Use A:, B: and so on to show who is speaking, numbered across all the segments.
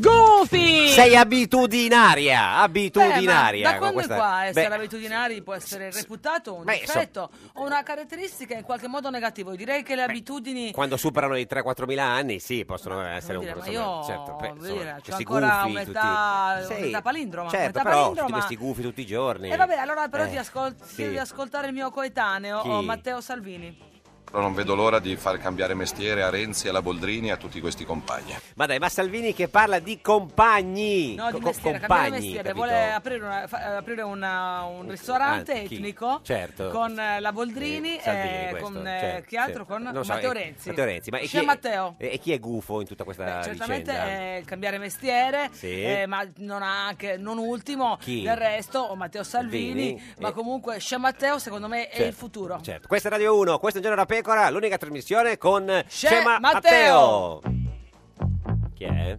A: Goofy!
B: Sei abitudinaria,
A: Beh, ma
B: abitudinaria.
A: da
B: con
A: quando
B: questa-
A: qua eh, essere
B: Beh,
A: abitudinari può essere reputato un
B: beh,
A: difetto o una caratteristica in qualche modo negativa? Io direi che le abitudini...
B: Quando superano i 3-4 mila anni, sì, possono essere
A: dire,
B: un
A: ma
B: insomma,
A: io,
B: certo, beh,
A: voglio
B: insomma,
A: dire, c'ho
B: questi
A: ancora
B: gufi,
A: un'età,
B: tutti...
A: un'età palindroma.
B: certo,
A: un'età
B: però tutti
A: palindroma.
B: questi gufi tutti i giorni.
A: E vabbè, allora però
B: Eh,
A: ti ascol-
B: sì.
A: devi ascoltare il mio coetaneo, oh,
B: Chi?
A: Matteo Salvini.
C: Però non vedo l'ora di far cambiare mestiere a Renzi, alla Boldrini e a tutti questi compagni.
A: Eh,
B: Ma dai, ma Salvini che parla di compagni.
A: No, di
B: co-
A: mestiere, cambiare
B: compagni,
A: mestiere,
B: capito? Ah,
A: vuole aprire, una- fa- eh, aprire una- un ristorante
B: chi?
A: etnico
B: Certo.
A: con eh, la Boldrini
B: Eh, Salvini,
A: e
B: questo,
A: con eh,
B: certo,
A: chi altro?
B: certo.
A: Con
B: Non so,
A: Matteo
B: eh,
A: Renzi.
B: Matteo Renzi, ma e
A: C'è
B: chi, è-
A: Matteo.
B: E e chi è gufo in tutta questa
A: Certamente
B: vicenda?
A: eh, cambiare mestiere,
B: Sì.
A: eh, ma non ha anche, non ultimo,
B: Chi?
A: del resto, o Matteo Salvini,
B: Salvini,
A: ma
B: eh.
A: comunque Sce Matteo secondo me è
B: Certo,
A: il futuro.
B: Certo. Questa è Radio 1, questo è Un Giorno da Pecora, l'unica trasmissione con
A: C'è
B: Scema
A: Matteo.
B: Matteo. Chi è?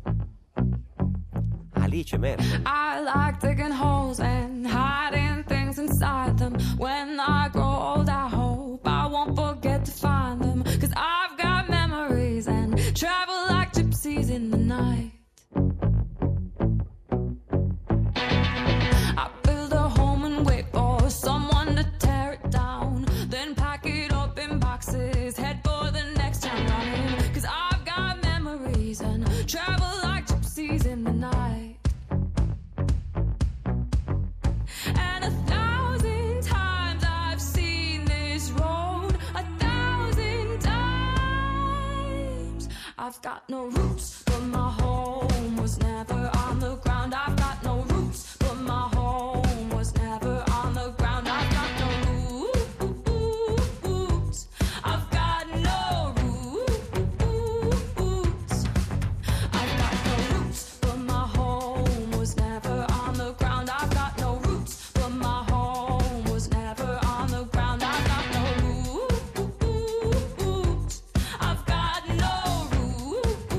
B: Alice Merkel.
D: I like digging holes and hiding things inside them. When I grow old, I hope I won't forget to find them. Cause I've got memories and travel like gypsies in the night. I build a home and wait for someone to tear it down. Then pack it up in boxes, head for the next town running. Cause I've got memories and travel like gypsies in the night. And a thousand times I've seen this road. A thousand times. I've got no roots, but my home was never on the ground. I've got no roots, but my home was never on the ground. I've got no roots. I've got no roots. I've got no roots, but my home was never on the ground. I've got no roots, but my home was never on the ground. I've got no roots. I've got no roots.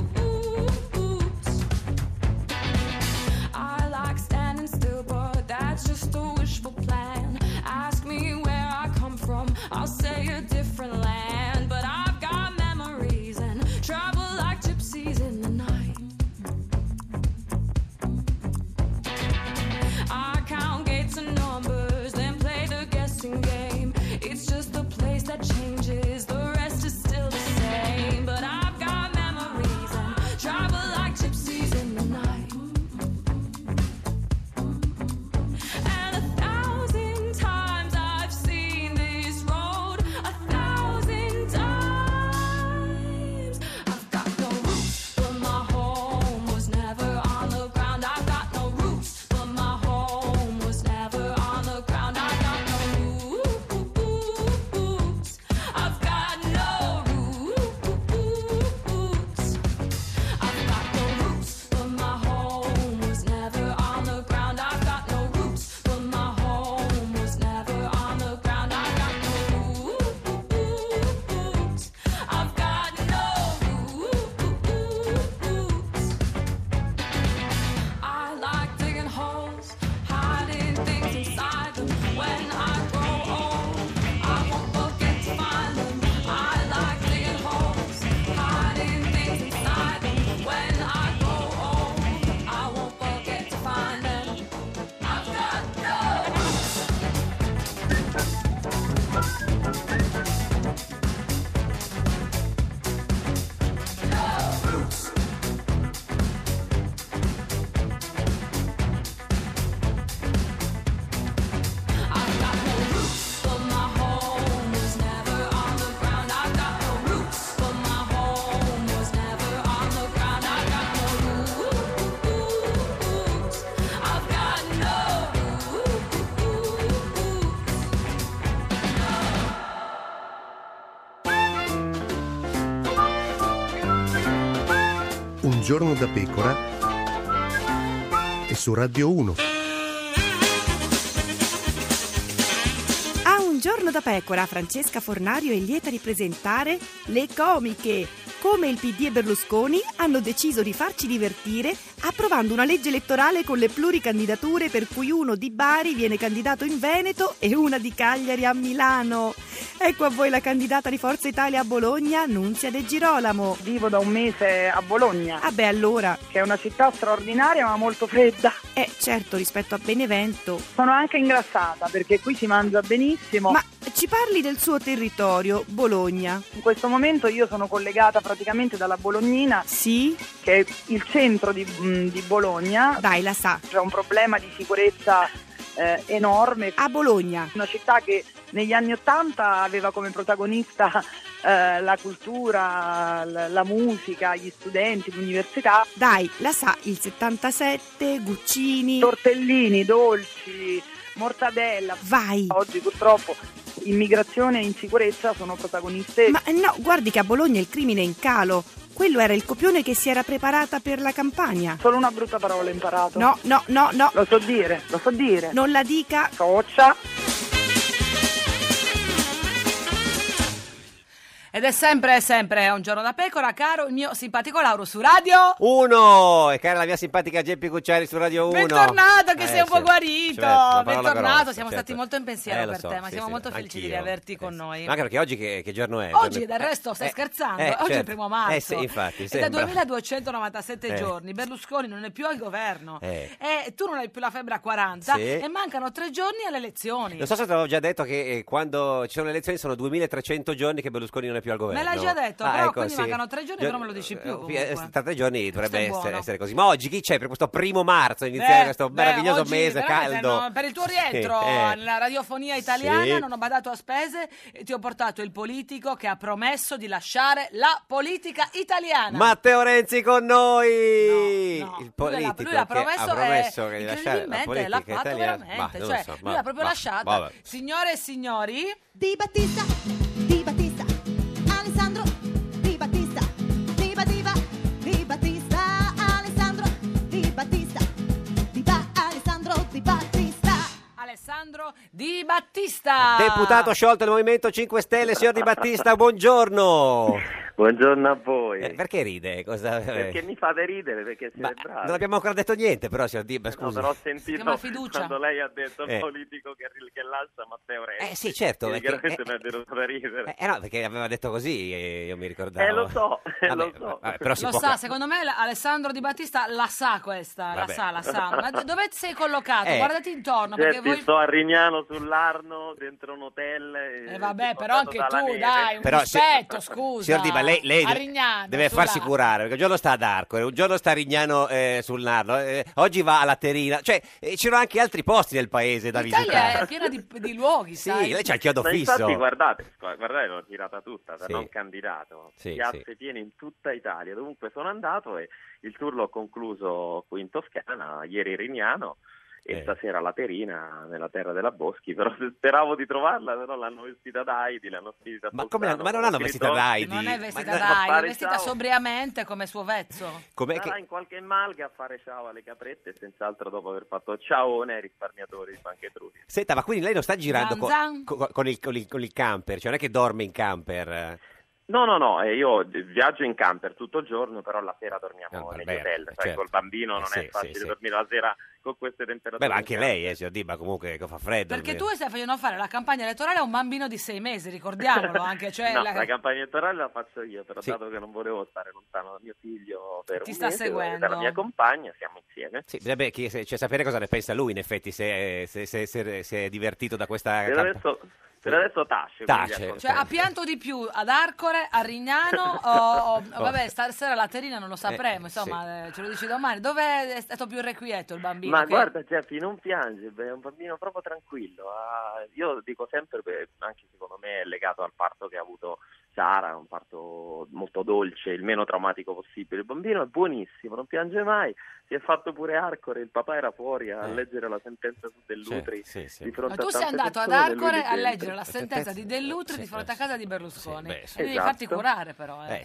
D: I like standing still, but that's just a wishful plan. Ask me where I come from, I'll say a different land. But I've got memories and travel like gypsies in the night. I count gates and numbers, then play the guessing game. It's just the place that changes, the rest is still the same. But I've got memories and travel like gypsies in the night. And a thousand times I've seen this road, a thousand times. I've got no roots, but my home was never on the ground. I've got no roots, but my home was never on the ground. I've got no roots. I've got no roots. I've got no roots, but my home was never on the ground. I've got no roots, but my home was never on the ground. I've got no roots. I've got no roots. I like digging holes, hiding things inside them. When I grow old, I won't forget to find them. I like digging holes, hiding things inside them. When I grow old, I won't forget to find them. I've got no roots. I've got no roots, but my home was never on the ground. I've got no roots, but my home was never on the ground. I've got no roots. I've got no roots.
E: Un giorno da pecora e su Radio 1.
F: A un Un giorno da pecora, Francesca Fornario è lieta di presentare Le Comiche. Come il PD e Berlusconi hanno deciso di farci divertire approvando una legge elettorale con le pluricandidature per cui uno di Bari viene candidato in Veneto e una di Cagliari a Milano. Ecco a voi la candidata di Forza Italia a Bologna, Nunzia De Girolamo.
G: Vivo da un mese a Bologna,
F: Ah beh allora,
G: che è una città straordinaria ma molto fredda.
F: eh certo rispetto a Benevento,
G: Sono anche ingrassata perché qui si mangia benissimo.
F: ma ci parli del suo territorio, Bologna.
G: In questo momento io sono collegata praticamente dalla Bolognina,
F: Sì?
G: che è il centro di, mh, di Bologna.
F: Dai, la sa.
G: C'è un problema di sicurezza eh, enorme.
F: A Bologna.
G: Una città che negli anni Ottanta aveva come protagonista eh, la cultura, l- la musica, gli studenti, l'università.
F: Dai, la sa il 77, Guccini.
G: Tortellini, dolci, mortadella.
F: Vai.
G: Oggi purtroppo immigrazione e insicurezza sono protagoniste.
F: Ma no, guardi che a Bologna il crimine è in calo. Quello era il copione che si era preparata per la campagna.
G: Solo una brutta parola ho imparato.
F: No, no, no, no.
G: Lo so dire, lo so dire.
F: Non la dica.
G: Coccia.
A: Ed è sempre, sempre un giorno da pecora, caro il mio simpatico Lauro su radio.
B: Uno! E cara la mia simpatica Geppi Cucciari su Radio Eh, 1.
A: Bentornato, che sei un po' guarito. Bentornato,
B: grossa, certo. Eh,
A: siamo stati molto in pensiero per
B: lo
A: te, ma siamo molto felici di riaverti con noi.
B: Eh, Ma anche perché oggi che, che giorno è?
A: Oggi,
B: Giorno-
A: del resto, stai
B: Eh,
A: scherzando?
B: eh,
A: Oggi è il
B: certo.
A: primo marzo.
B: Eh sì, infatti,
A: E da
B: sembra.
A: 2297
B: Eh.
A: giorni Berlusconi non è più al governo.
B: Eh.
A: E tu non hai più la febbre a 40
B: Sì.
A: e mancano tre giorni alle elezioni.
B: Non so se te l'avevo già detto che eh, quando ci sono le elezioni sono 2300 giorni che Berlusconi non è più al governo.
A: Me l'hai già detto,
B: Ah,
A: però
B: ecco,
A: quindi
B: sì.
A: mancano tre giorni,
B: Gio-
A: però me lo dici più.
B: eh,
A: comunque.
B: eh, Tra tre giorni
A: Questo
B: dovrebbe
A: è
B: essere,
A: buono.
B: essere così. Ma oggi chi c'è per questo primo marzo? Inizia
A: Beh,
B: questo
A: beh,
B: meraviglioso
A: Eh, oggi
B: mese
A: veramente,
B: caldo.
A: no, per il tuo rientro
B: Sì, eh.
A: nella radiofonia italiana
B: Sì.
A: non ho badato a spese e ti ho portato il politico che ha promesso di lasciare la politica italiana.
B: Matteo Renzi con noi!
A: No, no,
B: Il
A: lui l'ha-
B: politico
A: lui l'ha
B: che
A: promesso,
B: ha promesso
A: eh,
B: che di lasciare cioè, la
A: incredibilmente l'ha
B: politica
A: fatto
B: italiana. Ma,
A: veramente,
B: non lo
A: cioè
B: so,
A: lui
B: ma-
A: l'ha proprio
B: ma-
A: lasciata.
B: vabbè.
A: Signore e signori,
H: Di Battista, Di Battista, Alessandro, Di Battista, Di Bativa, Di Battista, Alessandro, Di Battista, Di Ba, Alessandro, Di Battista.
A: Alessandro Di Battista.
B: Deputato sciolto del Movimento 5 Stelle, signor Di Battista, buongiorno!
I: Buongiorno a voi.
B: Eh, perché ride? Cosa...
I: Perché mi fate ridere perché siete
B: Eh. Ma
I: bravi.
B: non abbiamo ancora detto niente, però, signor Di, ma
I: No,
B: scusi.
I: però ho
A: Si chiama
I: sentito
A: fiducia.
I: quando lei ha detto
B: Eh.
I: politico che, che lascia Matteo Renzi.
B: Eh, sì, certo,
I: Quindi
B: perché-
I: chiaramente
B: eh,
I: mi è venuto da ridere.
B: Eh no, perché aveva detto così, eh, io mi ricordavo.
I: Eh, lo so, eh, lo
B: Vabbè,
I: so.
B: vabbè, però si
A: Lo
B: può
A: sa, secondo me la- Alessandro Di Battista la sa questa, la
B: Vabbè.
A: sa, la sa. Ma do- dove sei collocato?
B: Eh.
A: Guardati intorno perché
I: Senti,
A: voi
I: sto a Rignano sull'Arno, dentro un hotel. E
A: Eh, vabbè, però anche tu, dai, un
B: Però se-
A: rispetto, scusa.
B: Signor Diva, lei, lei
A: A Rignano,
B: deve
A: sulla-
B: farsi curare, perché un giorno sta ad Arcore, un giorno sta a Rignano eh, sul Narno, eh, oggi va alla Terina, cioè eh, c'erano anche altri posti nel paese da
A: L'Italia
B: visitare.
A: è Cioè, piena di, di luoghi,
B: Sì,
A: sai?
B: lei c'ha il chiodo
I: Ma
B: fisso.
I: infatti guardate, scu- guardate l'ho tirata tutta da
B: Sì.
I: non candidato,
B: Sì,
I: piazze
B: sì.
I: piene in tutta Italia, dovunque sono andato e il tour l'ho concluso qui in Toscana, ieri a Rignano e
B: Eh.
I: stasera alla Terina, nella terra della Boschi, però se- speravo di trovarla, però l'hanno vestita da Heidi, l'hanno vestita
B: Ma,
I: a
B: come,
I: Bolzano,
B: ma non l'hanno
I: con
B: vestita
I: Triton.
B: da Heidi?
A: Non è
B: Ma
A: vestita
B: no,
A: da Heidi, è
I: Fare
A: vestita
I: ciao.
A: sobriamente come suo vezzo.
B: com'è
I: Sarà
B: che...
I: in qualche malga a fare ciao alle caprette, senz'altro dopo aver fatto ciaone ai risparmiatori di Banca Etruria.
B: Senta, ma quindi lei non sta girando co-
A: Zanzan?
B: co- con, il, con, il, con il camper, cioè non è che dorme in camper. eh.
I: No, no, no, eh, io viaggio in camper tutto il giorno, però la sera
B: Ah,
I: dormiamo negli
B: vabbè,
I: hotel. Cioè,
B: certo.
I: col bambino
B: Eh,
I: non
B: sì,
I: è
B: sì,
I: facile
B: sì.
I: dormire la sera con queste temperature.
B: Beh, ma anche lei, eh, signor Di, ma comunque che fa freddo.
A: Perché tu
B: almeno.
A: stai facendo fare la campagna elettorale a un bambino di sei mesi, ricordiamolo anche. Cioè,
I: no,
A: la-
I: la... campagna elettorale la faccio io, però
B: Sì.
I: dato che non volevo stare lontano da mio figlio per
A: Ti
I: un
A: sta
I: mese,
A: seguendo.
I: dalla mia compagna, siamo insieme.
B: Sì, bisognerebbe chi- se- cioè, sapere cosa ne pensa lui, in effetti, se, se, se- se- se è divertito da questa...
I: Per
B: camp-
I: adesso, per adesso tace.
B: Tace.
I: quindi ascolta.
A: cioè, ha pianto di più ad Arcore, a Rignano, o, o- vabbè, stasera la Terina non lo sapremo,
B: Eh, sì.
A: insomma, eh, ce lo dici domani. Dove è stato più requieto il bambino?
I: Ma
A: Che-
I: guarda, Geppi, non piange, è un bambino proprio tranquillo. Ah, io dico sempre, beh, anche secondo me è legato al parto che ha avuto Sara, un parto molto dolce, il meno traumatico possibile. Il bambino è buonissimo, non piange mai, si è fatto pure Arcore, il papà era fuori a leggere la sentenza su Dell'Utri di
A: Ma
I: fronte a
A: tu sei
I: tante
A: andato ad
I: persone, lui
A: Arcore a
I: dentro.
A: leggere la sentenza di Dell'Utri di fronte a casa di Berlusconi.
I: beh, eh, sì.
A: Devi farti
I: Esatto.
A: curare però. eh.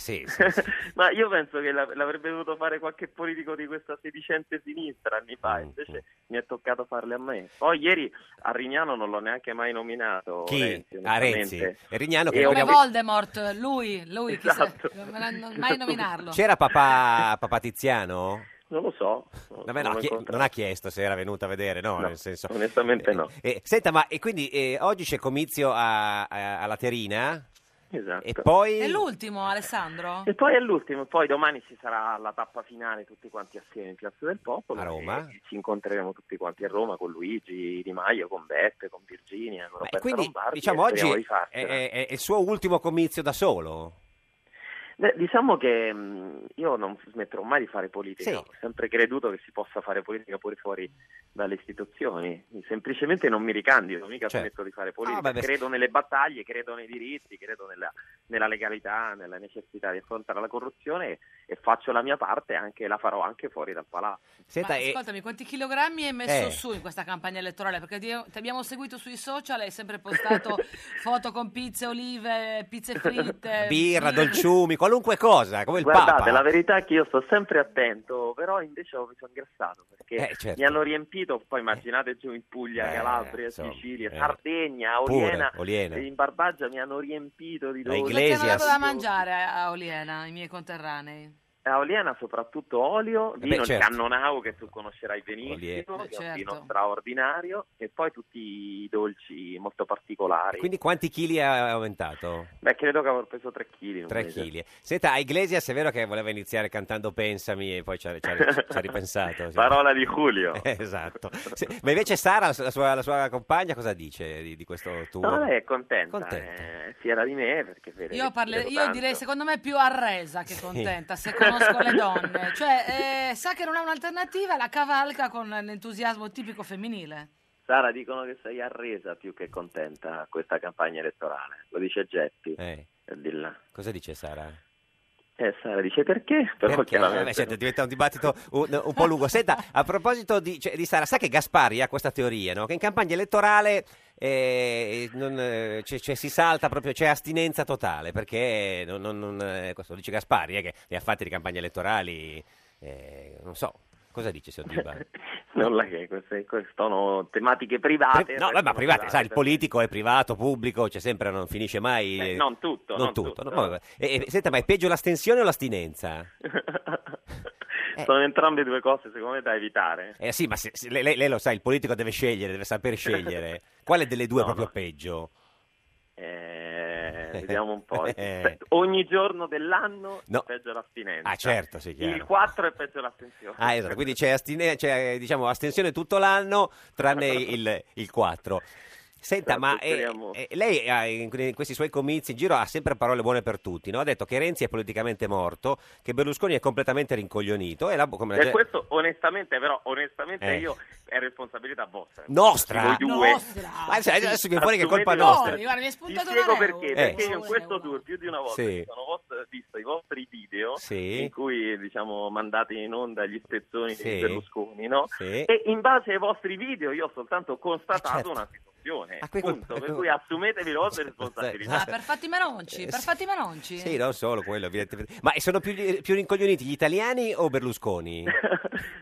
I: Ma io penso che la- l'avrebbe dovuto fare qualche politico di questa sedicente sinistra anni fa,
B: Mm,
I: invece mi è toccato farle a me. Poi ieri a Rignano non l'ho neanche mai nominato.
B: Chi?
I: Renzi,
B: Ah, Renzi.
I: onestamente.
B: Rignano che
I: E
A: Come
I: ho-
A: Voldemort, lui, lui, chi sa-
I: Esatto.
A: non- non- mai nominarlo.
B: C'era papà, papà Tiziano?
I: Non lo so.
B: Vabbè, no,
I: Non lo
B: chi-
I: incontrato.
B: non ha chiesto se era venuto a vedere, no?
I: No,
B: nel senso...
I: Onestamente no.
B: Eh, senta, ma e quindi eh, oggi c'è comizio a, a- alla Terina?
I: Esatto.
B: E poi...
A: È l'ultimo, Alessandro?
I: E poi è l'ultimo, poi domani ci sarà la tappa finale tutti quanti assieme in Piazza del Popolo. A Roma? Ci incontreremo tutti quanti a Roma con Luigi Di Maio, con Beppe, con Virginia, con Roberto
B: Quindi,
I: Lombardi.
B: diciamo,
I: e speriamo
B: oggi
I: di farcela.
B: è, è- è il suo ultimo comizio da solo?
I: Beh, diciamo che mh, io non smetterò mai di fare politica, ho sempre creduto che si possa fare politica pure fuori dalle istituzioni, semplicemente non mi ricandido, mica
B: Certo.
I: smetto di fare politica,
B: Ah, vabbè, beh.
I: credo nelle battaglie, credo nei diritti, credo nella, nella legalità, nella necessità di affrontare la corruzione e faccio la mia parte e la farò anche fuori dal palazzo.
A: Ma ascoltami, quanti chilogrammi hai messo
I: Eh.
A: su in questa campagna elettorale? Perché ti, ti abbiamo seguito sui social, hai sempre postato foto con pizze, olive, pizze fritte.
B: Birra, dolciumi, qualunque cosa, come il
I: Guardate,
B: Papa.
I: la verità è che io sto sempre attento, però invece ho- mi sono ingrassato perché
B: Eh, certo.
I: mi hanno riempito, poi immaginate giù in Puglia,
B: Eh,
I: Calabria,
B: insomma,
I: Sicilia,
B: eh.
I: Sardegna,
B: Pure,
I: Oliena,
B: Oliena.
I: e in Barbagia mi hanno riempito di
B: Da
I: dolci.
A: Cosa ti hanno dato da mangiare a Oliena, i miei conterranei?
I: A Oliena soprattutto olio,
B: beh,
I: vino il
B: certo.
I: Cannonau che tu conoscerai benissimo,
A: Oliena.
I: che è
A: Certo.
I: un vino straordinario e poi tutti i dolci molto particolari.
B: Quindi quanti chili ha aumentato?
I: Beh, credo che avrò preso 3 kg.
B: 3 chili. eh. Senta, a Iglesias è vero che voleva iniziare cantando Pensami e poi ci ha, ci ha- ci ha ripensato. sì.
I: Parola di Giulio.
B: esatto. Sì, Ma invece Sara, la sua, la sua compagna, cosa dice di, di questo tour?
I: No, lei è contenta,
B: Contenta.
I: eh, fiera di me perché vede
A: Io,
I: che
A: parle-
I: credo
A: io
I: Eh, tanto.
A: direi, secondo me, più arresa che contenta, se conosco le donne. Cioè, eh, sa che non ha un'alternativa, la cavalca con l'entusiasmo tipico femminile.
I: Sara, dicono che sei arresa più che contenta a questa campagna elettorale. Lo dice Getti.
B: Eh,
I: Dilla.
B: Cosa dice Sara?
I: Eh, Sara dice perché? Però
B: Perché?
I: chiaramente
B: Vabbè, senta, diventa un dibattito un, un po' lungo. Senta, a proposito di, cioè, di Sara, sa che Gasparri ha questa teoria, no? Che in campagna elettorale eh, non, eh, c'è- c'è- si salta proprio, c'è astinenza totale, perché non, non- non, eh, questo lo dice Gasparri, eh, che ne ha fatti di campagne elettorali, eh, non so. Cosa dice signor Diba?
I: Non la che queste, queste sono tematiche private.
B: No, vabbè, ma eh,
I: sono
B: private, sai, il
I: private.
B: politico è privato, pubblico, c'è sempre, non finisce mai...
I: Eh,
B: eh,
I: non tutto,
B: Non
I: non
B: tutto.
I: tutto.
B: no, vabbè. E- e, senta, ma è peggio l'astensione o l'astinenza?
I: Sono entrambe due cose, secondo me, da evitare.
B: Eh sì, ma se- se- lei, lei lo sa, il politico deve scegliere, deve saper scegliere. Quale delle due è proprio peggio?
I: Eh, vediamo un po'.
B: Eh.
I: Cioè, Ogni giorno dell'anno
B: No.
I: è peggio l'astinenza.
B: Ah, certo, sì, chiaro.
I: Il 4 è peggio l'astensione.
B: Ah, esatto, quindi c'è, astine- c'è, diciamo, astensione tutto l'anno, tranne il, il 4. Senta,
I: Esatto,
B: ma eh,
I: speriamo.
B: eh, lei ha, in in questi suoi comizi in giro ha sempre parole buone per tutti, no? Ha detto che Renzi è politicamente morto, che Berlusconi è completamente rincoglionito e la, come la
I: E
B: gente-
I: questo onestamente, però, onestamente
B: Eh.
I: io è responsabilità vostra.
B: Nostra!
I: Di voi due.
B: Nostra! Ma adesso- adesso viene fuori che è colpa
I: Assumete
B: nostra.
I: voi.
A: Guarda, mi è
I: Vi
A: spuntato
I: spiego
A: una reu.
I: perché,
B: Eh.
I: perché io in questo tour più di una volta
B: Sì.
I: mi sono vos- visto i vostri video
B: Sì.
I: in cui diciamo mandate in onda gli spezzoni
B: Sì.
I: di Berlusconi, no?
B: Sì.
I: E in base ai vostri video io ho soltanto constatato
B: certo.
I: una situazione,
B: qui ecco, col-
I: punto, per cui assumetevi le vostre responsabilità.
A: Ah, per fatti manonci, per fatti manonci.
B: Eh, Sì, non solo quello, evidentemente. Ma sono più, più rincoglioniti gli italiani o Berlusconi?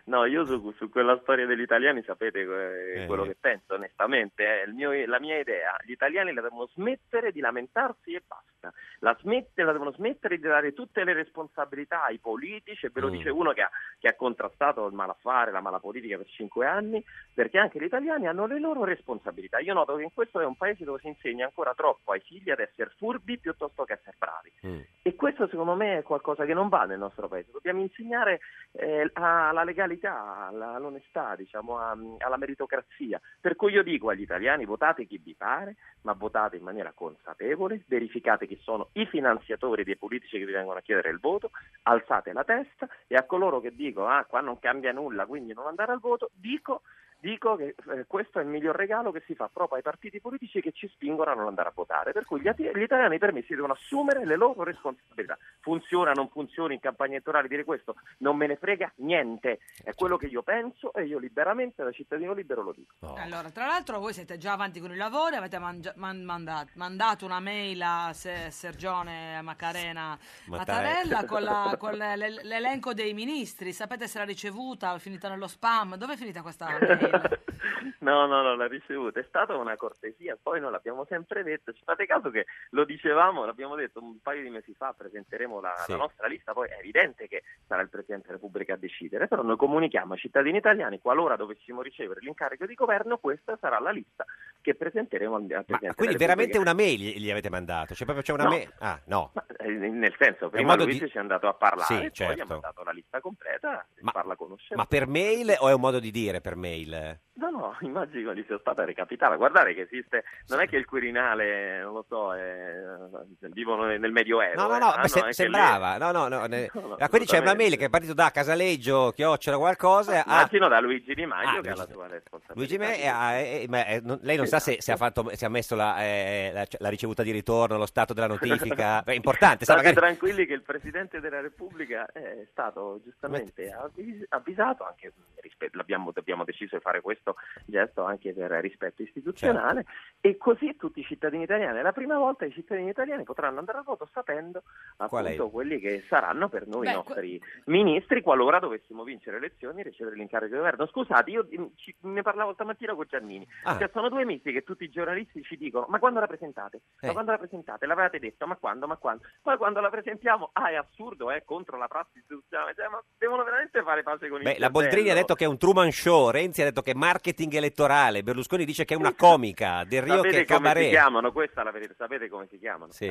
I: No, io su, su quella storia degli italiani sapete que-
B: Eh.
I: quello che penso, onestamente. eh. Il mio- la mia idea, gli italiani la devono smettere di lamentarsi e basta. La, smette- la devono smettere di dare tutte le responsabilità ai politici, e ve lo
J: Mm.
I: dice uno che ha, che ha contrastato il malaffare, la mala politica per cinque anni, perché anche gli italiani hanno le loro responsabilità. Io noto che in questo è un paese dove si insegna ancora troppo ai figli ad essere furbi piuttosto che a essere bravi. E questo secondo me è qualcosa che non va nel nostro paese. Dobbiamo insegnare eh, alla legalità, alla- all'onestà, diciamo, a- alla meritocrazia. Per cui io dico agli italiani votate chi vi pare, ma votate in maniera consapevole, verificate chi sono i finanziatori dei politici che vi vengono a chiedere il voto, alzate la testa e a coloro che dicono ah qua non cambia nulla, quindi non andare al voto, dico dico che eh, questo è il miglior regalo che si fa proprio ai partiti politici che ci spingono a non andare a votare. Per cui gli, ati- gli italiani per me si devono assumere le loro responsabilità. Funziona, non funziona in campagna elettorale dire questo, non me ne frega niente. È quello che io penso e io liberamente da cittadino libero lo dico.
A: Allora, tra l'altro voi siete già avanti con il lavoro, avete mangia- man- mandat- mandato una mail a Se- Sergione Macarena
D: Mattarella.
A: Mattarella con, la- con le- le- l'elenco dei ministri, sapete se l'ha ricevuta, è finita nello spam, dove è finita questa mail?
I: No, no, no, l'ha ricevuta. È stata una cortesia, poi noi l'abbiamo sempre detto. Ci fate caso che lo dicevamo, l'abbiamo detto un paio di mesi fa, presenteremo la,
J: Sì.
I: la nostra lista, poi è evidente che sarà il Presidente della Repubblica a decidere, però noi comunichiamo ai cittadini italiani, qualora dovessimo ricevere l'incarico di governo, questa sarà la lista che presenteremo al, al Presidente.
B: Quindi
I: della
B: veramente
I: Repubblica.
B: una mail gli gli avete mandato? Cioè proprio c'è una
I: eh, No.
B: mail? Ah, no.
I: Eh, Nel senso, prima
B: modo
I: Luigi
B: di-
I: ci è andato a parlare,
B: Sì,
I: poi
B: certo.
I: gli ha mandato la lista completa, se
B: Ma-
I: farla conoscere.
B: Ma per mail o è un modo di dire per mail?
I: No, no, immagino gli sia stata recapitata. Guardate che esiste, non è che il Quirinale, non lo so, è- vivono nel Medioevo.
B: No, no,
I: eh,
B: no,
I: ah,
B: ma se-
I: è che
B: sembrava. No, no, no. ne- Ah, quindi c'è
I: assolutamente.
B: una
I: Ah,
B: mail che è partita da Casaleggio, Chiocciola, qualcosa.
I: lei-
B: a-
I: Immagino da Luigi Di Maio
B: Ah,
I: che ha la
B: Luigi-
I: sua responsabilità.
B: Luigi me, eh, ah, eh, eh, ma, eh, non- lei non sa se, se ha, fatto, se ha messo la, eh, la- la ricevuta di ritorno, lo stato della notifica. Beh, è importante, sa,
I: State
B: magari...
I: tranquilli che il Presidente della Repubblica è stato giustamente avvis- avvisato, anche rispetto, l'abbiamo, abbiamo deciso di fare questo gesto anche per rispetto istituzionale,
B: Certo.
I: e così tutti i cittadini italiani, è la prima volta che i cittadini italiani potranno andare al voto sapendo
B: Qual è
I: appunto
B: il-
I: quelli che saranno per noi
A: Beh,
I: i nostri ministri qualora dovessimo vincere le elezioni e ricevere l'incarico di governo. Scusate, io mm, ci- ne parlavo stamattina con Giannini,
K: Ah.
I: Cioè, sono due mesi che tutti i giornalisti ci dicono ma quando la presentate? Ma
K: Eh.
I: quando la presentate? L'avevate detto, ma quando? Ma quando? Poi quando la presentiamo, ah è assurdo, è contro la prassi istituzionale, Cioè, ma devono veramente fare pace con il
B: Beh, la
I: cervello.
B: Boldrini ha detto che è un Truman Show, Renzi ha detto che è marketing elettorale, Berlusconi dice che è una comica, Del Rio che
I: Sapete come si
B: è cabaret.
I: chiamano? Questa la verità, sapete come si chiamano?
B: Sì.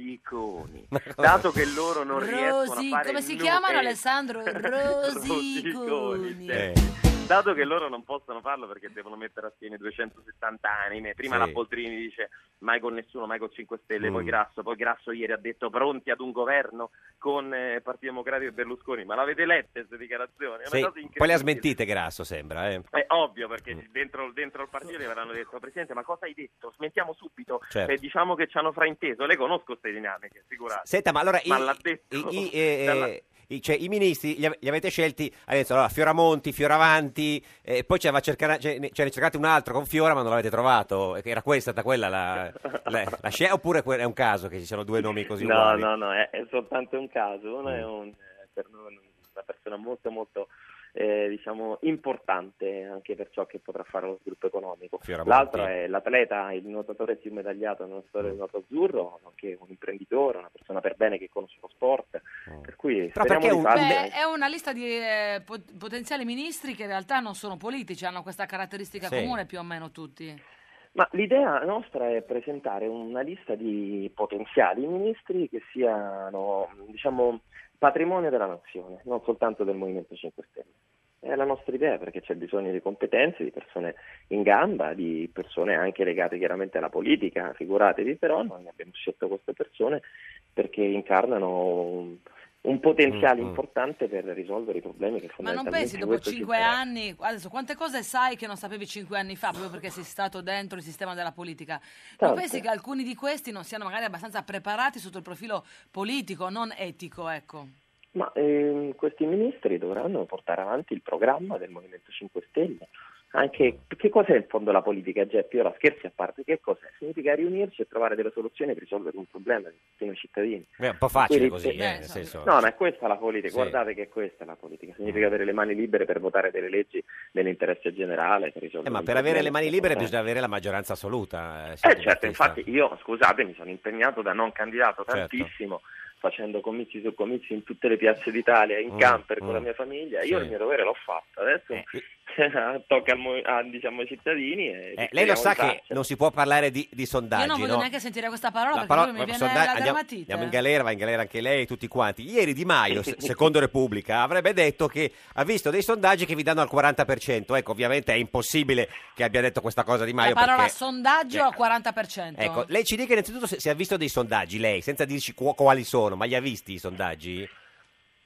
I: Rosiconi. Dato che loro non riescono a
A: Rosi,
I: fare
A: come si
I: nu-
A: chiamano
I: eh,
A: Alessandro? Rosiconi.
I: Rosiconi, cioè,
B: Eh.
I: Dato che loro non possono farlo perché devono mettere a fine 270 anime, prima
L: Sì.
I: la Boldrini dice mai con nessuno, mai con 5 Stelle, poi
L: Mm.
I: Grasso, poi Grasso ieri ha detto pronti ad un governo con eh, Partito Democratico e Berlusconi, ma l'avete lette queste dichiarazioni? È una
B: Sì,
I: cosa
B: Poi le
I: incredibile.
B: ha smentite Grasso, sembra. Eh.
I: È ovvio perché dentro, dentro il partito gli avranno detto "Oh, Presidente ma cosa hai detto? Smentiamo subito
B: Certo.
I: e diciamo che ci hanno frainteso. Le conosco queste dinamiche, figurate.
B: Senta, ma allora i,
I: l'ha detto.
B: i- i- eh,
I: Dalla-
B: i- cioè, i ministri li, ave- li avete scelti all'inizio, allora Fioramonti, Fioravanti, eh, poi ce, ne cercate un altro con Fiora ma non l'avete trovato, eh, era questa, stata quella la, la, la scia- oppure que- è un caso che ci siano due nomi così
I: No,
B: uguali? Mm.
I: no, no, è, è soltanto un caso. Uno è un, eh, per noi una persona molto, molto eh, diciamo importante anche per ciò che potrà fare lo sviluppo economico.
B: Fioramonti.
I: L'altro è l'atleta, il nuotatore più medagliato nella
B: Mm.
I: storia del nuoto azzurro, nonché un imprenditore, una persona per bene che conosce lo sport. Per cui speriamo
B: Mm. perché
I: di
B: un-
I: farne-
B: Beh,
A: È una lista di eh, pot- potenziali ministri che in realtà non sono politici, hanno questa caratteristica
I: Sì.
A: comune più o meno tutti.
I: Ma l'idea nostra è presentare una lista di potenziali ministri che siano, diciamo, patrimonio della nazione, non soltanto del Movimento 5 Stelle. È la nostra idea perché c'è bisogno di competenze, di persone in gamba, di persone anche legate chiaramente alla politica, figuratevi però, noi abbiamo scelto queste persone perché incarnano un, un potenziale
B: Mm, mm.
I: importante per risolvere i problemi che
A: Ma non
I: fondamentalmente
A: pensi dopo
I: questo ci
A: cinque
I: interessa.
A: anni, adesso quante cose sai che non sapevi cinque anni fa proprio perché sei stato dentro il sistema della politica? Non
I: Tante.
A: pensi che alcuni di questi non siano magari abbastanza preparati sotto il profilo politico, non etico, ecco?
I: Ma ehm, questi ministri dovranno portare avanti il programma del Movimento 5 Stelle. Anche che cos'è in fondo la politica, Geppi? Ora scherzi a parte, che cos'è? Significa riunirci e trovare delle soluzioni per risolvere un problema di tutti noi cittadini.
B: Beh, è un po' facile
I: Quindi,
B: così, eh,
I: eh,
B: nel senso-
I: No, ma è questa la politica,
B: Sì.
I: guardate che questa è la politica. Significa avere le mani libere per votare delle leggi nell'interesse generale. Per risolvere
B: Eh, ma
I: un
B: per avere
I: problema.
B: le mani libere bisogna avere la maggioranza assoluta. eh, Certo. signor
I: Eh certo,
B: Battista.
I: infatti io, scusate, mi sono impegnato da non candidato tantissimo, facendo comizi su comizi in tutte le piazze d'Italia, in
B: Mm,
I: camper con la
B: mm.
I: mia famiglia,
B: Sì. Eh,
I: io il mio dovere l'ho fatto, adesso tocca al mo- a, diciamo, ai cittadini. E
B: Eh, lei lo sa
I: speriamo di
B: che non si può parlare di, di sondaggi,
A: Io non voglio
B: no?
A: neanche sentire questa parola
B: La
A: perché
B: parola-
A: poi mi viene
B: posso andare-
A: la
B: andiamo,
A: dermatite.
B: andiamo in galera, va in galera anche lei, tutti quanti. Ieri Di Maio, se- secondo Repubblica, avrebbe detto che ha visto dei sondaggi che vi danno al 40%. Ecco, ovviamente è impossibile che abbia detto questa cosa Di Maio.
A: la parola
B: perché-
A: sondaggio al 40%.
B: ecco, lei ci dica innanzitutto se, se ha visto dei sondaggi, lei, senza dirci qu- quali sono, ma li ha visti i sondaggi?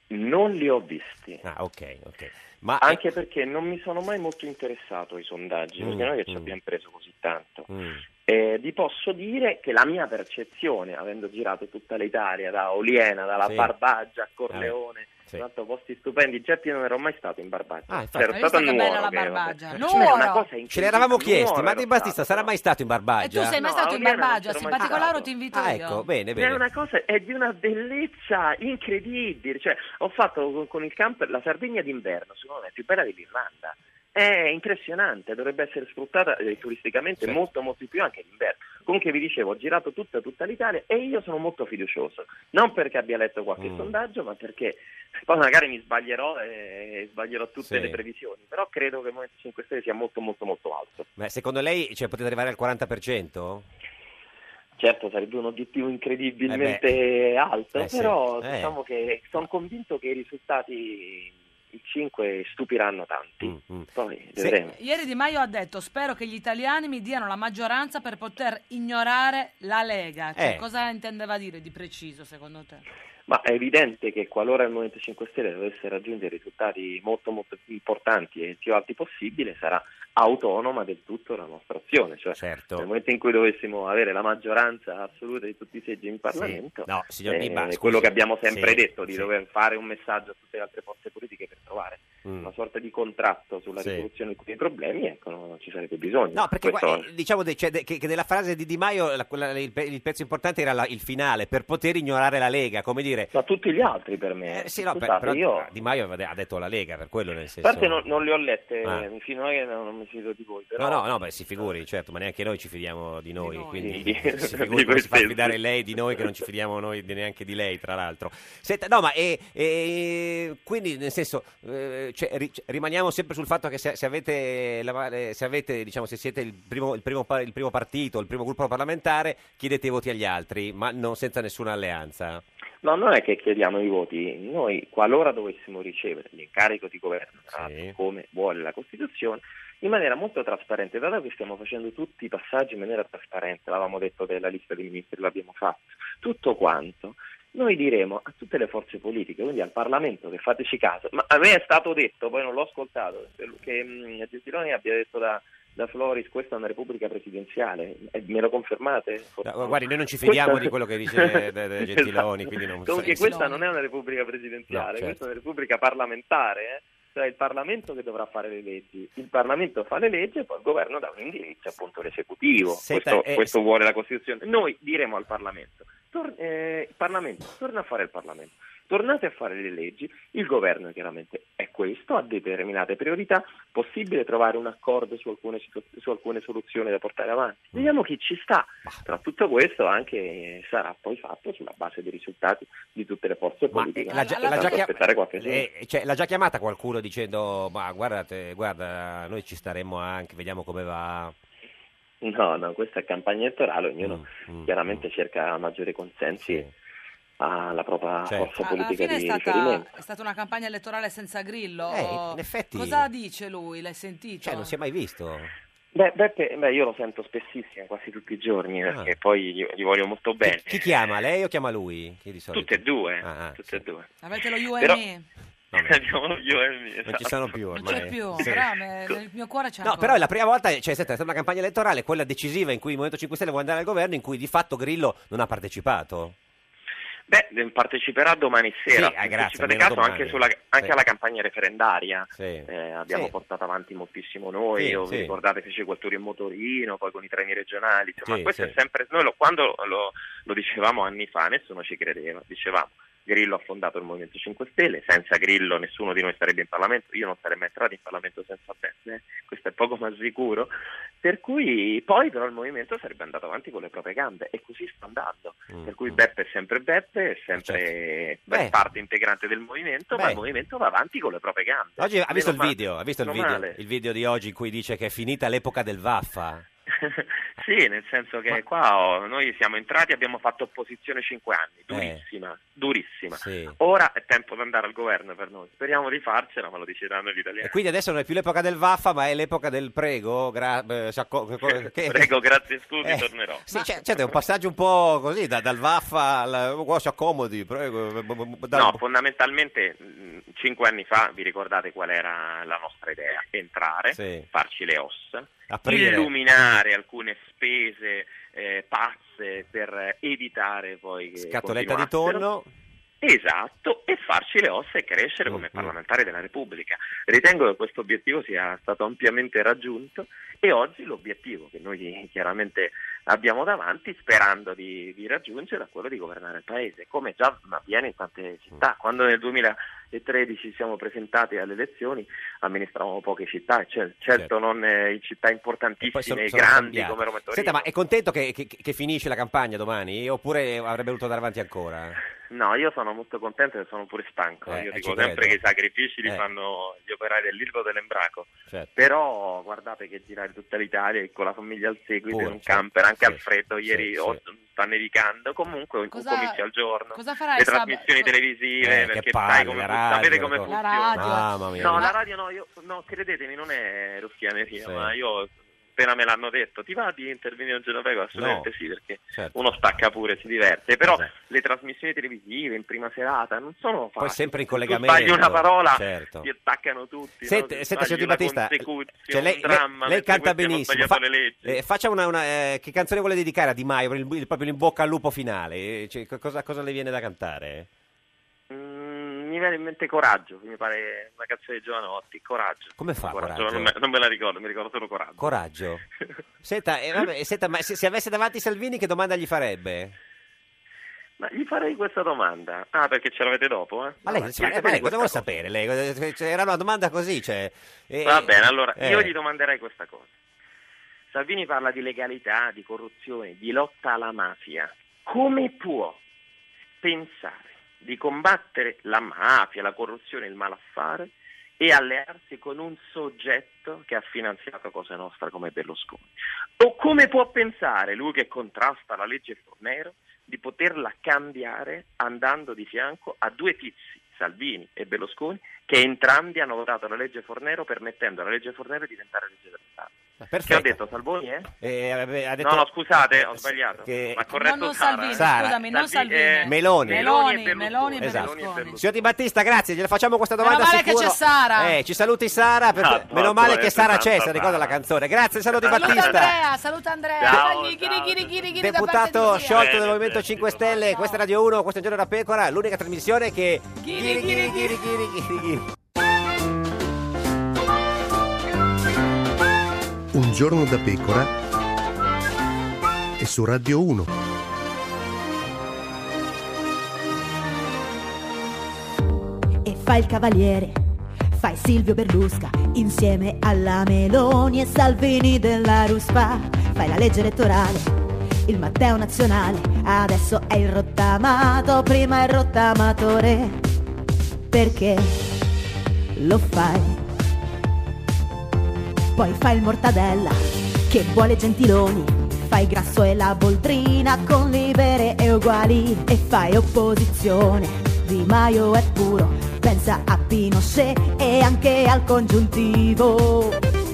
I: Non li ho visti.
B: Ah, ok, ok. Ma
I: Anche perché non mi sono mai molto interessato ai sondaggi, perché
B: Mm,
I: noi che ci
B: mm.
I: abbiamo preso così tanto.
B: Mm.
I: Eh, vi posso dire che la mia percezione, avendo girato tutta l'Italia, da Oliena, dalla
B: Sì.
I: Barbaggia a
B: Eh,
I: Corleone,
B: sì.
I: tanto posti stupendi, Geppi non ero mai stato in Barbaggia.
B: Ah, infatti.
I: ero
B: Hai
I: stato a
A: visto che bella
I: Nuoro.
A: la
I: che era-
A: Barbaggia?
I: Cioè,
A: Nuoro!
I: è una cosa
B: Ce l'eravamo
I: incredibile,
B: chiesti,
I: Nuoro
B: ma
I: ero
B: Di Battista
I: stato.
B: sarà mai stato in Barbagia?
A: E tu sei mai
I: No,
A: stato in
I: io non
A: Barbagia,
I: sono mai
A: simpatico Lauro
I: stato.
A: ti invito
B: Ah,
A: io.
B: ecco, bene,
I: È
B: bene.
I: una cosa, è di una bellezza incredibile. Cioè, ho fatto con, con il camper la Sardegna d'inverno, secondo me, è più bella dell'Irlanda. È impressionante, dovrebbe essere sfruttata eh, turisticamente
B: Sì.
I: molto, molto di più anche l'inverno. Comunque, vi dicevo, ho girato tutta, tutta l'Italia e io sono molto fiducioso. Non perché abbia letto qualche
B: Mm.
I: sondaggio, ma perché poi magari mi sbaglierò e sbaglierò tutte
B: Sì.
I: le previsioni. Però credo che il Movimento 5 Stelle sia molto, molto, molto alto.
B: Ma secondo lei cioè, potete arrivare al 40%?
I: Certo, sarebbe un obiettivo incredibilmente alto,
B: Eh sì,
I: però
B: eh.
I: diciamo che sono convinto che i risultati il 5 stupiranno tanti.
B: Mm, mm.
I: Poi
B: Sì.
I: vedremo.
A: Ieri Di Maio ha detto spero che gli italiani mi diano la maggioranza per poter ignorare la Lega. Cioè,
B: Eh.
A: Cosa intendeva dire di preciso secondo te?
I: Ma è evidente che qualora il Movimento 5 Stelle dovesse raggiungere risultati molto molto importanti e il più alti possibile, sarà autonoma del tutto la nostra azione. Cioè,
B: Certo.
I: nel momento in cui dovessimo avere la maggioranza assoluta di tutti i seggi in Parlamento,
B: No, signor
I: eh,
B: Di Ma, scusi.
I: quello che abbiamo sempre
B: Sì,
I: detto, di
B: sì.
I: dover fare un messaggio a tutte le altre forze politiche per trovare
B: Mm.
I: una sorta di contratto sulla
B: Sì.
I: risoluzione di alcuni problemi, ecco, non non ci sarebbe bisogno.
B: No, perché qua-
I: Questo-
B: eh, diciamo de- cioè, de- che, che della frase di Di Maio la- quella- il, pe- il pezzo importante era la- il finale, per poter ignorare la Lega, come dire...
I: Ma tutti gli altri per me.
B: Eh, sì, no, per-
I: Scusate,
B: però
I: io...
B: Di Maio aveva de- ha detto la Lega, per quello nel
I: A
B: senso...
I: parte non, non le ho lette
B: Ah.
I: eh, fino a che non, non mi fido di voi, però
B: No, no, no, beh, si figuri, certo, ma neanche noi ci fidiamo di noi,
A: noi.
B: quindi
I: Quindi, di
B: si
I: voi
B: figuri come si fa a
I: stessi.
B: fidare lei di noi che non ci fidiamo noi di- neanche di lei, tra l'altro. Senta, no, ma eh, eh, quindi nel senso, eh, cioè, ri- rimaniamo sempre sul fatto che se, se avete, la- eh, se avete, diciamo, se siete il primo, il primo pa- il primo partito, il primo gruppo parlamentare, chiedete i voti agli altri, ma non senza nessuna alleanza.
I: No, non è che chiediamo i voti, noi qualora dovessimo ricevere l'incarico di governo, tra
B: Sì.
I: l'altro, come vuole la Costituzione, in maniera molto trasparente, dato che stiamo facendo tutti i passaggi in maniera trasparente, l'avevamo detto della lista dei ministri, l'abbiamo fatto, tutto quanto, noi diremo a tutte le forze politiche, quindi al Parlamento, che fateci caso, ma a me è stato detto, poi non l'ho ascoltato, che mm, Gentiloni abbia detto da, da Floris, questa è una repubblica presidenziale, Eh, me lo confermate?
B: No, guardi, noi non ci fidiamo
I: Questa-
B: di quello che dice eh, eh, Gentiloni,
I: Esatto.
B: quindi non
I: Comunque questa non è una repubblica
B: No,
I: presidenziale,
B: certo.
I: questa è una repubblica parlamentare, eh. cioè il Parlamento che dovrà fare le leggi. Il Parlamento fa le leggi e poi il governo dà un indirizzo appunto all'esecutivo.
B: Senta,
I: questo,
B: eh,
I: questo
B: se-
I: vuole la Costituzione. Noi diremo al Parlamento, tor- eh, Parlamento, torna a fare il Parlamento. Tornate a fare le leggi, il governo chiaramente è questo, ha determinate priorità, possibile trovare un accordo su alcune, situ- su alcune soluzioni da portare avanti.
B: Mm.
I: Vediamo chi ci sta, però tutto questo anche eh, sarà poi fatto sulla base dei risultati di tutte le forze
B: Ma
I: politiche.
B: eh, l'ha già,
A: Alla-
B: l'ha già
I: Tanto
B: chia-
I: aspettare qualche giorno.
B: eh, cioè, l'ha già chiamata qualcuno dicendo ma guardate, guarda, noi ci staremmo anche, vediamo come va.
I: No, no, questa è campagna elettorale, ognuno
B: Mm, mm,
I: chiaramente
B: mm.
I: cerca maggiori consensi
B: Sì.
I: alla propria
B: Certo.
I: forza
A: Ah, Alla
I: politica
A: fine è
I: di
A: stata,
I: riferimento.
A: è stata una campagna elettorale senza grillo.
B: Eh, in effetti-
A: Cosa dice lui? L'hai sentito?
B: Cioè, non si è mai visto.
I: Beh, Beppe- beh, io lo sento spessissimo, quasi tutti i giorni,
B: Ah.
I: perché poi gli, gli voglio molto bene.
B: Chi, chi chiama, lei o chiama lui? Chi di solito?
I: Tutte e due,
B: Ah, ah,
I: tutte
B: sì.
I: e due.
A: Avete lo UME?
I: Però-
B: Vabbè.
I: Abbiamo io e il mio,
B: Non ci
I: esatto.
B: sono più
A: Non
B: ormai.
A: c'è più,
B: Sì.
A: però me- nel mio cuore c'è
B: No,
A: ancora.
B: però è la prima volta, cioè, senta, è stata una campagna elettorale, quella decisiva in cui il Movimento 5 Stelle vuole andare al governo, in cui di fatto Grillo non ha partecipato.
I: Beh, parteciperà domani sera.
B: Sì, ah, grazie,
I: Partecipate
B: almeno
I: caso
B: domani.
I: anche, sulla- anche
B: Sì.
I: alla campagna referendaria.
B: Sì.
I: Eh, abbiamo
B: Sì.
I: portato avanti moltissimo noi,
B: Sì,
I: o
B: sì.
I: vi ricordate fece quel tour in motorino, poi con i treni regionali, insomma
B: Sì,
I: questo
B: sì.
I: è sempre, noi lo- quando lo, lo dicevamo anni fa nessuno ci credeva, dicevamo Grillo ha fondato il Movimento 5 Stelle, senza Grillo nessuno di noi sarebbe in Parlamento, io non sarei mai entrato in Parlamento senza eh. Beppe, questo è poco ma sicuro, per cui poi però il Movimento sarebbe andato avanti con le proprie gambe e così sta andando,
B: Mm,
I: per cui
B: mm. Certo.
I: Beppe è sempre Beppe, è sempre
B: Beh.
I: parte integrante del Movimento, ma
B: Beh.
I: il Movimento va avanti con le proprie gambe.
B: Oggi ha visto il
I: Meno ma-
B: video, ha visto il
I: meno
B: video,
I: male.
B: il video di oggi in cui dice che è finita l'epoca del Vaffa.
I: sì, nel senso che
B: Ma-
I: qua oh, noi siamo entrati, abbiamo fatto opposizione cinque anni,
B: Eh.
I: durissima, durissima.
B: Sì.
I: Ora è tempo di andare al governo per noi. Speriamo di farcela, ma lo decideranno gli
B: E
I: italiani.
B: quindi adesso non è più l'epoca del vaffa, ma è l'epoca del prego. gra- eh, sacco- che- che-
I: Prego, grazie, scusi,
B: Eh,
I: tornerò.
B: Sì, c'è- certo, è un passaggio un po' così, da- dal vaffa al oh, si accomodi, prego. b- b- b- dal-
I: No, fondamentalmente mh, cinque anni fa vi ricordate qual era la nostra idea? Entrare,
B: Sì.
I: farci le ossa,
B: Aprire.
I: illuminare alcune spese eh, pazze per evitare poi che
B: Scatoletta di
I: continuassero.
B: tonno.
I: Esatto, e farci le ossa e crescere
B: Mm,
I: come parlamentari della Repubblica. Ritengo che questo obiettivo sia stato ampiamente raggiunto e oggi l'obiettivo che noi chiaramente abbiamo davanti, sperando di, di raggiungere, è quello di governare il Paese, come già avviene in tante
B: Mm.
I: città. Quando nel 2013 siamo presentati alle elezioni amministravamo poche città, e cer- certo non eh, in città importantissime
B: sono-
I: e
B: sono
I: grandi
B: cambiate.
I: come Roma e Torino.
B: Senta, ma è contento che, che- che finisce la campagna domani? Oppure avrebbe voluto andare avanti ancora?
I: No, io sono molto contento e sono pure stanco.
B: Eh,
I: io
B: eh, ci
I: dico
B: credo.
I: sempre che i sacrifici li
B: Eh.
I: fanno gli operai dell'Ilvo dell'Embraco.
B: Certo.
I: Però guardate che girare tutta l'Italia e con la famiglia al seguito
B: Pure,
I: in un
B: certo,
I: camper, anche
B: sì,
I: al freddo, ieri
B: sì.
I: oh, sta nevicando. Comunque un
A: Cosa-
I: comizio al giorno.
A: cosa farai
I: Le
A: sab-
I: trasmissioni televisive,
B: Eh, che
I: perché
B: palle,
I: sai come
B: la
I: fun-
B: radio,
I: sapete come
B: la
I: funziona.
A: radio.
B: Mamma mia.
I: No,
A: Ma-
I: la radio no, io, no, credetemi, non è ruffianeria,
B: Sì.
I: ma io appena me l'hanno detto, ti va di intervenire un giorno prego? Assolutamente
B: No.
I: sì, perché
B: Certo.
I: uno stacca pure, si diverte, però le trasmissioni televisive in prima serata non sono facili.
B: Poi sempre in
I: Se tu
B: collegamento.
I: Sbagli una parola,
B: certo.
I: ti attaccano tutti.
B: Senta,
I: no? Se
B: senta,
I: sbagli
B: signor Di
I: una
B: Battista,
I: consecuzione,
B: cioè, lei,
I: un dramma,
B: lei- lei
I: mentre
B: canta
I: questi hanno
B: benissimo.
I: sbagliato
B: Fa-
I: le leggi.
B: eh, faccia una, una, eh, che canzone vuole dedicare a Di Maio? Il, il- proprio l'imbocca al lupo finale. Eh, cioè, co- cosa, cosa le viene da cantare?
I: Mm, mi viene in mente Coraggio, mi pare una canzone di Giovanotti, Coraggio.
B: Come fa Coraggio?
I: Non, me, non me la ricordo, mi ricordo solo Coraggio.
B: Coraggio. Senta, eh, vabbè, senta, ma se, se avesse davanti Salvini, che domanda gli farebbe?
I: Ma gli farei questa domanda. Ah, perché ce l'avete dopo? Eh?
B: Ma lei,
I: No,
B: insomma,
I: chiedetemi
B: eh, ma lei cosa
I: questa
B: vuole
I: cosa.
B: sapere? lei? Cosa- cioè, era una domanda così. Cioè, eh,
I: Va bene, allora io
B: eh.
I: gli domanderei questa cosa. Salvini parla di legalità, di corruzione, di lotta alla mafia. Come può pensare di combattere la mafia, la corruzione, il malaffare e allearsi con un soggetto che ha finanziato Cosa Nostra come Berlusconi? O come può pensare lui che contrasta la legge Fornero di poterla cambiare andando di fianco a due tizi, Salvini e Berlusconi, che entrambi hanno votato la legge Fornero permettendo alla legge Fornero di diventare legge dello Stato.
B: Perfetto.
I: Che ho detto Salvini, eh?
B: Eh, vabbè, ha detto-
I: No, no, scusate, ho sbagliato.
B: Che-
I: Ma corretto
A: non
I: Sara,
A: Salvini,
I: eh?
B: Sara.
A: scusami, non
I: Salvi-
A: Salvini.
I: eh,
B: Meloni.
A: Meloni,
I: Meloni e
A: Meloni e
I: Berlusconi.
B: Esatto.
A: Berlusconi.
B: Signor Di Battista, grazie, gliela facciamo questa
A: Meno
B: domanda
A: male che
B: sicuro.
A: c'è Sara.
B: Eh, ci saluti Sara, per-
I: Ah,
B: meno male che
I: assolutamente,
B: Sara c'è,
I: tanta
B: se ricorda la
I: Sara.
B: canzone. Grazie, Sara Di
A: Saluta
B: Battista.
A: Andrea, saluta Andrea.
I: Ciao,
A: Dai, ghiri,
I: ciao.
A: ghiri, ghiri, ghiri da parte di
B: Deputato
A: Lucia.
B: sciolto del
I: Bene,
B: Movimento
I: bene,
B: 5 Stelle, questa è Radio 1, questa è Un Giorno da Pecora, l'unica trasmissione che...
A: Ghiri, ghiri, ghiri,
B: ghiri, ghiri, ghiri.
E: Un giorno da pecora e su Radio 1.
H: e fai il cavaliere, fai Silvio Berlusca insieme alla Meloni e Salvini della Ruspa, fai la legge elettorale, il Matteo nazionale, adesso è il rottamato, prima il rottamatore, perché lo fai. Poi fai il mortadella, che vuole gentiloni, fai grasso e la boldrina con libere e uguali e fai opposizione. Di Maio è puro, pensa a Pinochet e anche al congiuntivo.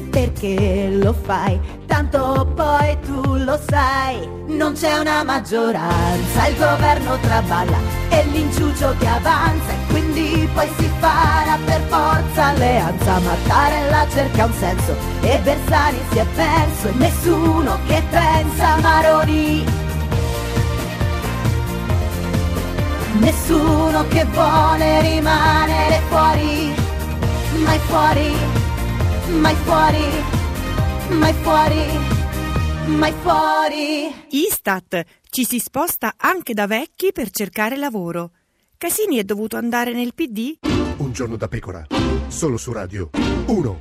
H: Perché lo fai? Tanto poi tu lo sai, non c'è una maggioranza, il governo traballa e l'inciuccio che avanza e quindi poi si farà per forza alleanza. Mattarella cerca un senso e Bersani si è perso e nessuno che pensa a Maroni Nessuno che vuole rimanere fuori, mai fuori, mai fuori, mai fuori, mai fuori.
F: Istat, ci si sposta anche da vecchi per cercare lavoro. Casini è dovuto andare nel PD?
E: Un giorno da pecora, solo su Radio 1.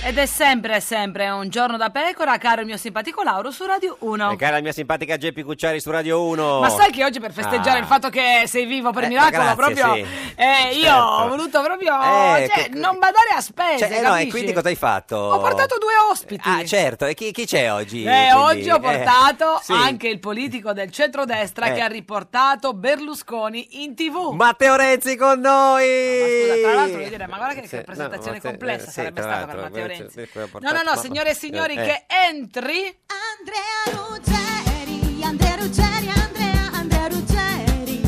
A: Ed è sempre, sempre un giorno da pecora, caro il mio simpatico Lauro su Radio 1.
B: E cara la mia simpatica Geppi Cucciari su Radio 1.
A: Ma sai che oggi per festeggiare
B: Oh. Ah.
A: il fatto che sei vivo per
B: Eh,
A: miracolo,
B: grazie,
A: proprio
B: sì.
A: eh, io
B: Certo.
A: ho voluto proprio
B: Eh,
A: cioè,
B: che-
A: non badare a spese.
B: Cioè, eh, no, e
A: capisci?
B: quindi cosa hai fatto?
A: Ho portato due ospiti.
B: Ah, certo, e chi, chi c'è oggi?
A: Eh,
B: quindi?
A: oggi ho
B: Eh,
A: portato
B: sì.
A: anche il politico del centrodestra
B: Eh.
A: che ha riportato Berlusconi in tv.
B: Matteo Renzi con noi!
A: Ma scusa, tra l'altro, voglio dire, ma guarda che- che
B: Eh, no,
A: presentazione
B: Matteo-
A: complessa
B: sì,
A: sarebbe
B: tra
A: stata per
B: l'altro,
A: Matteo
B: eh,
A: Renzi.
B: sì, quello
A: No, no, no,
B: portato-
A: signore e signori,
B: eh.
A: che entri.
H: Andrea Ruggeri, Andrea Ruggeri, Andrea, Andrea Ruggeri,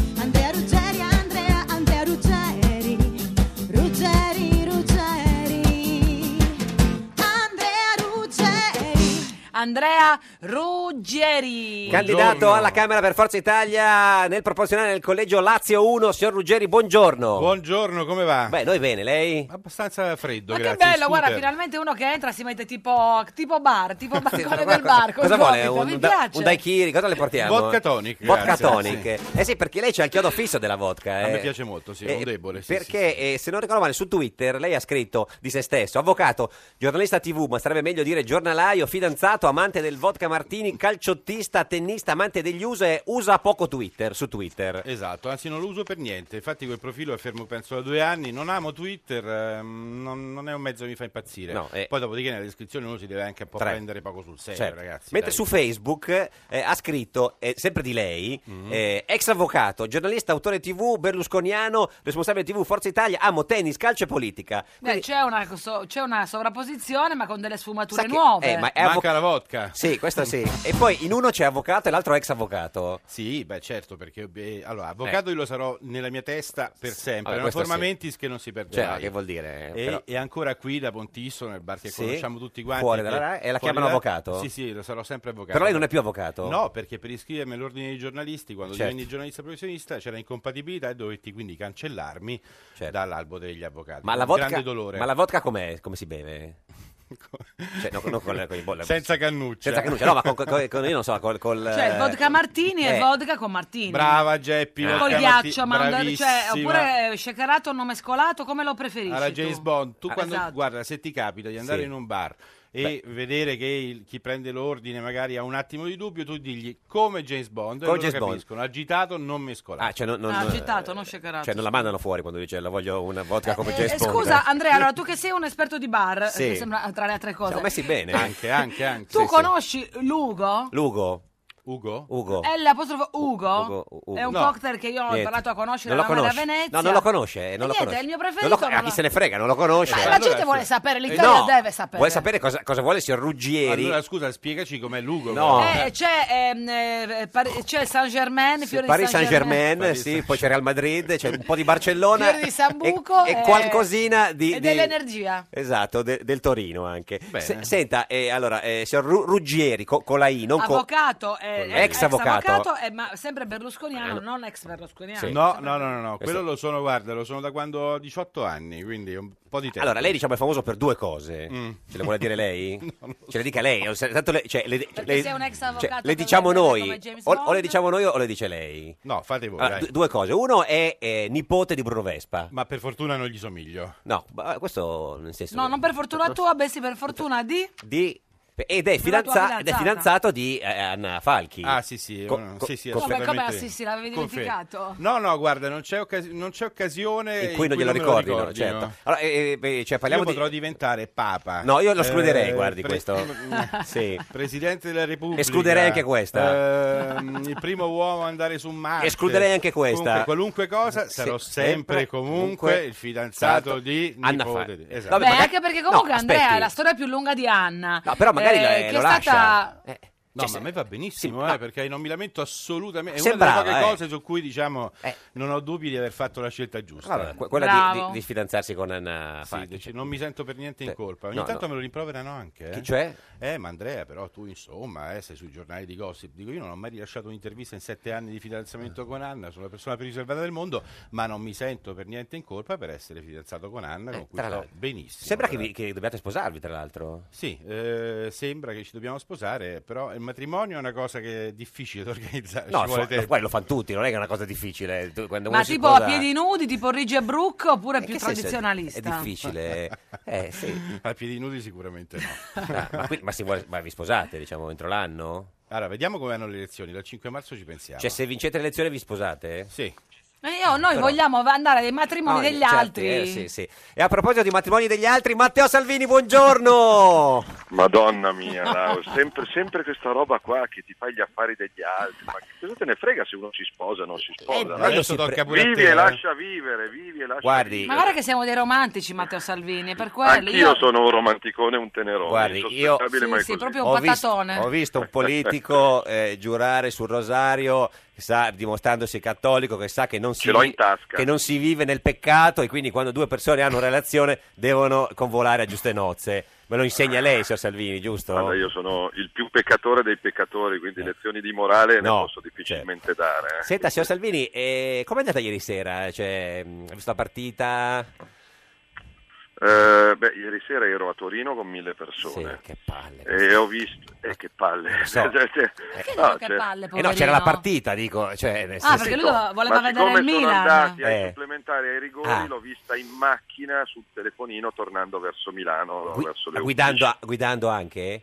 A: Andrea Ruggeri.
B: Candidato alla Camera per Forza Italia nel proporzionale del collegio Lazio 1, signor Ruggeri, buongiorno.
J: Buongiorno, come va?
B: Beh, noi bene, lei?
J: Abbastanza freddo,
A: Ma che
J: grazie.
A: bello, guarda,
J: Scooter.
A: finalmente uno che entra si mette tipo, tipo bar, tipo bancone del bar. col
B: Cosa vuole?
A: gomito,
B: Un,
A: Mi
B: da-
A: piace.
B: un daiquiri? Cosa le portiamo?
J: Vodka tonic,
B: Vodka
J: grazie,
B: tonic. Eh sì, perché lei c'ha il chiodo fisso della vodka.
J: A
B: eh.
J: me piace molto, sì,
B: Eh,
J: un debole. Sì, sì.
B: perché, eh, se non ricordo male, su Twitter lei ha scritto di se stesso, avvocato, giornalista TV, ma sarebbe meglio dire giornalaio, fidanzato, amante del vodka martini, calciottista, tennista, amante degli USA e usa poco Twitter, su Twitter.
J: Esatto, anzi non lo uso per niente, infatti quel profilo è fermo penso da due anni, non amo Twitter, ehm, non, non è un mezzo che mi fa impazzire.
B: No, eh.
J: Poi dopodiché nella descrizione uno si deve anche un po'
B: Tre.
J: prendere poco sul serio,
B: Certo.
J: ragazzi.
B: Mentre
J: dai.
B: su Facebook eh, ha scritto, eh, sempre di lei,
J: Mm-hmm.
B: eh, ex avvocato, giornalista, autore TV, berlusconiano, responsabile TV Forza Italia, amo tennis, calcio e politica.
A: Beh, c'è, una, so- c'è una sovrapposizione, ma con delle sfumature
B: Sa che-
A: nuove.
B: eh, ma è
J: Manca
B: avvo-
J: la vodka.
B: Sì, questo sì. E poi in uno c'è avvocato e l'altro ex avvocato.
J: Sì, beh certo, perché eh, allora, avvocato io lo sarò nella mia testa per sempre,
B: Allora,
J: è una
B: questo
J: forma
B: sì.
J: mentis che non si perde
B: Cioè,
J: mai.
B: che vuol dire?
J: E,
B: però-
J: e ancora qui da Pontisso, nel bar che
B: Sì.
J: conosciamo tutti quanti.
B: Fuori
J: che-
B: dalla Rai, e
J: fuori
B: la chiamano
J: da-
B: avvocato?
J: Sì, sì, lo sarò sempre avvocato.
B: Però lei non è più avvocato?
J: No, perché per iscrivermi all'ordine dei giornalisti, quando
B: Certo.
J: diventi giornalista professionista, c'era incompatibilità e dovetti quindi cancellarmi dall'albo degli avvocati.
B: Certo. Ma
J: Un
B: la vodka,
J: Grande dolore.
B: ma la vodka com'è? Come si beve? Cioè, no, no, con, le- con i bolle- cioè,
J: Senza cannuccia.
B: Senza cannuccia, no, ma con, con- con- io non so, col... col
A: Cioè,
B: eh,
A: vodka martini
B: eh.
A: e vodka con martini.
J: Brava Geppi.
A: Col
J: vodka
A: ghiaccio,
J: Marti-
A: ma non- cioè,
J: bravissima.
A: oppure shakerato, non mescolato, come lo preferisci
J: alla
A: tu?
J: James Bond.
B: Ah,
J: Tu quando
A: Esatto.
J: guarda, se ti capita di andare
B: Sì.
J: in un bar e vedere che il- chi prende l'ordine magari ha un attimo di dubbio, tu digli come James Bond, e
B: Come
J: loro
B: James Bond.
J: capiscono, agitato, non eh, mescolato.
B: Ah, cioè, non- non-
A: Ah, agitato, non shakerato.
B: cioè, non la mandano fuori quando dice la voglio una vodka come
A: Eh,
B: James Bond.
A: scusa Andrea, allora tu che sei un esperto di bar, eh,
B: Sì.
A: mi sembra ah, tra le altre cose.
B: Siamo messi bene. eh.
J: Anche, anche, anche.
A: Tu conosci Lugo?
B: Lugo.
J: Ugo?
B: Ugo.
A: È l'apostrofo Ugo?
B: Ugo, U- Ugo.
A: È un
B: No.
A: cocktail che Eh, io ho
B: Niente.
A: imparato a conoscere
B: Non lo
A: alla mano a
B: conosce.
A: Venezia.
B: No, non lo conosce. eh, Non
A: E
B: lo
A: niente,
B: conosce.
A: è il mio
B: Non lo
A: preferito,
B: con-
A: non
B: ah,
A: lo-
B: chi se ne frega,
J: Eh,
B: non lo conosce.
A: Ma la gente vuole sapere, l'Italia
B: Eh, No,
A: deve sapere.
B: Vuole sapere cosa, cosa vuole il signor Ruggieri?
J: Allora, scusa, spiegaci com'è l'Ugo.
B: No.
J: però.
A: Eh, c'è, ehm, eh, Pari- c'è Saint Germain, Fiori di
B: Paris
A: Saint
B: Saint-Germain,
A: Germain.
B: sì, poi c'è Real Madrid, c'è un po' di Barcellona
A: Fiori di Sambuco
B: e, e qualcosina di,
A: e
B: di-
A: dell'energia.
B: Esatto, de- del Torino anche. Se- senta, eh, allora, eh, signor Ru- Ruggieri, co- con la I, non con...
A: avvocato, eh,
B: Ex
A: eh,
B: avvocato.
A: eh, ma sempre berlusconiano, non ex berlusconiano.
J: No, no, no, no, no, quello lo sono, guarda, lo sono da quando ho 18 anni, quindi un po' di tempo.
B: Allora, lei diciamo è famoso per due cose.
J: Mm.
B: Eh, Ce le vuole dire lei? Ce le dica lei. o se- tanto le, cioè, le- le-
A: sei un ex
B: cioè,
A: avvocato
B: le diciamo
A: come-
B: noi.
A: come James
B: o, o le
A: Bond?
B: diciamo noi o le dice lei?
J: No, fate voi,
B: Allora,
J: dai.
B: du- due cose. Uno è eh, nipote di Bruno Vespa.
J: Ma per fortuna non gli somiglio.
B: No, ma eh, questo nel senso...
A: No, non per fortuna tua, bensì per fortuna di...
B: Di... Ed è,
A: Della tua
B: fidanza- ed è
A: fidanzata.
B: fidanzato di eh, Anna Falchi.
J: Ah, sì, sì,
B: Co-
J: eh,
B: co-
J: sì, sì,
B: co-
A: Come, come
J: assolutamente.
A: ah, sì, sì, l'avevi
J: Confermo.
A: dimenticato.
J: No, no, guarda, non c'è, occasi- non c'è occasione
B: in cui non
J: me
B: glielo
J: lo
B: ricordi, no,
J: ricordi,
B: certo.
J: no.
B: Allora, eh, eh, beh, cioè, parliamo
J: Io
B: di...
J: potrò diventare papa.
B: No, io lo escluderei,
J: Eh,
B: guardi,
J: pre-
B: questo.
J: Mm,
B: Sì.
J: Presidente della Repubblica.
B: Escluderei anche questa.
J: Ehm, il primo uomo a andare su Marte.
B: Escluderei anche questa.
J: Comunque, qualunque cosa, sarò
B: Se- eh,
J: sempre e comunque il fidanzato
B: Esatto.
J: di
B: Anna
J: nipote
B: Falchi.
J: di- Esatto.
B: Vabbè,
A: Beh,
B: magari-
A: anche perché comunque
B: no, aspetti.
A: Andrea è la storia più lunga di Anna. Eh,
B: No, però magari la-
A: che
B: lo
A: è stata...
B: lascia. Eh,
J: No,
B: cioè,
J: ma a me va benissimo,
B: sì,
J: eh,
B: no.
J: perché non mi lamento assolutamente. È una
B: Sembrava,
J: delle poche
B: eh.
J: cose su cui, diciamo, non ho dubbi di aver fatto la scelta giusta.
B: Vabbè, que- quella di,
A: Bravo.
B: di- di fidanzarsi con eh, Anna
J: Sì,
B: Falchi.
J: dici, non mi sento per niente in
B: Sì.
J: colpa. Ogni
B: No,
J: tanto
B: no.
J: me lo rimproverano anche. eh.
B: Chi cioè?
J: Eh, ma Andrea, però tu insomma, eh, sei sui giornali di gossip. Dico, io non ho mai rilasciato un'intervista in sette anni di fidanzamento con Anna. Sono la persona più riservata del mondo, ma non mi sento per niente in colpa per essere fidanzato con Anna, con cui
B: Eh, tra
J: sto
B: l'altro.
J: benissimo.
B: Sembra che,
J: Guarda.
B: vi- che dobbiate sposarvi, tra l'altro.
J: Sì, eh, sembra che ci dobbiamo sposare, però il matrimonio è una cosa che è difficile da organizzare.
B: No,
J: Eh, ci vuole
B: fa-
J: tempo.
B: poi lo fanno tutti, non è che è una cosa difficile. Tu- quando
A: Ma
B: uno si
A: tipo
B: sposa-
A: a piedi nudi, tipo Rigi e Brooke, oppure
B: In
A: più
B: Eh, che senso è-
A: tradizionalista?
B: È difficile. eh, sì.
J: A piedi nudi sicuramente no.
B: Ah, ma, qui- ma si vuole- ma vi sposate, diciamo, entro l'anno?
J: Allora, vediamo come vanno le elezioni. Dal 5 marzo ci pensiamo.
B: Cioè, se vincete l'elezione vi sposate?
J: Sì.
A: Eh, io- noi
B: Però-
A: vogliamo va- andare ai matrimoni
B: Ah,
A: degli
B: certo,
A: altri.
B: eh, sì, sì. E a proposito di matrimoni degli altri, Matteo Salvini, buongiorno!
K: Madonna mia, Lau, sempre, sempre questa roba qua che ti fa gli affari degli altri, ma che cosa te ne frega se uno si sposa o non
A: Eh,
K: si sposa?
B: ma
K: no?
B: adesso tocca pure a
K: vivi
B: te, eh.
K: e lascia vivere, vivi e lascia
B: Guardi,
K: vivere.
A: Ma guarda che siamo dei romantici, Matteo Salvini, per quello.
K: Anch'io sono un romanticone, un tenerone,
B: Guardi, io-
K: insospettabile
A: Sì,
K: mai
A: sì,
K: così.
A: proprio un
B: Ho visto,
A: patatone.
B: ho visto un politico eh, giurare sul rosario, sa, dimostrandosi cattolico, che sa che non, si
K: Ce l'ho
B: vi-
K: in tasca.
B: che non si vive nel peccato e quindi quando due persone hanno una relazione devono convolare a giuste nozze. Me lo insegna lei, signor Salvini, giusto?
K: Guarda, io sono il più peccatore dei peccatori, quindi lezioni di morale
B: Eh. No, certo.
K: ne posso difficilmente dare. eh.
B: Senta, signor Salvini, eh, com'è andata ieri sera? Cioè, mh, ha visto la partita?
K: Eh, beh, ieri sera ero a Torino con mille persone.
B: che palle.
K: E ho visto... Eh, che palle.
B: lo so.
K: Cioè, cioè,
A: no,
K: no,
A: che
K: cioè-
A: palle,
B: Eh no,
A: poverino.
B: c'era la partita, dico. Cioè, nel
A: Ah,
B: senso-
A: perché lui doveva- voleva
K: Ma
A: vedere il
K: siccome sono
A: Milan.
K: andati ai
B: Eh.
K: supplementari ai rigori,
B: Ah.
K: l'ho vista in macchina sul telefonino tornando verso Milano,
B: Gui-
K: verso le
B: ah, guidando, a- guidando anche?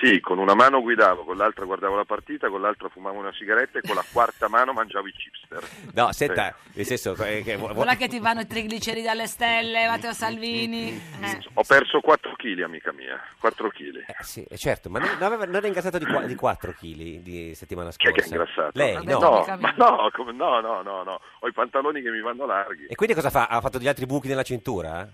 K: Sì, con una mano guidavo, con l'altra guardavo la partita, con l'altra fumavo una sigaretta e con la quarta mano mangiavo i chipster.
B: No, senta, nel senso... eh, che vu- vu-
A: Non è che ti vanno i trigliceridi alle stelle, Matteo Salvini. Eh.
K: Ho perso 4 kg, amica mia, 4 kg.
B: sì, eh, certo, ma non, non aveva- non era ingrassato di, qua- di 4 kg di settimana scorsa.
K: Che è ingrassato.
B: Lei, Eh, no.
K: no, ma no, come- no, no, no, no. ho i pantaloni che mi vanno larghi.
B: E quindi cosa fa? Ha fatto degli altri buchi nella cintura?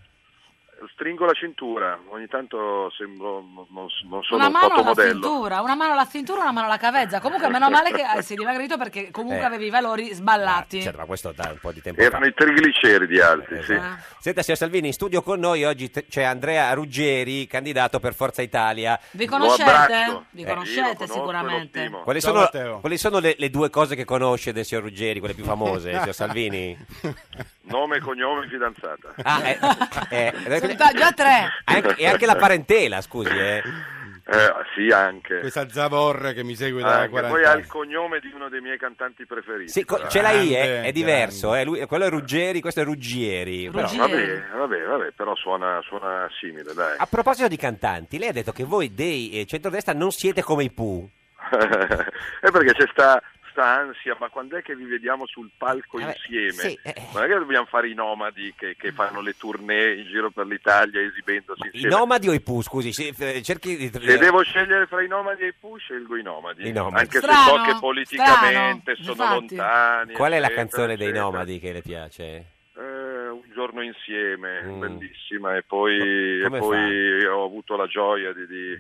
K: Stringo la cintura, ogni tanto sembro, non, non sono
A: Una
K: un
A: mano alla
K: fotomodello.
A: cintura, una mano alla cintura, una mano alla cavezza. Comunque, meno male che eh, sei dimagrito perché comunque
B: Eh.
A: avevi i valori sballati.
B: Certo, ma questo da un po' di tempo fa.
K: Erano i trigliceridi alti, sì.
A: Ah.
B: Senta, signor Salvini, in studio con noi oggi t- c'è Andrea Ruggeri, candidato per Forza Italia.
A: Vi conoscete?
K: Eh,
A: Vi conoscete sicuramente.
B: Quali sono, quali sono le, le due cose che conosce del signor Ruggeri, quelle più famose, signor Salvini?
K: Nome, cognome, fidanzata.
B: Ah, eh, eh,
A: Sono già- già tre.
B: anche- e anche la parentela, scusi. Eh.
K: sì, anche.
J: Questa Zavorra che mi segue da
K: Anche,
J: 40
K: poi ha
J: anni.
K: il cognome di uno dei miei cantanti preferiti.
B: Sì, co-
K: Tra
B: ce l'hai, eh,
J: Grande,
B: è diverso. eh, lui- quello è Ruggeri, questo è Ruggieri. però-
K: Però, vabbè, vabbè, vabbè, però suona, suona simile, dai.
B: A proposito di cantanti, lei ha detto che voi dei eh, centrodestra non siete come i Pooh.
K: è perché c'è sta, sta ansia, ma quando è che vi vediamo sul palco insieme?
B: sì, eh.
K: Non è che dobbiamo fare i nomadi che, che fanno le tournée in giro per l'Italia esibendosi
B: I
K: insieme.
B: nomadi o i Pooh, scusi, se- eh, cerchi di...
K: Se devo scegliere fra i nomadi e i Pooh, scelgo i nomadi.
B: I nomadi.
K: Anche
B: Strano,
K: se so che politicamente
A: strano,
K: sono
A: infatti.
K: lontani.
B: Qual è la
K: eccetera,
B: canzone dei
K: eccetera.
B: nomadi che le piace?
K: Eh, un giorno insieme, bellissima, e poi, e
B: Mm. Come
K: poi ho avuto la gioia di, di-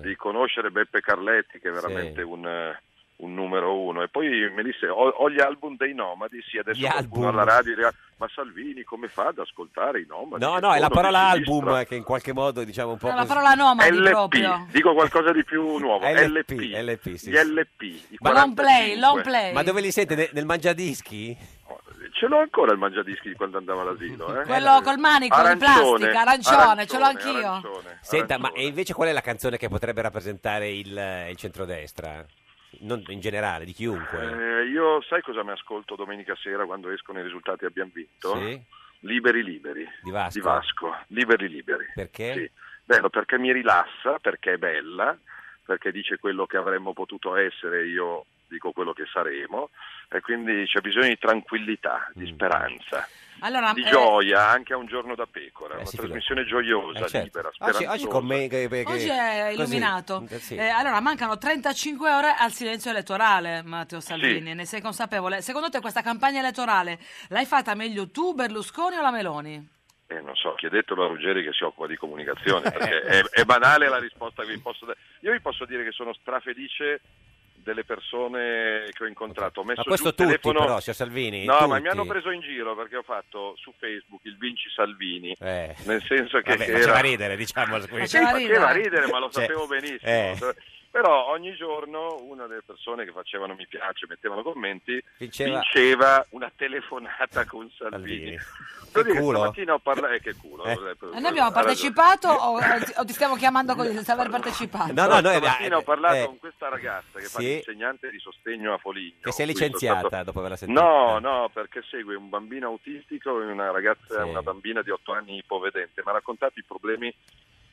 K: di conoscere Beppe Carletti, che è veramente un, eh, un numero uno. E poi mi disse: Ho, ho gli album dei nomadi, sì, adesso
B: Gli
K: qualcuno
B: album.
K: alla radio dirà, Ma Salvini come fa ad ascoltare i nomadi?
B: No,
K: Che
B: no, è la
K: sono
B: parola
K: di sinistra."
B: album che in qualche modo diciamo un po'...
A: È la
B: così-
A: parola nomadi
K: LP,
A: proprio.
K: dico qualcosa di più nuovo. LP,
B: LP, LP, sì,
K: gli
B: sì.
K: LP. i
B: Ma-
K: 45.
A: play, long play.
B: Ma dove li siete? Ne- Nel mangiadischi?
K: Ce l'ho ancora il mangiadischi di Oh, quando andavo all'asilo. eh?
A: Quello col manico di
K: Arancione,
A: plastica, arancione, ce l'ho
K: arancione,
A: anch'io.
K: arancione.
B: Senta, ma e invece qual è la canzone che potrebbe rappresentare il, il centrodestra? Non in generale, di chiunque.
K: Eh, io sai cosa mi ascolto domenica sera quando escono i risultati che abbiamo vinto?
B: Sì?
K: Liberi liberi.
B: Di Vasco?
K: Liberi liberi.
B: Perché?
K: Sì. Bello perché mi rilassa, perché è bella, perché dice quello che avremmo potuto essere, io dico quello che saremo e quindi c'è bisogno di tranquillità, di
B: Mm.
K: speranza,
A: Allora,
K: di
A: eh,
K: gioia anche a un giorno da pecora, una
B: Eh, sì,
K: trasmissione gioiosa,
B: Eh, certo.
K: libera,
B: Oggi,
K: speranzosa.
B: oggi con me... che- che-
A: Oggi è
B: così.
A: illuminato.
B: Eh, sì.
A: Eh, allora, mancano 35 ore al silenzio elettorale, Matteo Salvini,
K: Sì.
A: ne sei consapevole. Secondo te questa campagna elettorale l'hai fatta meglio tu, Berlusconi o la Meloni?
K: Eh, non so, chiedetelo a Ruggeri che si occupa di comunicazione, perché è, è banale la risposta che vi posso dare. Io vi posso dire che sono strafelice delle persone che ho incontrato. Ho messo
B: Ma questo
K: giù il
B: tutti
K: telefono...
B: però, signor Salvini?
K: No, ma
B: tutti.
K: mi hanno preso in giro perché ho fatto su Facebook il Vinci Salvini,
B: Eh.
K: nel senso che
B: Vabbè,
K: era... Eh,
B: faceva ridere, diciamo.
K: Sì,
B: quindi.
K: faceva ridere. ma lo
B: Cioè,
K: sapevo benissimo.
B: eh.
K: Però ogni giorno una delle persone che facevano mi piace, mettevano commenti,
B: Vinceva-
K: vinceva, una telefonata con Salvini.
B: Che
K: Devo dire
B: culo.
K: Stamattina ho parlato... Eh, che culo.
A: E noi abbiamo
K: Ha ragione.
A: partecipato o, o ti stiamo chiamando così senza aver partecipato?
B: No, no, noi
K: Stamattina
B: eh,
K: ho parlato
B: eh,
K: con questa ragazza che fa
B: sì.
K: l'insegnante di sostegno a Foligno.
B: Che si è
K: Qui sono
B: licenziata
K: stato-
B: dopo averla sentita.
K: No,
B: Eh.
K: no, perché segue un bambino autistico e una ragazza,
B: Sì.
K: una bambina di 8 anni ipovedente. Mi ha raccontato i problemi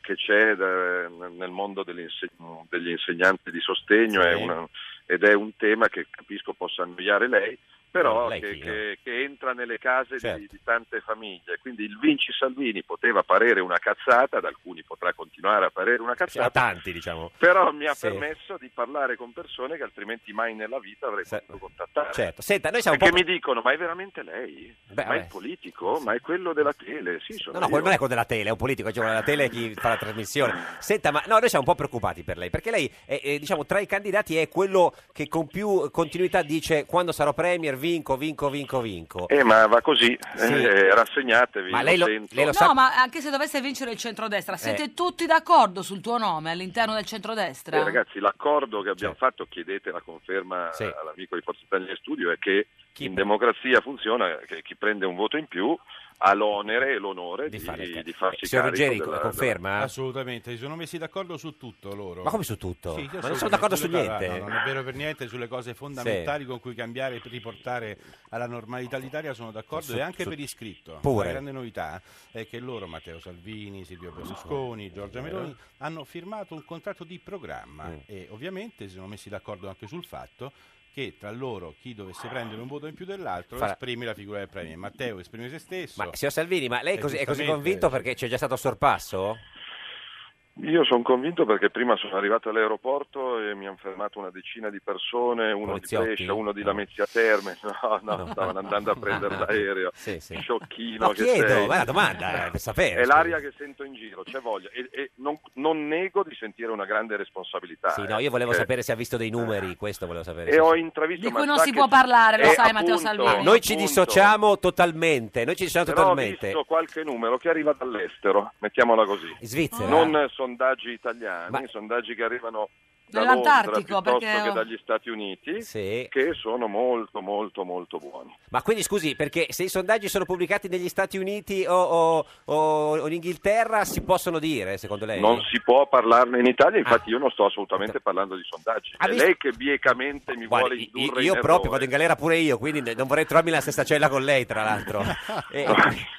K: che c'è da- nel mondo dell'inse- degli insegnanti di sostegno
B: Sì.
K: è una- ed è un tema che capisco possa annoiare lei, però
B: No, lei
K: che,
B: chi,
K: che- che entra nelle case di- di,
B: Certo.
K: tante famiglie. Quindi il Vinci Salvini poteva parere una cazzata, ad alcuni potrà continuare a parere una
B: Cioè, a
K: cazzata,
B: tanti, diciamo.
K: però mi ha
B: Sì.
K: permesso di parlare con persone che altrimenti mai nella vita avrei potuto contattare.
B: Certo. Senta, noi siamo un
K: Perché
B: po'-
K: mi dicono, ma è veramente lei?
B: Beh,
K: ma è
B: vabbè.
K: il politico? Ma è quello della tele? Sì, sono
B: No, no,
K: io.
B: quello non è quello della tele, è un politico, cioè quello della tele è chi fa la trasmissione. Senta, ma no, noi siamo un po' preoccupati per lei, perché lei, è, è, diciamo, tra i candidati è quello che con più continuità dice quando sarò premier vinco, vinco, vinco, vinco.
K: Eh, ma va così,
B: Sì.
K: eh, rassegnatevi.
B: Ma lei lo-
K: sento.
B: lei lo
A: No, ma anche se dovesse vincere il centrodestra, siete
B: Eh.
A: tutti d'accordo sul tuo nome all'interno del centrodestra?
K: Eh, ragazzi, l'accordo che abbiamo fatto, chiedete la conferma all'amico di Forza Italia in studio, è che in democrazia funziona che chi prende un voto in più ha l'onere e l'onore di, di farsi
B: Signor
K: carico.
B: Ruggeri,
K: della-
B: conferma?
J: Assolutamente, si sono messi d'accordo su tutto loro.
B: Ma come su tutto?
J: Sì,
B: Ma non
J: assolutamente,
B: sono d'accordo
J: sulle
B: su
J: cose-
B: niente.
J: no, no, non è vero per niente sulle cose fondamentali con cui cambiare e riportare alla normalità l'Italia sono d'accordo
B: Su-
J: e anche
B: su-
J: per iscritto.
B: pure.
J: La grande novità è che loro, Matteo Salvini, Silvio Berlusconi, Giorgia
B: vero.
J: Meloni, hanno firmato un contratto di programma
B: Mm.
J: e ovviamente si sono messi d'accordo anche sul fatto che tra loro chi dovesse prendere un voto in più dell'altro
B: Farà-
J: esprime la figura del Premier. Matteo esprime se stesso.
B: Ma signor Salvini, ma lei
J: Eh,
B: così- è così
J: giustamente,
B: convinto perché c'è già stato sorpasso?
K: Io sono convinto perché prima sono arrivato all'aeroporto e mi hanno fermato una decina di persone, uno
B: Poliziotti? Eh.
K: di Brescia, uno di Lamezia Terme, no, no, stavano andando a
B: Ah,
K: prendere l'aereo, sciocchino
B: No,
K: che
B: chiedo,
K: sei.
B: guarda, domanda, eh, per sapere,
K: È l'aria che sento in giro, c'è voglia, e, e non, non nego di sentire una grande responsabilità.
B: Sì,
K: eh,
B: no, io volevo
K: perché-
B: sapere se ha visto dei numeri, questo volevo sapere.
K: E ho intravisto...
A: Di
K: ma
A: cui non
K: sa
A: si
K: che-
A: può parlare, lo
K: eh,
A: sai Matteo
K: appunto,
A: Salvini.
B: Noi ci
K: appunto.
B: dissociamo totalmente, noi ci dissociamo
K: Però ho
B: totalmente.
K: visto qualche numero che arriva dall'estero, mettiamola così.
B: Svizzera?
K: Non eh, sondaggi italiani, sondaggi che arrivano da Londra
A: Dall'Antartico,
K: piuttosto
A: perché-
K: che dagli Stati Uniti, che sono molto, molto, molto buoni.
B: Ma quindi scusi, perché se i sondaggi sono pubblicati negli Stati Uniti o, o- o- o in Inghilterra si possono dire, secondo lei?
K: Non si può parlarne in Italia, infatti io non sto assolutamente parlando di sondaggi.
B: Ah. Ha
K: È
B: visto-
K: lei che biecamente mi
B: Guardi,
K: vuole
B: i-
K: indurre in
B: io
K: errore.
B: proprio vado in galera pure io, quindi ne- non vorrei trovarmi nella stessa cella con lei, tra l'altro. E-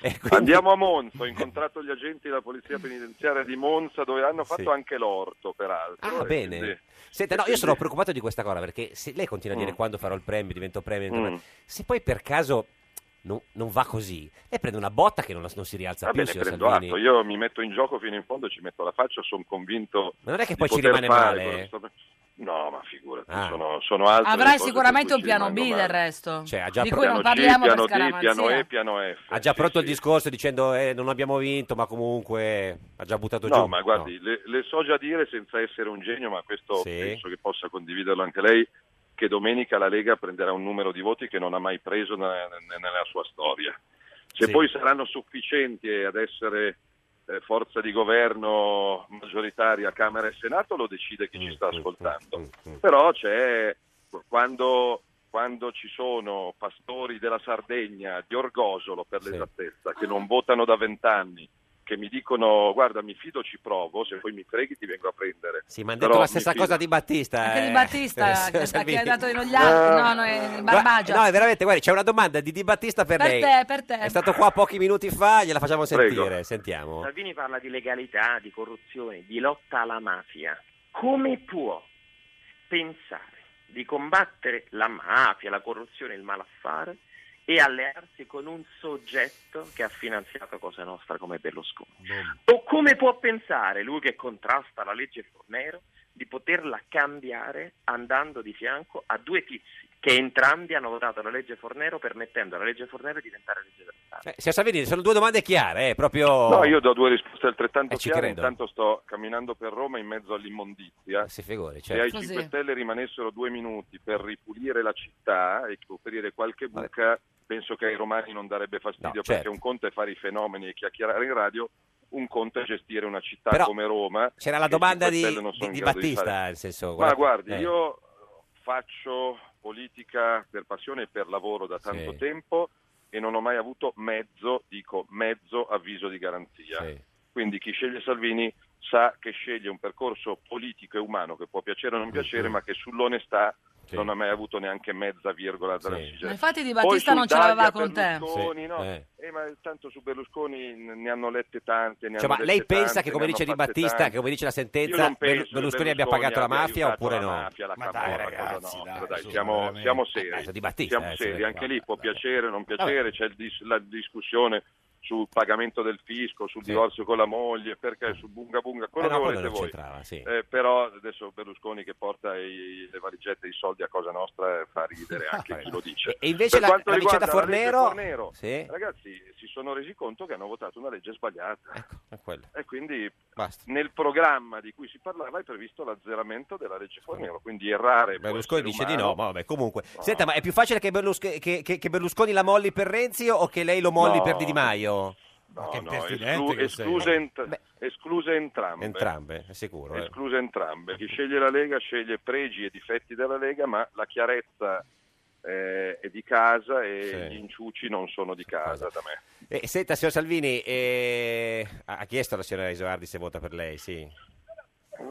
B: e quindi-
K: Andiamo a Monza, ho incontrato gli agenti della polizia penitenziaria di Monza dove hanno fatto anche l'orto, peraltro.
B: Ah,
K: e
B: bene.
K: quindi-
B: Senta,
K: e
B: no, io
K: quindi-
B: sono preoccupato di questa cosa perché se lei continua a dire
K: Mm.
B: quando farò il premio, divento premio,
K: Mm.
B: divento premio", se poi per caso no- non va così, lei prende una botta che non, la- non si rialza
K: Va
B: più,
K: bene,
B: signor
K: prendo
B: Salvini.
K: atto. Io mi metto in gioco fino in fondo, ci metto la faccia, sono convinto.
B: Ma non è che
K: di
B: poi ci
K: poter
B: rimane
K: fare
B: male?
K: quello che sto- No, ma figurati,
B: Ah.
K: sono, sono altre le
A: Avrai
K: cose
A: sicuramente
K: per
A: un
K: cui
A: piano
K: ci
A: B
K: rimango
A: del
K: male.
A: resto.
B: Cioè, ha già
A: di
B: pro-
A: cui non
K: Piano C,
A: parliamo
K: piano
A: per
K: D, piano
A: scaramanzia.
K: E, piano F.
B: Ha già pronto il discorso dicendo eh, non abbiamo vinto, ma comunque ha già buttato giù.
K: No, ma guardi, Le, le so già dire senza essere un genio, ma questo penso che possa condividerlo anche lei, che domenica la Lega prenderà un numero di voti che non ha mai preso nella, nella sua storia. Se
L: Sì.
K: poi saranno sufficienti ad essere eh, forza di governo maggioritaria a Camera e Senato lo decide chi
B: Mm,
K: ci sta ascoltando. Però c'è quando, quando ci sono pastori della Sardegna, di Orgosolo per l'esattezza, che non votano da vent'anni, che mi dicono guarda mi fido ci provo, se poi mi freghi ti vengo a prendere.
B: Sì, ma ha
K: Però
B: detto la
K: mi
B: stessa
K: fido.
B: cosa di Battista.
A: Anche di
B: eh,
A: Battista,
B: signor
A: che sta che
B: Salvini.
A: ha dato
K: Eh,
A: di gli altri, no, no, è
B: Gua-
A: Barbagia.
B: No, è veramente, guardi, c'è una domanda di Di Battista per,
A: per
B: lei.
A: te, per te.
B: È stato qua pochi minuti fa, gliela facciamo
K: Prego.
B: sentire, sentiamo.
M: Salvini parla di legalità, di corruzione, di lotta alla mafia. Come può pensare di combattere la mafia, la corruzione, il malaffare e allearsi con un soggetto che ha finanziato Cosa Nostra come Berlusconi? O come può pensare lui che contrasta la legge Fornero di poterla cambiare andando di fianco a due tizi che entrambi hanno votato la legge Fornero permettendo alla legge Fornero di diventare legge dello Stato?
B: Eh, signor Salvini, sono due domande chiare, eh, proprio...
K: No, io do due risposte altrettanto
B: Eh, ci
K: chiare.
B: credo.
K: Intanto sto camminando per Roma in mezzo all'immondizia.
B: Si figuri,
K: eh. Se ai
B: certo.
K: 5 Stelle rimanessero due minuti per ripulire la città e coprire qualche buca, penso che ai romani non darebbe fastidio
B: No,
K: perché
B: certo.
K: un conto è fare i fenomeni e chiacchierare in radio, un conto è gestire una città
B: Però
K: come Roma.
B: C'era la
K: che i
B: domanda
K: 5
B: di,
K: Stelle non
B: di-
K: sono in
B: di
K: grado di
B: Battista,
K: fare.
B: nel senso...
K: Ma guardi,
B: eh,
K: io faccio politica per passione e per lavoro da tanto
B: Sì.
K: tempo e non ho mai avuto mezzo, dico mezzo avviso di garanzia.
J: Eh,
K: Quindi chi sceglie Salvini sa che sceglie un percorso politico e umano che può piacere o non piacere, ma che sull'onestà non ha mai avuto neanche mezza virgola da
A: Ma
K: transigere.
A: Infatti Di
K: Cioè, Poi
A: Battista
K: sul
A: non ce
K: Dalia
A: l'aveva con te.
K: Berlusconi, no? Eh, ma tanto su Berlusconi n- ne hanno lette tante. Ne
B: Cioè,
K: hanno
B: ma lei
K: dette
B: pensa
K: tante,
B: che, come
K: ne
B: dice Di
K: hanno fatte
B: Battista,
K: tante.
B: che come dice la
K: Io
B: sentenza,
K: non penso
B: Berlu-
K: che
B: Berlusconi abbia pagato la
K: abbia
B: mafia
K: aiutato
B: oppure
K: la
B: no?
K: mafia, la
B: Ma dai,
K: camorra,
B: ragazzi,
K: cosa nostra,
B: dai,
K: dai,
B: su,
K: siamo,
B: veramente. Eh,
K: siamo seri.
B: Di Battista,
K: siamo
B: eh,
K: seri,
B: sì,
K: anche lì può piacere o non piacere, c'è il dis- la discussione sul pagamento del fisco, sul divorzio con la moglie, perché sul bunga bunga, quello
B: Eh no,
K: che
B: quello
K: volete
B: non
K: voi.
B: c'entrava, sì.
K: Eh, però adesso Berlusconi che porta i- le valigette e i soldi a cosa
B: Ah,
K: nostra eh, fa ridere anche chi lo dice.
B: E invece
K: per
B: la,
K: quanto
B: la vicenda
K: riguarda la legge
B: Fornero...
K: Fornero,
B: Sì.
K: ragazzi si sono resi conto che hanno votato una legge sbagliata.
B: È quello.
K: E quindi
B: Ecco. Basta.
K: nel programma di cui si parlava è previsto l'azzeramento della legge Fornero, quindi errare. può
B: Berlusconi
K: essere
B: dice di
K: umano.
B: no, ma vabbè, comunque. Senta, ma è più facile che, Berlusc- che- che- che Berlusconi la molli per Renzi o che lei lo molli
K: No.
B: per Di Maio?
K: No,
B: che
K: no,
B: impertinente
K: esclu-
B: che sei.
K: escluse, ent- escluse entrambe.
B: Entrambe, è sicuro. eh.
K: Escluse entrambe. Chi sceglie la Lega sceglie pregi e difetti della Lega, ma la chiarezza eh, è di casa e gli inciuci non sono di casa da me.
B: Eh, senta, signor Salvini, eh, ha ha chiesto alla signora Isoardi se vota per lei, sì.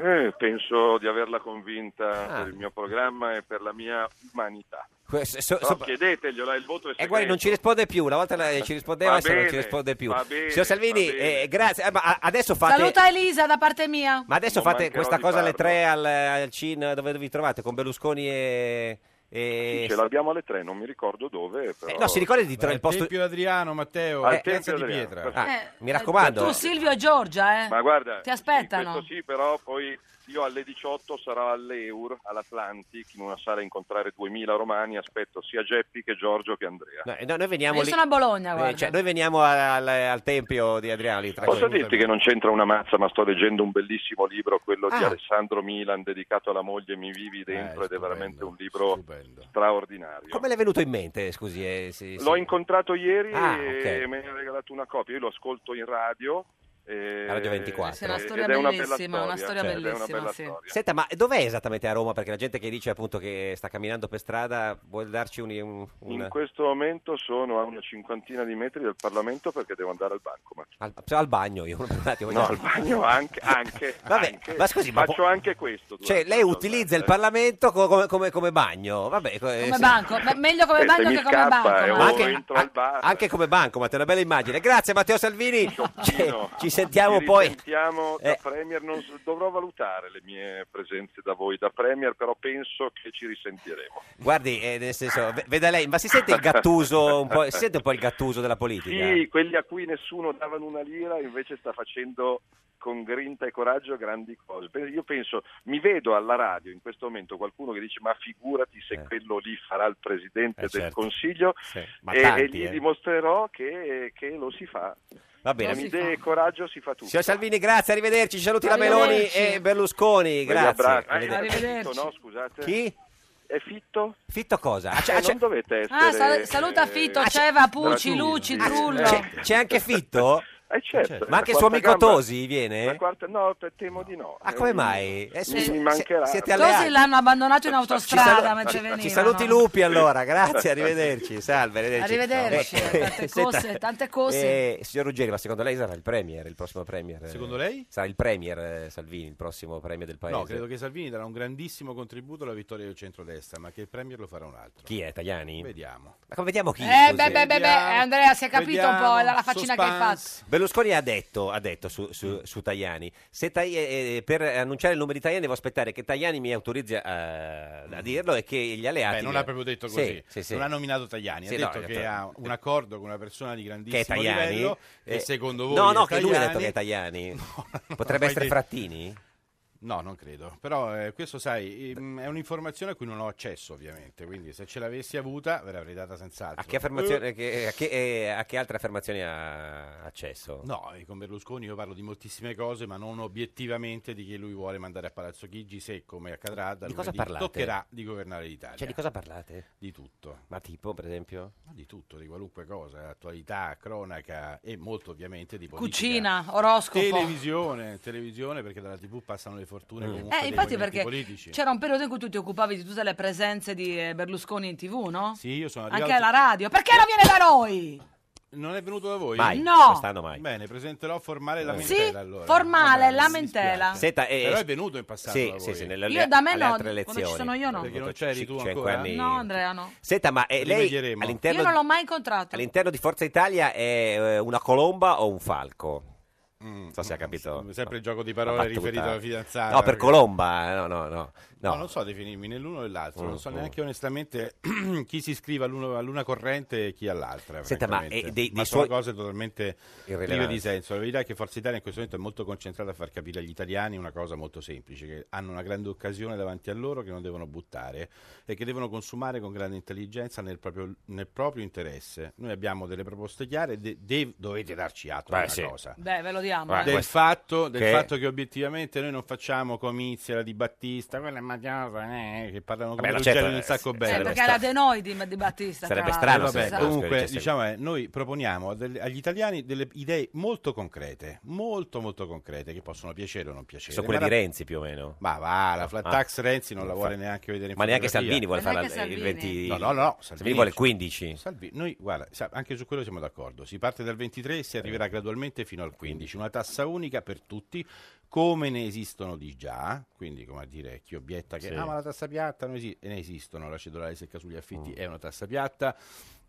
K: Eh, penso di averla convinta
B: Ah.
K: per il mio programma e per la mia umanità.
B: Que- so- so-
K: Però
B: sopra-
K: chiedeteglielo, eh, il voto è
B: E
K: segreto.
B: guardi, non ci risponde più. Una volta la- ci rispondeva,
K: Va
B: adesso non ci
K: bene,
B: risponde più.
K: va bene,
B: Signor Salvini,
K: va bene.
B: eh, grazie. Eh, ma a- adesso fate.
A: Saluta Elisa da parte mia.
B: Ma adesso
K: Non
B: fate
K: mancherò
B: questa
K: di
B: cosa alle
K: farlo.
B: tre al, al CIN dove vi trovate con Berlusconi e. e-
K: Sì, ce l'abbiamo alle tre, non mi ricordo dove. Però...
B: Eh, no, si ricorda di trovare il posto.
J: Tempio Adriano, Matteo,
K: Al
J: eh, Piazza
K: Tempio
J: di
K: Adriano,
J: Pietra.
K: perfetto.
B: Ah, mi raccomando.
A: Tu, Silvio e Giorgia, eh.
K: Ma guarda,
A: Ti
K: sì,
A: aspettano.
K: questo sì, però poi io alle 18 sarò all'Eur, all'Atlantic, in una sala a incontrare 2000 romani, aspetto sia Geppi che Giorgio che Andrea.
B: No, no, noi veniamo
A: Io
B: lì.
A: sono a Bologna,
B: Eh,
A: guarda.
B: cioè, noi veniamo al, al tempio di Adriano. Lì,
K: Posso dirti che non c'entra una mazza, ma sto leggendo un bellissimo libro, quello di
B: Ah. Eh,
K: Alessandro Milan, dedicato alla moglie Mi vivi dentro, ed è veramente un libro straordinario.
B: Come le è venuto in mente? Scusi, eh, sì, sì.
K: L'ho incontrato ieri
B: Ah,
K: e
B: ok.
K: me ne ha regalato una copia. Io lo ascolto in radio. E,
B: A Radio 24.
A: Sì, è una storia
K: ed è
A: bellissima, una storia
K: ed Cioè, è una
A: bellissima,
K: bella
A: sì.
K: storia.
B: Senta, ma dov'è esattamente a Roma? Perché la gente che dice appunto che sta camminando per strada vuole darci un. un- un-
K: In questo momento sono a una cinquantina di metri dal Parlamento perché devo andare al banco. Ma...
B: Al, al bagno, io un attimo.
K: No, al bagno anche. anche,
B: Vabbè,
K: anche.
B: ma scusi, ma
K: faccio
B: po-
K: anche questo.
B: Cioè,
K: durante
B: lei
K: la
B: utilizza il
K: giornata.
B: Parlamento co- come, come- come bagno, vabbè, co- eh,
A: Come
B: sì.
A: banco, ma meglio come
K: Eh, se
A: banco
K: mi
A: che come
K: scappa,
A: banco.
K: eh,
A: ma- Ah,
K: oh,
B: Ma anche,
K: entro al bar.
B: anche come banco, ma è una bella immagine. Grazie Matteo Salvini, Cioè, ci sentiamo
K: Ci
B: poi.
K: risentiamo da
B: Eh.
K: Premier, non so- dovrò valutare le mie presenze da voi da Premier, però penso che ci risentiremo.
B: Guardi, eh, nel senso, v- veda lei, ma si sente il gattuso un po', si sente un po' il gattuso della politica?
K: Sì, quelli a cui nessuno davano una lira invece sta facendo con grinta e coraggio grandi cose. Pe- Io penso, mi vedo alla radio in questo momento qualcuno che dice ma figurati se quello lì farà il Presidente
B: Eh,
K: del
B: certo.
K: Consiglio
B: Sì, ma
K: e, e
B: tanti,
K: gli
B: eh.
K: dimostrerò che, che lo si fa.
B: Va bene.
K: Con
B: Si
K: idee
B: fa.
K: e coraggio si fa tutto.
B: Signor Salvini, grazie, arrivederci. Ci Saluti la Meloni
K: Arrivederci.
B: e Berlusconi,
K: Quegli
B: grazie.
K: abbracci.
B: Arrivederci.
K: È fitto, no? Scusate.
B: Chi?
K: È fitto?
B: Fitto cosa? Ah, c'è-
K: Eh,
B: ah, c'è-
K: non dovete essere...
A: Ah, sal- saluta Fitto,
K: eh,
A: Ceva, Pucci,
K: gratuiti.
A: Luci, Trullo.
B: c'è, c'è anche Fitto?
K: Eh, certo.
B: Ma anche
K: La
B: suo
K: quarta
B: amico
K: gamba-
B: Tosi
K: La
B: viene?
K: quarta- no, te- temo di no.
B: Ah, come mai? Eh,
K: mi
B: scusi,
K: mancherà.
B: se- siete
A: Così
B: alleati.
A: l'hanno abbandonato in
B: Ci salu-
A: autostrada Eh,
B: ci-
A: mentre
B: Ci
A: venivano.
B: saluti Lupi allora, grazie, arrivederci. Salve, arrivederci.
A: Arrivederci,
B: Eh,
A: tante
B: senta,
A: cose, tante cose.
B: eh, signor Ruggeri, ma secondo lei sarà il Premier, il prossimo Premier? eh?
J: Secondo lei?
B: Sarà il Premier eh, Salvini, il prossimo Premier del Paese?
J: No, credo che Salvini darà un grandissimo contributo alla vittoria del centrodestra, ma che il Premier lo farà un altro.
B: Chi è, Tajani?
J: Vediamo.
B: Ma come- vediamo chi.
A: Eh,
B: scusi.
A: beh, beh, beh, beh,
J: Vediamo,
A: eh, Andrea, si è capito un po'
J: vediamo,
A: eh, dalla faccina che hai
J: suspense.
A: fatto.
B: Berlusconi ha detto, ha detto su,
J: Mm.
B: su, su Tajani, se Tai- eh, per annunciare il nome di Tajani devo aspettare che Tajani mi autorizzi a, a dirlo e che gli alleati...
J: Mm. Beh, non ha proprio detto così.
B: Sì, sì, sì.
J: Non ha nominato Tajani,
B: Sì,
J: ha
B: no,
J: detto
B: ha
J: che
B: detto-
J: ha un accordo con una persona di
B: che
J: grandissimo
B: è Tajani.
J: livello
B: eh,
J: e secondo voi
B: No,
J: è
B: no, che lui ha detto
J: Tajani?
B: che è Tajani.
J: mai
B: Potrebbe essere
J: detto.
B: Frattini?
J: No, non credo. Però eh, questo, sai, ehm, è un'informazione a cui non ho accesso, ovviamente. Quindi se ce l'avessi avuta, ve l'avrei data senz'altro.
B: A che, affermazione- che- a, che, eh, a che altre affermazioni ha accesso?
J: No, eh, con Berlusconi io parlo di moltissime cose, ma non obiettivamente di che lui vuole mandare a Palazzo Chigi se, come accadrà, da
B: Di cosa
J: lunedì
B: parlate?
J: toccherà di governare l'Italia.
B: Cioè, di cosa parlate?
J: Di tutto.
B: Ma tipo, per esempio?
J: Ma di tutto, di qualunque cosa, attualità, cronaca e molto ovviamente di politica.
A: Cucina, oroscopo.
J: Televisione, televisione, perché dalla TV passano le fortune
B: Mm.
J: comunque
A: Eh,
J: dei
A: infatti
J: movimenti
A: perché
J: politici.
A: c'era un periodo in cui tu ti occupavi di tutte le presenze di eh, Berlusconi in tv, no?
J: Sì, io sono
A: Anche
J: arrivato...
A: alla radio. Perché non viene da noi?
J: Non è venuto da voi?
B: Mai,
A: No.
B: quest'anno mai. Eh.
J: Bene, presenterò formale
K: Eh.
J: la
A: Sì,
J: mentela allora.
A: formale,
J: Vabbè, mi
A: lamentela.
J: dispiace.
B: Senta, eh,
J: Però è venuto in passato
B: Sì,
J: da voi.
B: sì, sì, nelle-
A: Io da me
B: alle
A: no,
B: altre
A: quando ci
B: elezioni.
A: sono io no.
J: Perché non c'eri tu
B: Cinque
J: ancora?
B: anni.
A: No, Andrea, no.
B: Senta, ma eh, lei
J: Riveglieremo.
B: all'interno,
A: Io non l'ho mai incontrato.
B: all'interno di Forza Italia è eh, una colomba o un falco? Non so se ha capito.
J: Mm, Sempre il gioco di
B: La
J: parole
B: battuta.
J: riferito alla fidanzata.
B: No, per
J: Colombo
B: Colomba, eh, no, no, no.
J: No.
B: no.
J: non so definirmi né l'uno né l'altro,
B: Mm,
J: non so
B: mm.
J: neanche onestamente chi si iscrive all'uno- all'una corrente e chi all'altra.
B: Senta, ma,
J: francamente.
B: eh, dei-
J: Ma
B: dei
J: sono
B: suoi-
J: cose totalmente prive
B: Irrilevanti.
J: di senso. La verità è che Forza Italia in questo momento è molto concentrata a far capire agli italiani una cosa molto semplice, che hanno una grande occasione davanti a loro che non devono buttare e che devono consumare con grande intelligenza nel proprio, nel proprio interesse. Noi abbiamo delle proposte chiare, de- de- dovete darci atto
B: Beh,
J: di una
B: sì.
J: cosa
A: Beh, ve lo diamo. eh.
J: del, fatto, del
B: che-
J: fatto che obiettivamente noi non facciamo comizi di Battista, quella è Maggiore, eh, che parlano come
B: Vabbè, no,
J: Ruggero
B: certo,
J: in un
B: eh,
J: sacco
B: sì,
A: Eh,
J: bello.
A: perché era De Noi di, di Battista. tra l'altro.
J: Eh, vabbè,
B: se-
J: comunque,
B: se-
J: diciamo, eh, noi proponiamo a delle- agli italiani delle idee molto concrete, molto molto concrete, che possono piacere o non piacere.
B: Sono quelle
J: Ma
B: di
J: la-
B: Renzi più o meno.
J: Ma va, la flat
B: Ah.
J: tax Renzi non la
B: Fa-
J: vuole neanche vedere in
B: Ma neanche
J: fotografia.
B: Salvini vuole Ma fare neanche la- il Salvini. 20
J: No, no, no,
B: Salvini vuole il 15.
J: Salvi- Noi, guarda, sa- anche su quello siamo d'accordo. Si parte dal 23
B: Eh.
J: e si arriverà gradualmente fino al 15. Una tassa unica per tutti, come ne esistono di già. Quindi, come a dire, chi obietta che...
B: Sì.
J: "Ah, ma la tassa piatta non esi- e ne esistono. La cedolare secca sugli
B: Mm.
J: affitti è una tassa piatta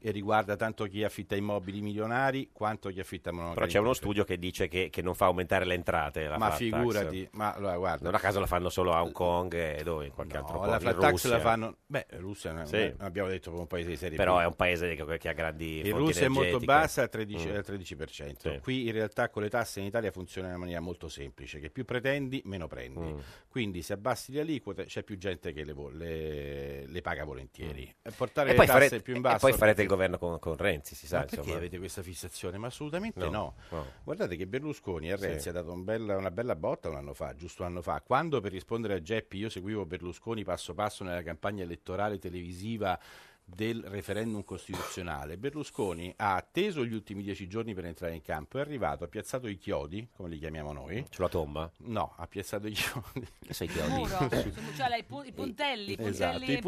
J: e riguarda tanto chi affitta immobili milionari quanto chi affitta monogrammi.
B: Però c'è uno studio che dice che, che non fa aumentare le entrate. la
J: Ma
B: flat tax.
J: figurati, ma allora, guarda...
B: Non a caso la fanno solo a Hong Kong e dove? In qualche altro
J: No,
B: posto.
J: la
B: in
J: flat tax
B: Russia.
J: la fanno. Beh, Russia non è-
B: Sì.
J: non abbiamo detto come un paese di serie
B: Però
J: B.
B: è un paese che, che ha grandi
J: In
B: fonti
J: Russia è molto
B: energetiche.
J: bassa, eh, al 13,
B: Mm.
J: al 13%.
B: Sì.
J: Qui in realtà con le tasse in Italia funziona in una maniera molto semplice, che più pretendi, meno prendi.
B: Mm.
J: Quindi se abbassi le aliquote c'è più gente che le, vo- le- le paga volentieri. E eh, portare
B: Mm. E
J: le
B: poi,
J: tasse
B: farete,
J: più
B: e
J: in basso...
B: poi farete il governo con, con Renzi, si sa.
J: Ma perché
B: insomma.
J: avete questa fissazione? Ma assolutamente no.
B: No, no.
J: Guardate che Berlusconi a Renzi
B: Sì.
J: ha dato un bella- una bella botta un anno fa, giusto un anno fa, quando per rispondere a Geppi io seguivo Berlusconi passo passo nella campagna elettorale televisiva del referendum costituzionale. Berlusconi ha atteso gli ultimi dieci giorni per entrare in campo, è arrivato, ha piazzato i chiodi, come li chiamiamo noi.
B: Sulla tomba?
J: No, ha piazzato i chiodi.
B: Che sei
A: Il muro, cioè le- i pun- i puntelli, i puntelli
J: Esatto, i
A: importanti.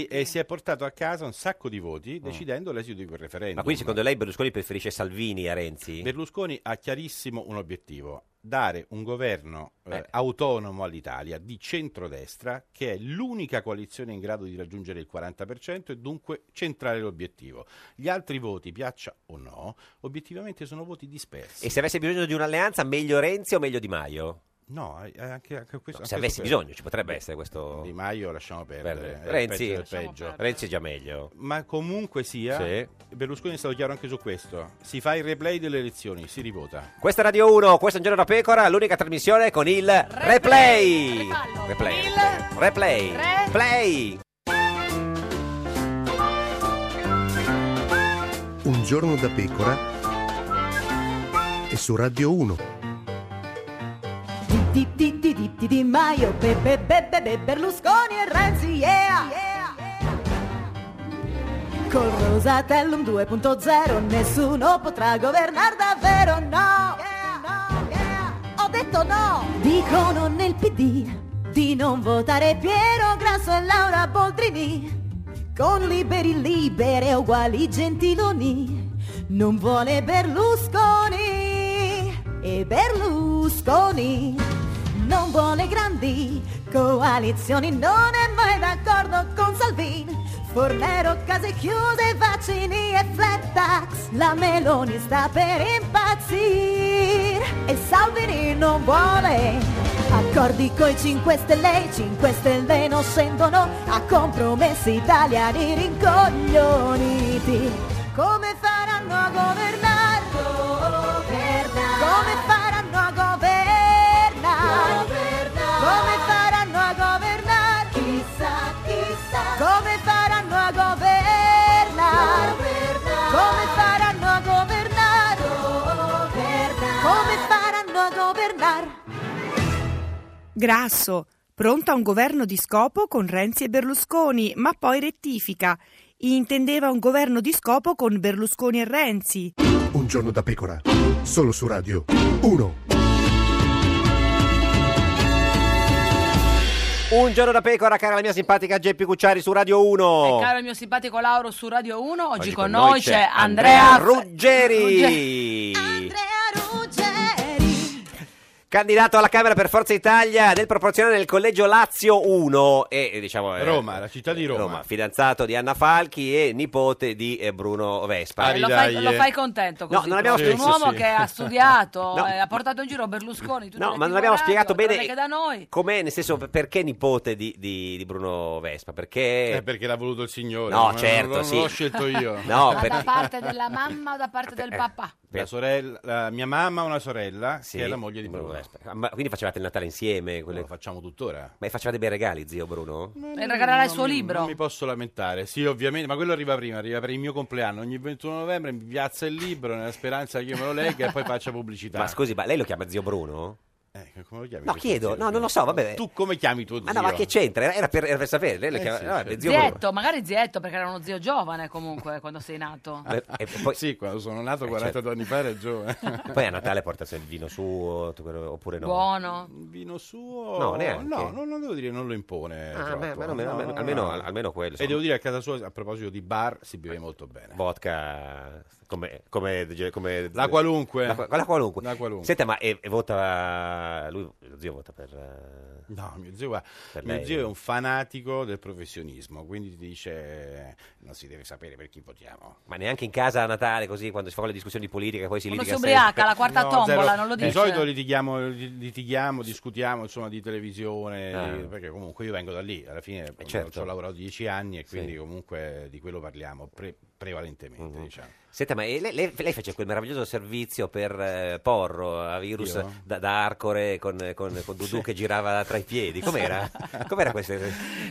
J: puntelli e si è portato a casa un sacco di voti decidendo l'esito di quel referendum.
B: Mm. Ma quindi secondo lei Berlusconi preferisce Salvini a Renzi?
J: Berlusconi ha chiarissimo un obiettivo, dare un governo eh, autonomo all'Italia di centrodestra che è l'unica coalizione in grado di raggiungere il 40% e dunque centrare l'obiettivo. Gli altri voti, piaccia o no, obiettivamente sono voti dispersi.
B: E se avesse bisogno di un'alleanza, meglio Renzi o meglio Di Maio?
J: No, eh, anche, anche questo... anche
B: se avessi
J: questo-
B: bisogno, ci potrebbe essere questo. Di
J: Maio lasciamo perdere, è il
B: Renzi,
J: peggio del peggio. Lasciamo perdere.
B: Renzi è già meglio.
J: Ma comunque sia,
B: Sì.
J: Berlusconi è stato chiaro anche su questo. Si fa il replay delle elezioni, si rivota.
B: Questa è Radio 1, questo è un giorno da pecora, l'unica trasmissione con il replay. Replay. Replay.
D: Re-
B: Play.
E: Un giorno da pecora e su Radio 1.
H: Di di di di di di Maio, be, be, be, be, be, Berlusconi e Renzi, yeah! Col Rosatellum 2.0 nessuno potrà governare davvero, no! Ho detto no! Dicono nel PD di non votare Piero Grasso e Laura Boldrini con liberi libere uguali gentiloni non vuole Berlusconi e Berlusconi non vuole grandi coalizioni non è mai d'accordo con Salvini Fornero, case chiuse, vaccini e flat tax La Meloni sta per impazzire E Salvini non vuole Accordi coi 5 Stelle, i 5 Stelle non scendono A compromessi italiani rincoglioniti Come faranno a governare? Come faranno a governare? Come faranno a governare? Chissà, chissà. Come faranno a governare? Come faranno a governare? Come faranno a governare?
F: Grasso, pronta un governo di scopo con Renzi e Berlusconi, ma poi rettifica. Intendeva un governo di scopo con Berlusconi e Renzi.
E: Un giorno da pecora, solo su Radio 1.
B: Un giorno da pecora, cara la mia simpatica Geppi Cucciari su Radio 1.
A: E caro il mio simpatico Lauro su Radio 1, oggi,
B: Oh. Oggi
A: con, noi, c'è Andrea
B: Ruggeri.
A: Ruggeri.
B: Andrea Ruggeri. Candidato alla Camera per Forza Italia del proporzionale del collegio Lazio 1 e eh, diciamo eh,
J: Roma, la città di Roma.
B: fidanzato di Anna Falchi e nipote di eh, Bruno Vespa.
A: Eh, lo, fai, lo fai contento così.
B: No, non abbiamo
A: però.
B: sì,
A: un uomo
B: sì.
A: che ha studiato,
B: No.
A: eh, ha portato in giro Berlusconi. tutte
B: No,
A: le
B: ma non abbiamo
A: titolari,
B: spiegato
A: tranne
B: bene-
A: Che da noi.
B: Com'è, nel senso, perché nipote di, di- di Bruno Vespa? Perché...
J: Eh, perché l'ha voluto il signore.
B: No,
J: non- non-
B: certo,
J: non
B: sì.
J: l'ho scelto io.
B: No,
A: Ma
B: per-
A: da parte della mamma o da parte del
B: Eh.
A: papà?
J: La sorella, la- mia mamma ha una sorella che è la moglie di Bruno.
B: Ah, Ma quindi facevate il Natale insieme? Lo
J: facciamo tuttora.
B: Ma facevate bei regali, zio Bruno?
A: E regalerà il suo libro?
J: Non mi posso lamentare, sì, ovviamente, ma quello arriva prima, arriva per il mio compleanno. Ogni 21 novembre mi piazza il libro nella speranza che io me lo legga e poi faccia pubblicità.
B: Ma scusi, ma lei lo chiama zio Bruno?
J: Eh, come lo chiami?
B: No,
J: questo
B: chiedo,
J: zio?
B: no, non lo so, vabbè.
J: Tu come chiami tuo zio?
B: Ma no, ma che c'entra? Era- Era per, era per sapere, lei lo
J: Eh,
B: chiama...
J: sì,
B: no, vabbè,
J: certo.
B: zio Bruno.
A: Zietto, magari zietto, perché era uno zio giovane comunque quando sei nato.
B: Eh, e poi, Eh, certo.
J: Sì, quando sono nato 42 anni fa era giovane.
B: poi a Natale porta il vino suo, tutto quello- oppure no?
A: Buono.
J: Vino suo?
B: No, neanche.
J: Oh, No, no, non devo dire, non lo impone.
B: Ah,
J: troppo.
B: beh, almeno-
J: No,
B: almeno-
J: no,
B: almeno-
J: no.
B: almeno quello,
J: E
B: insomma.
J: devo dire, a casa sua, a proposito di bar, si beve molto bene.
B: Vodka, come, come, come-
J: La qualunque.
B: La, qua- la qualunque.
J: La qualunque.
B: Senta, ma e, e vota... Lui, lo zio vota per... eh,
J: No, mio zio, guarda,
B: Per
J: mio
B: lei.
J: zio è un fanatico del professionismo, quindi ti dice non si deve sapere per chi votiamo.
B: Ma neanche in casa a Natale, così, quando si fa quella discussione di politica, poi si
A: Quando
B: litiga
A: si ubriaca,
B: sempre.
A: la quarta
J: No,
A: tombola,
J: zero.
A: non lo dice.
J: Di solito litighiamo, litighiamo, discutiamo insomma di televisione,
B: Ah.
J: di- perché comunque io vengo da lì, alla fine
B: certo.
J: ci ho lavorato dieci anni e quindi
B: Sì. Mhm.
J: comunque di quello parliamo pre- prevalentemente. Diciamo.
B: Senta, ma e lei, lei- lei fece quel meraviglioso servizio per eh, Porro a virus
J: Io?
B: da, da Arcore con, con, con Dudu che girava tra i piedi. Com'era? Com'era questo?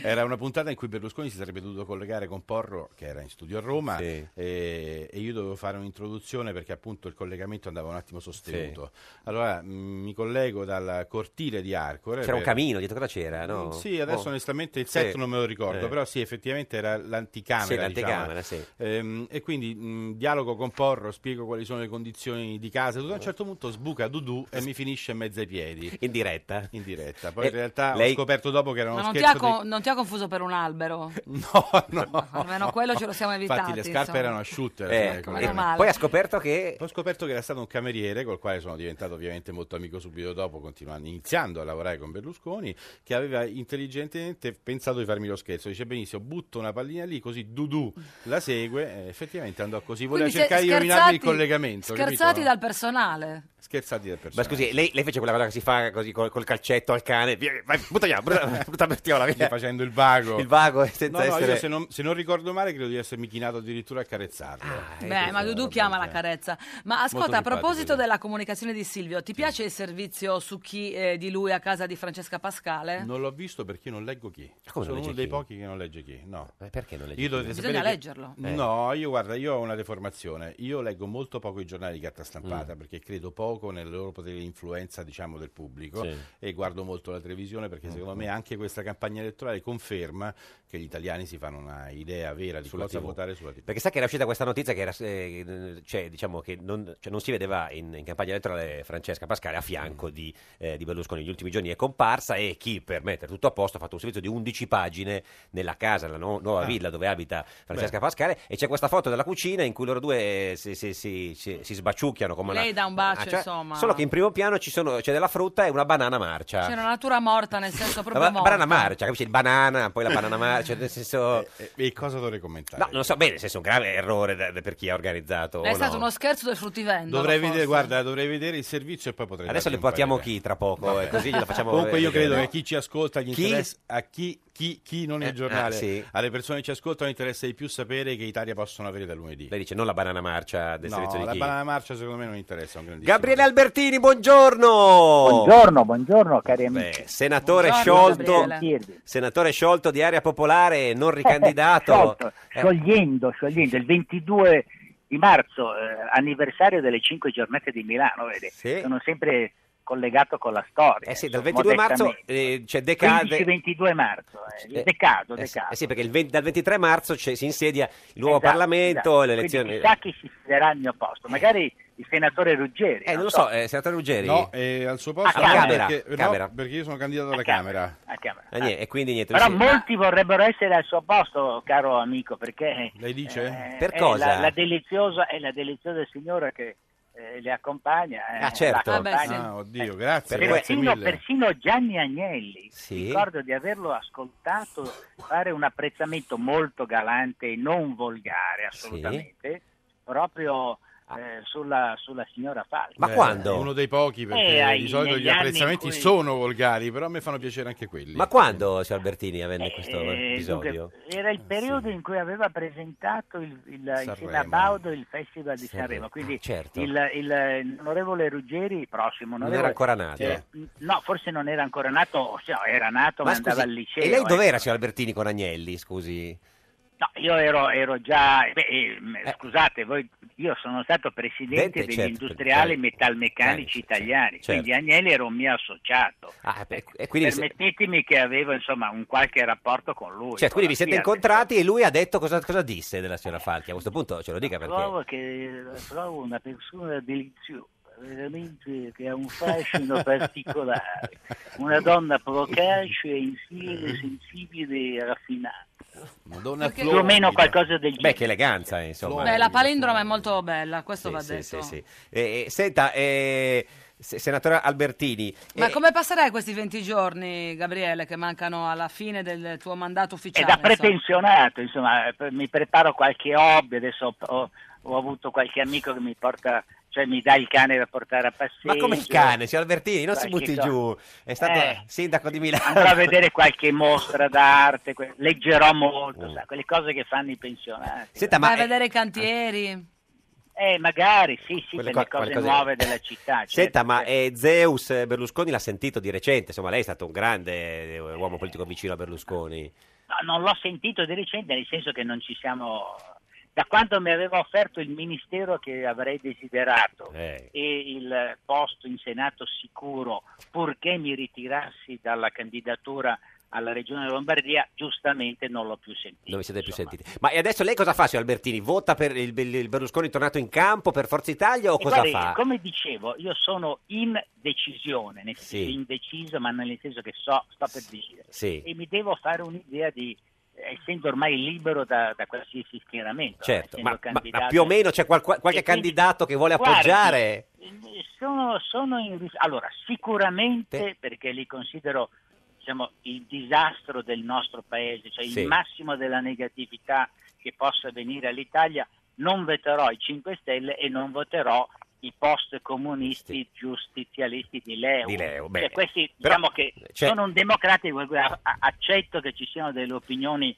J: Era una puntata in cui Berlusconi si sarebbe dovuto collegare con Porro, che era in studio a Roma, e, e io dovevo fare un'introduzione perché appunto il collegamento andava un attimo sostenuto. Allora mh, mi collego dal cortile di Arcore.
B: C'era un
J: per-
B: camino, dietro cosa c'era? No?
J: Mm, Sì, adesso
B: Oh.
J: onestamente il
B: Sì.
J: set non me lo ricordo,
B: Eh.
J: però sì, effettivamente era l'anticamera.
B: Sì,
J: diciamo.
B: l'anticamera, sì.
J: Ehm, e quindi mh, dialogo con Porro, spiego quali sono le condizioni di casa. Tutto, a un certo punto sbuca Dudu e mi finisce in mezzo ai piedi.
B: In diretta?
J: In diretta. Poi
B: Eh,
J: in realtà
B: lei-
J: ho scoperto dopo che era uno
A: Ma non ti,
J: scherzo
A: ha
J: di-
A: co- non ti ha confuso per un albero?
J: No,
A: Almeno quello ce lo siamo evitati.
J: Infatti le scarpe
A: insomma.
J: erano asciutte. alla
B: Eh,
J: fine del
B: ecco,
J: collegamento.
A: meno male. Poi ha
B: scoperto che...
J: Ho scoperto che era stato un cameriere col quale sono diventato ovviamente molto amico subito dopo, continuando, iniziando a lavorare con Berlusconi, che aveva intelligentemente pensato di farmi lo scherzo. Dice benissimo, butto una pallina lì così Dudu la segue e effettivamente andò così. Voleva
A: Quindi se-
J: cercare di rovinarmi
A: scherzati-
J: il collegamento.
A: Scherzati
J: capito?
A: dal personale.
J: Scherzati del
B: Ma
J: personaggio.
B: scusi, lei, lei fece quella cosa che si fa così col, col calcetto al cane, via, vai, butta via, brutta, brutta bestiola, via.
J: facendo il vago.
B: Il vago, senza
J: No, no,
B: essere...
J: io se non, se non ricordo male credo di essermi chinato addirittura a carezzarlo.
B: Ah, eh.
A: Beh, ma Dudu chiama la carezza. Ma ascolta, a
J: certo. simpatico,
A: proposito
J: lui.
A: della comunicazione di Silvio, ti piace il servizio su chi eh, di lui a casa di Francesca Pascale?
J: Non l'ho visto perché io non leggo chi.
B: come non
J: Sono
B: legge
J: uno dei
B: chi? Eh,
J: pochi che non legge chi. No.
B: perché non legge
J: Io
B: chi?
J: dovete
A: Bisogna
J: sapere che-
A: leggerlo.
B: Eh.
J: No, io guarda, io ho una deformazione. Io leggo molto poco i giornali di carta stampata
B: Mm.
J: perché credo poco nel loro potere di influenza, diciamo, del pubblico
B: Sì. Mm,
J: e guardo molto la televisione perché secondo me anche questa campagna elettorale conferma che gli italiani si fanno una idea vera di
B: Sulla
J: cosa
B: TV.
J: votare sulla TV.
B: Perché sa che era uscita questa notizia che, era, eh, cioè, diciamo che non, cioè, non si vedeva in, in campagna elettorale Francesca Pascale a fianco di, eh, di Berlusconi. Negli ultimi giorni è comparsa e chi, per mettere tutto a posto, ha fatto un servizio di 11 pagine nella casa, nella nu- nuova
J: Ah.
B: villa dove abita Francesca
J: Beh.
B: Pascale. E c'è questa foto della cucina in cui loro due eh, si, si, si- si- si sbaciucchiano come
A: Lei
B: una...
A: dà un bacio,
B: Ah, cioè,
A: insomma.
B: Solo che in primo piano ci sono- c'è della frutta e una banana marcia.
A: C'è una natura morta, nel senso
B: La
A: proprio
B: ba-
A: morta.
B: banana marcia, capisci? Il banana, poi la banana marcia, cioè, nel senso...
J: E, e cosa dovrei commentare?
B: No, non so bene, se è un grave errore da- da- per chi ha organizzato.
A: È
B: o
A: stato
B: no.
A: uno scherzo del fruttivendolo.
J: Dovrei
A: forse.
J: vedere, guarda, dovrei vedere il servizio e poi potrei
B: Adesso
J: darvi
B: le
J: un paio di
B: portiamo
J: idee.
B: chi tra poco,
J: Vabbè.
B: eh, così glielo facciamo
J: Comunque io
B: vedere.
J: credo che chi ci ascolta gli
B: Chi?
J: interessa a chi, chi, chi non
B: Eh,
J: il
B: ah,
J: giornale,
B: sì.
J: alle persone che ci ascoltano interessa di più sapere che Italia possono avere da lunedì.
B: Lei dice non la banana marcia del
J: No,
B: servizio di
J: la
B: chi?
J: banana marcia secondo me non interessa. è un grandissimo-
B: Gabriele Albertini, buongiorno!
L: Buongiorno, buongiorno cari amici.
B: Senatore
L: Buongiorno, Gabriele.
B: sciolto, senatore sciolto di Area Popolare, non ricandidato.
L: Sciolto,
B: Eh,
L: sciogliendo, sciogliendo. Il 22 di marzo, eh, anniversario delle cinque giornate di Milano, vede? sono sempre collegato con la storia.
B: eh sì, dal
L: insomma,
B: 22 marzo
L: modestamente.
B: eh, c'è decade.
L: 15-22 marzo, eh,
B: Eh,
L: decato,
B: eh sì,
L: decato.
B: eh sì, perché il 20 dal 23 marzo c'è- si insedia il nuovo
L: Esatto,
B: Parlamento
L: esatto.
B: e le elezioni.
L: Quindi chissà chi si siederà al mio posto, magari il senatore Ruggeri.
B: Eh, non lo so, eh, senatore Ruggeri.
J: No, è al suo posto
B: Alla
J: no,
B: Camera,
J: Perché, no,
B: Camera.
J: perché io sono candidato alla Camera.
L: a Camera.
B: Eh, niente, e quindi niente.
L: Ah, Però
B: lui si-
L: molti vorrebbero essere al suo posto, caro amico, perché...
J: Lei dice?
L: Eh,
B: Per
L: è
B: cosa?
L: La, la deliziosa, è la deliziosa signora che eh, le accompagna. eh,
B: Ah, certo.
L: la accompagna.
J: Ah, oddio, grazie.
L: Perché
J: grazie
L: persino,
J: mille.
L: persino Gianni Agnelli,
J: Sì.
L: ricordo di averlo ascoltato fare un apprezzamento molto galante e non volgare assolutamente, proprio
B: Ah.
L: eh, sulla, sulla signora Falchi.
J: Eh, Uno dei pochi,
L: Eh,
J: perché
L: ai-
J: di solito
L: negli
J: gli
L: anni
J: apprezzamenti
L: in cui-
J: sono volgari, però a me fanno piacere anche quelli.
B: Ma quando, signor Albertini, avvenne questo
L: Eh,
B: episodio? Ah,
L: dunque, era il periodo in cui aveva presentato il, il, insieme a
B: Sanremo.
L: Baudo il Festival di
B: Sanremo.
L: Sanremo, quindi
B: Certo.
L: il, il- l'onorevole Ruggeri, prossimo
B: Non
L: onorevole,
B: era ancora nato.
L: eh, no, forse non era ancora nato, o se no, era nato ma,
B: Ma scusi,
L: andava al liceo.
B: e lei
L: eh.
B: dov'era, signor Albertini, con Agnelli? Scusi.
L: No, io ero, ero già, beh, eh, m- scusate, voi, io sono stato presidente
B: Dente,
L: degli
B: certo,
L: industriali
B: certo.
L: metalmeccanici italiani,
B: certo. Ah,
L: quindi Agnelli era un mio associato.
B: e quindi-
L: Permettetemi che avevo insomma un qualche rapporto con lui.
B: Certo, quindi vi
L: con
B: siete
L: la Fiat.
B: incontrati e lui ha detto cosa, cosa disse della signora Falchi. A questo punto ce lo dica perché...
L: Trovo che eh, trovo una persona deliziosa, veramente che ha un fascino particolare, una donna procace,
B: Eh.
L: insieme, sensibile e raffinata.
J: Madonna
A: Perché- Più o meno
L: qualcosa del
B: genere. Beh, che eleganza, eh, insomma.
A: Beh, la palindroma è molto bella, questo
B: Sì,
A: va
B: sì,
A: detto.
B: sì, sì. Eh, eh, senta, eh, se- senatore Albertini...
A: Ma
B: eh,
A: come passerai questi 20 giorni, Gabriele, che mancano alla fine del tuo mandato
L: È
A: ufficiale?
L: Eh, da
A: insomma?
L: prepensionato, insomma, per- mi preparo qualche hobby, adesso ho, ho- ho avuto qualche amico che mi porta, cioè mi dà il cane da portare a passeggio.
B: Ma come il cane, signor Albertini, non si
L: Qualche
B: butti
L: cosa.
B: giù. È stato
L: Eh,
B: sindaco di Milano.
L: Andrò a vedere qualche mostra d'arte, que- leggerò molto, sa, quelle cose che fanno i pensionati.
B: Mm. Senta, ma
A: Vai a
B: è-
A: vedere i cantieri.
L: Eh, magari, sì, sì,
B: Quelle
L: per le
B: co-
L: cose
B: quelle cose-
L: nuove della città. cioè,
B: Senta, ma eh, Zeus eh, Berlusconi l'ha sentito di recente, insomma lei è stato un grande eh, uomo politico vicino a Berlusconi.
L: No, non l'ho sentito di recente, nel senso che non ci siamo... Da quando mi aveva offerto il ministero che avrei desiderato
B: Eh.
L: e il posto in Senato sicuro, purché mi ritirassi dalla candidatura alla Regione Lombardia, giustamente non l'ho più sentito.
B: Non vi siete più sentiti. Ma e adesso lei cosa fa, signor Albertini? Vota per il, il Berlusconi tornato in campo per Forza Italia o
L: E
B: cosa
L: guardi,
B: fa?
L: Come dicevo, io sono in decisione, nel senso
B: Sì.
L: indeciso, ma nel senso che so, sto per decidere.
B: Sì.
L: E mi devo fare un'idea di, eh, essendo ormai libero da, da qualsiasi schieramento.
B: Certo,
L: essendo
B: ma, ma- ma
L: candidato-
B: più o meno c'è qual- qual- qualche
L: E quindi-
B: candidato che vuole
L: Guardi,
B: appoggiare?
L: Sono, sono in ris- allora, sicuramente, perché li considero diciamo, il disastro del nostro paese, cioè
B: Sì.
L: il massimo della negatività che possa venire all'Italia, non voterò i 5 Stelle e non voterò i post comunisti giustizialisti di Leo.
B: Di Leo, beh,
L: Cioè, questi
B: però,
L: diciamo che
B: cioè-
L: sono un democratico, ecco, a- a- accetto che ci siano delle opinioni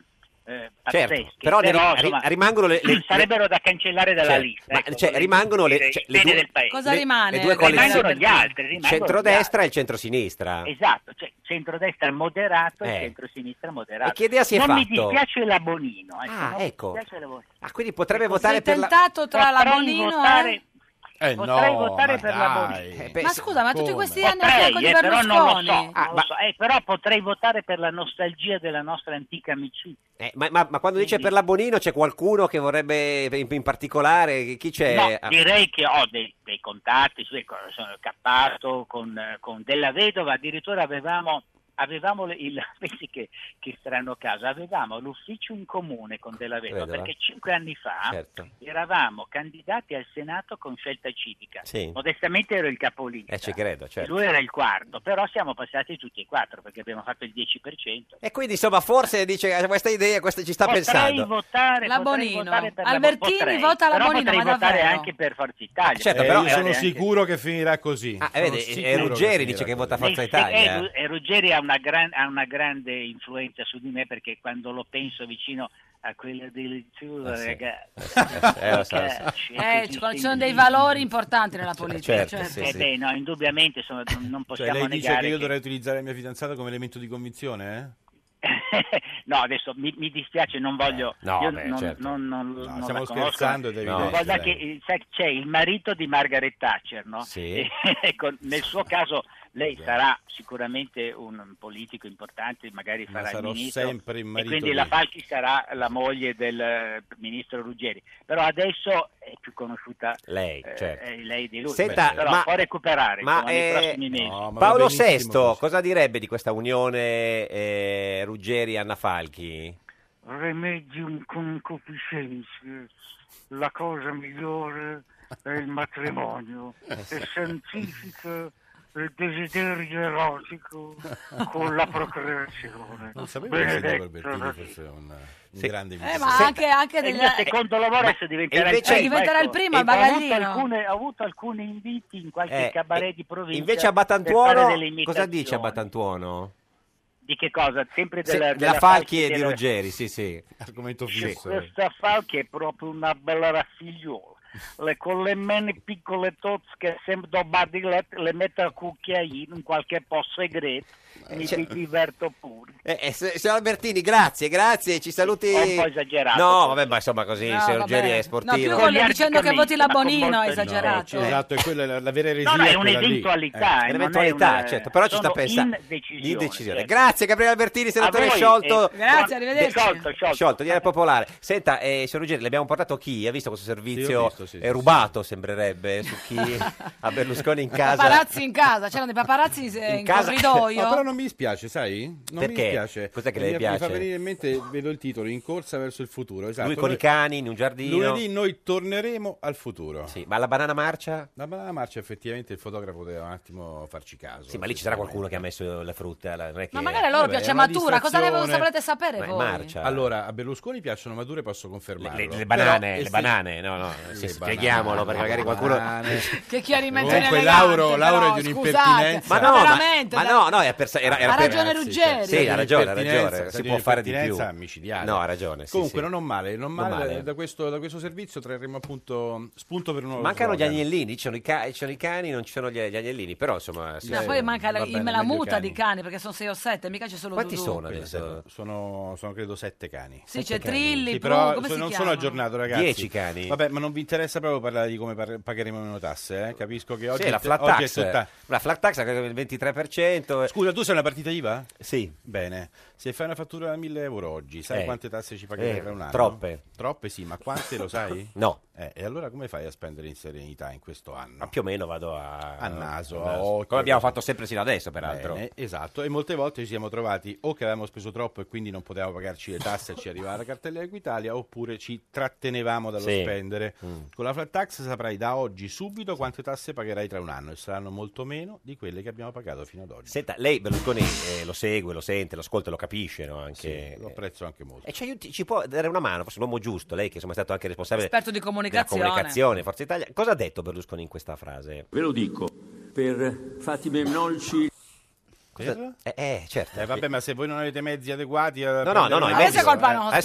L: eh,
B: Certo,
L: pazzesche,
B: però le ri- ri-
L: insomma,
B: rimangono le- le-
L: sarebbero da cancellare dalla
B: Certo,
L: lista.
B: ma,
L: ecco,
B: cioè,
L: vorrei
B: rimangono le,
L: dire,
B: cioè,
L: il
B: le
L: bene
B: due,
L: del paese.
A: Cosa
B: le-
A: rimane?
B: le due
L: Rimangono
B: coalizioni,
L: gli altri, rimangono gli
B: centrodestra e il centrosinistra.
L: altri. Esatto, cioè centrodestra moderato e
B: Eh.
L: centrosinistra moderato.
B: E che idea si è
L: non mi
B: fatto?
L: dispiace la Bonino. Ecco,
B: Ah,
L: non
B: ecco.
L: Mi dispiace la Bonino.
B: Ah, quindi potrebbe
L: Ecco,
B: votare
L: sei
B: per la...
A: tentato tra la
L: Potrei
A: Bonino
L: votare-
A: e...
J: Eh,
L: potrei
J: no,
L: votare
J: ma
L: per la
J: dai.
L: Bonino.
J: Eh, beh,
A: Ma scusa, ma tutti
J: come?
A: questi anni a
L: Potrei,
A: fianco di
L: eh, però non lo so,
A: Berlusconi?
B: Ah,
L: non lo so. Eh, però potrei votare per la nostalgia della nostra antica amicizia.
B: Eh, ma, ma- ma quando dice per la Bonino c'è qualcuno che vorrebbe in, in particolare? Chi c'è?
L: No,
B: Ah,
L: direi che ho dei, dei contatti, sì, con- sono Cappato, con, eh, con Della Vedova, addirittura avevamo, avevamo le- il, pensi che, che strano caso, avevamo l'ufficio in comune con Della Vedova,
B: Vedova.
L: perché cinque anni fa
B: certo.
L: eravamo candidati al Senato con scelta civica.
B: Sì.
L: Modestamente ero il capolista.
B: Eh, ci credo, certo.
L: Lui era il quarto, però siamo passati tutti e quattro perché abbiamo fatto il 10%.
B: E quindi, insomma, forse dice "Ah, questa idea, questa ci sta
L: Potrei
B: pensando.
L: votare,
A: La
L: potrei
A: Bonino.
L: votare per la-
A: Albertini
L: potrei,
A: vota la
L: però
A: Bonino,
L: potrei
A: ma
L: votare
A: davvero?
L: anche per Forza Italia.
B: certo,
J: Eh,
B: però-
J: io sono
B: eh,
J: sicuro che finirà così.
B: Ah, eh,
J: Sono
B: vede,
J: sicuro
B: è Ruggeri
J: finirà
B: dice che
J: così. Cioè,
B: vota Forza
L: Sì,
B: Italia.
L: eh, Ru- eh, Ruggeri ha una, gran- ha una grande influenza su di me perché quando lo penso vicino a quella deliziosa
B: Eh sì.
L: ragazza,
B: Eh, lo so, lo so.
L: ragazzi,
A: Eh, ci
L: così
A: ci sono dei
L: sensibile.
A: valori importanti nella politica.
B: certo,
A: cioè-
B: sì,
L: Eh beh, no, indubbiamente sono- non- non
J: Cioè,
L: possiamo
J: lei dice
L: negare
J: che io
L: che-
J: dovrei utilizzare la mia fidanzata come elemento di convinzione? Eh?
L: No, adesso mi, mi dispiace, non voglio.
B: Eh.
J: No,
L: io
J: beh,
L: non,
J: certo.
L: non- non- non la
J: stiamo
L: conosco.
J: scherzando, è evidente,
L: Guarda
J: dai.
L: che, eh, sai, c'è il marito di Margaret Thatcher, no?
J: Sì.
L: E- ecco, nel suo caso lei sarà sicuramente un politico importante, magari
J: Ma
L: farà il
J: sarò
L: ministro.
J: sempre il
L: e
J: marito
L: quindi
J: di-
L: la Falchi sarà la moglie del eh, ministro Ruggeri. Però adesso è più conosciuta
B: Lei,
L: eh,
B: certo.
L: eh, lei di lui.
B: Senta,
L: Però
B: ma-
L: può recuperare
B: Ma,
L: insomma, nei
B: eh,
L: prossimi mesi.
B: Paolo eh, VI cosa direbbe di questa unione Ruggeri-Anna Falchi?
N: remedium concupiscentiae, la cosa migliore è il matrimonio
J: Eh,
N: e santifica il desiderio erotico con la procreazione.
J: Non sapevo che il signor
N: Benedetto
J: Bertini
N: da Dio.
J: fosse un, un grande
A: Eh,
J: inventario.
A: ma anche, anche
L: E il
A: degli-
L: mio secondo lavoro adesso diventerà
J: invece-
L: il primo. ecco.
A: diventerà il primo, il bagaglino.
L: Ho avuto, alcune- ho avuto alcuni inviti in qualche
B: Eh,
L: cabaret
B: e-
L: di provincia.
B: Invece a
L: per fare delle
B: Batantuono, cosa
L: imitazioni.
B: dice a Batantuono?
L: Di che cosa? Sempre
B: Se-
L: della,
B: della,
L: della
B: Falchi e
L: della-
B: di Ruggeri, sì, sì.
J: Argomento
L: C'è questa Falchi è proprio una bella raffigliola. Le, con le mani piccole tozze sempre do badilette le metto a cucchiaino in qualche posto segreto mi
B: C'è-
L: mi diverto pure
B: cioè- Eh, eh, se- signor Albertini, grazie, grazie, ci saluti.
L: Ho un po' esagerato. cioè.
B: No, vabbè, ma insomma così,
A: No,
B: se
A: vabbè.
B: Ruggeri è
A: No, più
B: sportivo.
A: con le- dicendo che voti la
L: ma con
A: Bonino, è
L: molto-
A: esagerato.
B: cioè.
J: Sì, esatto, è quella la, la vera eresia.
L: No, no, è
J: quella lì.
L: un'eventualità, eh, non è
B: Eventualità,
L: una-
B: certo, però ci sta
L: sono
B: pensando.
L: indecisione,
B: Indecisione.
L: certo.
B: Grazie Gabriele Albertini, senatore
L: voi,
B: sciolto.
L: eh, grazie, arrivederci. Sciolto, sciolto.
B: Diario Popolare. Senta, eh, signor Ruggeri, l'abbiamo portato chi? Ha visto questo
J: Sì, ho
B: servizio?
J: visto, sì,
B: è
J: sì,
B: rubato, sembrerebbe, su chi a Berlusconi in casa.
A: Paparazzi in casa, c'erano dei paparazzi eh, in,
B: casa-
A: corridoio.
J: No, però non mi dispiace, sai? Non
B: Perché?
J: mi dispiace.
B: Cos'è che
J: Mi-
B: le
J: Mi fa
B: piace?
J: venire in mente, vedo il titolo, In corsa verso il futuro. Esatto.
B: Lui con i cani in un giardino.
J: Lunedì noi torneremo al futuro.
B: Sì, ma la banana marcia?
J: La banana marcia effettivamente il fotografo poteva un attimo farci caso.
B: Sì, ma lì ci sarà qualcuno che ha messo la frutta. la- non è
A: Ma
B: che-
A: magari a loro
J: Vabbè,
A: piace
J: è una
A: matura, cosa ne
J: distrazione.
A: volete sapere
B: Ma è
A: voi?
B: marcia.
J: Allora, a Berlusconi piacciono madure, posso confermarlo.
B: Le,
J: Però-
B: le banane,
J: e
B: le
J: se-
B: banane, no, no,
J: Le
B: sì, sì,
J: banane,
B: spieghiamolo perché magari qualcuno...
J: banane.
A: Che chiarimento
J: Comunque,
A: inelegante,
J: Lauro- Lauro è
A: però,
J: di
A: scusate.
J: un'impertinenza.
B: Ma no, ma-
A: veramente,
B: ma,
A: dai.
B: no, no, era per- era- era
A: Ha
B: per- eh,
A: ragione Ruggeri.
B: Sì, ha ragione, ha ragione,
J: Impertinenza,
B: si può fare di più.
J: impertinenza micidiale.
B: No, ha ragione, sì,
J: Comunque,
B: sì.
J: no, non male, non male,
B: Non male.
J: Da, questo, da questo servizio trarremo appunto spunto per un nuovo
B: Mancano gli
J: slogan.
B: agnellini, ci sono i, ca- ci sono i cani, non ci sono gli, gli agnellini, però insomma... sì,
A: No,
B: sì.
A: poi manca la,
B: Va
A: il-
B: bene,
A: la
B: meglio i
A: muta
B: cani.
A: di cani perché sono 6 o 7, mica ci sono
B: Quanti
A: Dudu.
B: sono
J: Quindi,
B: adesso?
J: sono- Sono, sono credo sette cani.
A: Sì, c'è Trilli,
J: Sì,
A: Bru,
J: però
A: come
J: so-
A: si
J: non
A: chiamano?
J: sono aggiornato, ragazzi.
B: Dieci cani?
J: Vabbè, ma non vi interessa proprio parlare di come par- pagheremo meno tasse. eh? Capisco che oggi,
B: Sì, la flat
J: oggi è
B: tax,
J: tutta.
B: la flat tax è il 23%.
J: Scusa, tu sei una partita IVA?
B: Sì.
J: Bene. Se fai una fattura da 1000 euro oggi, sai
B: Eh.
J: quante tasse ci pagherai
B: Eh,
J: per un anno?
B: troppe.
J: Troppe, sì, ma quante lo sai?
B: No.
J: Eh, e allora come fai a spendere in serenità in questo anno?
B: Ma più o meno vado a,
J: A naso,
B: a
J: a eh, occhio.
B: Come abbiamo fatto sempre sino adesso, peraltro.
J: Bene, esatto, e molte volte ci siamo trovati o che avevamo speso troppo e quindi non potevamo pagarci le tasse e ci arrivava la cartella Equitalia oppure ci trattenevamo dallo
B: Sì.
J: spendere.
B: Mm.
J: Con la flat tax saprai da oggi subito quante tasse pagherai tra un anno e saranno molto meno di quelle che abbiamo pagato fino ad oggi.
B: Senta, lei Berlusconi eh, lo segue, lo sente, lo ascolta, lo capisce, no? Anche...
J: Sì, lo apprezzo anche molto.
B: E ci, aiuti- ci può dare una mano, forse l'uomo giusto, lei che insomma è stato anche responsabile
A: Esperto di comunicazione.
B: della comunicazione, Forza Italia. Cosa ha detto Berlusconi in questa frase?
O: Ve lo dico, per fatti Menolci...
J: Per?
B: Eh, eh, certo.
J: Eh, vabbè, ma se voi non avete mezzi adeguati... No,
B: No, no, no, no, i mezzi- Adesso è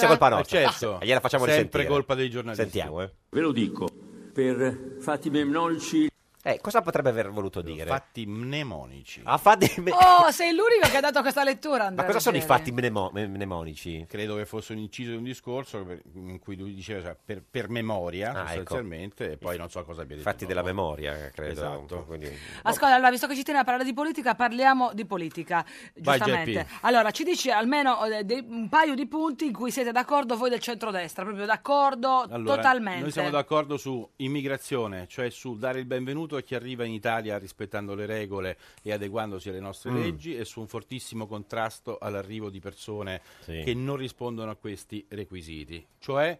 B: colpa nostra. Eh,
J: Certo.
B: Gliela facciamo
J: Sempre
B: risentire.
J: colpa dei giornalisti.
B: Sentiamo, eh.
O: Ve lo dico, per fatti Menolci...
B: Eh, cosa potrebbe aver voluto dire?
J: Fatti mnemonici.
B: Ah, fatti...
A: Oh, sei l'unico che ha dato questa lettura, Andrea
B: ma cosa sono i
A: Ruggeri.
B: fatti mnemo- mnemonici?
J: Credo che fosse un inciso di un discorso per- in cui lui diceva cioè, per, per memoria,
B: Ah, ecco.
J: sostanzialmente, e poi non so cosa abbia detto.
B: Fatti della memoria, credo.
J: Esatto.
B: un po', quindi-
A: Ascolta, allora, visto che ci tiene a parlare di politica, parliamo di politica,
B: Vai,
A: giustamente.
B: GP.
A: Allora, ci dici almeno eh, dei- un paio di punti in cui siete d'accordo voi del centrodestra, proprio d'accordo
J: Allora,
A: totalmente.
J: Noi siamo d'accordo su immigrazione, cioè su dare il benvenuto a chi arriva in Italia rispettando le regole e adeguandosi alle nostre
B: Mm.
J: leggi e su un fortissimo contrasto all'arrivo di persone
B: Sì.
J: che non rispondono a questi requisiti. Cioè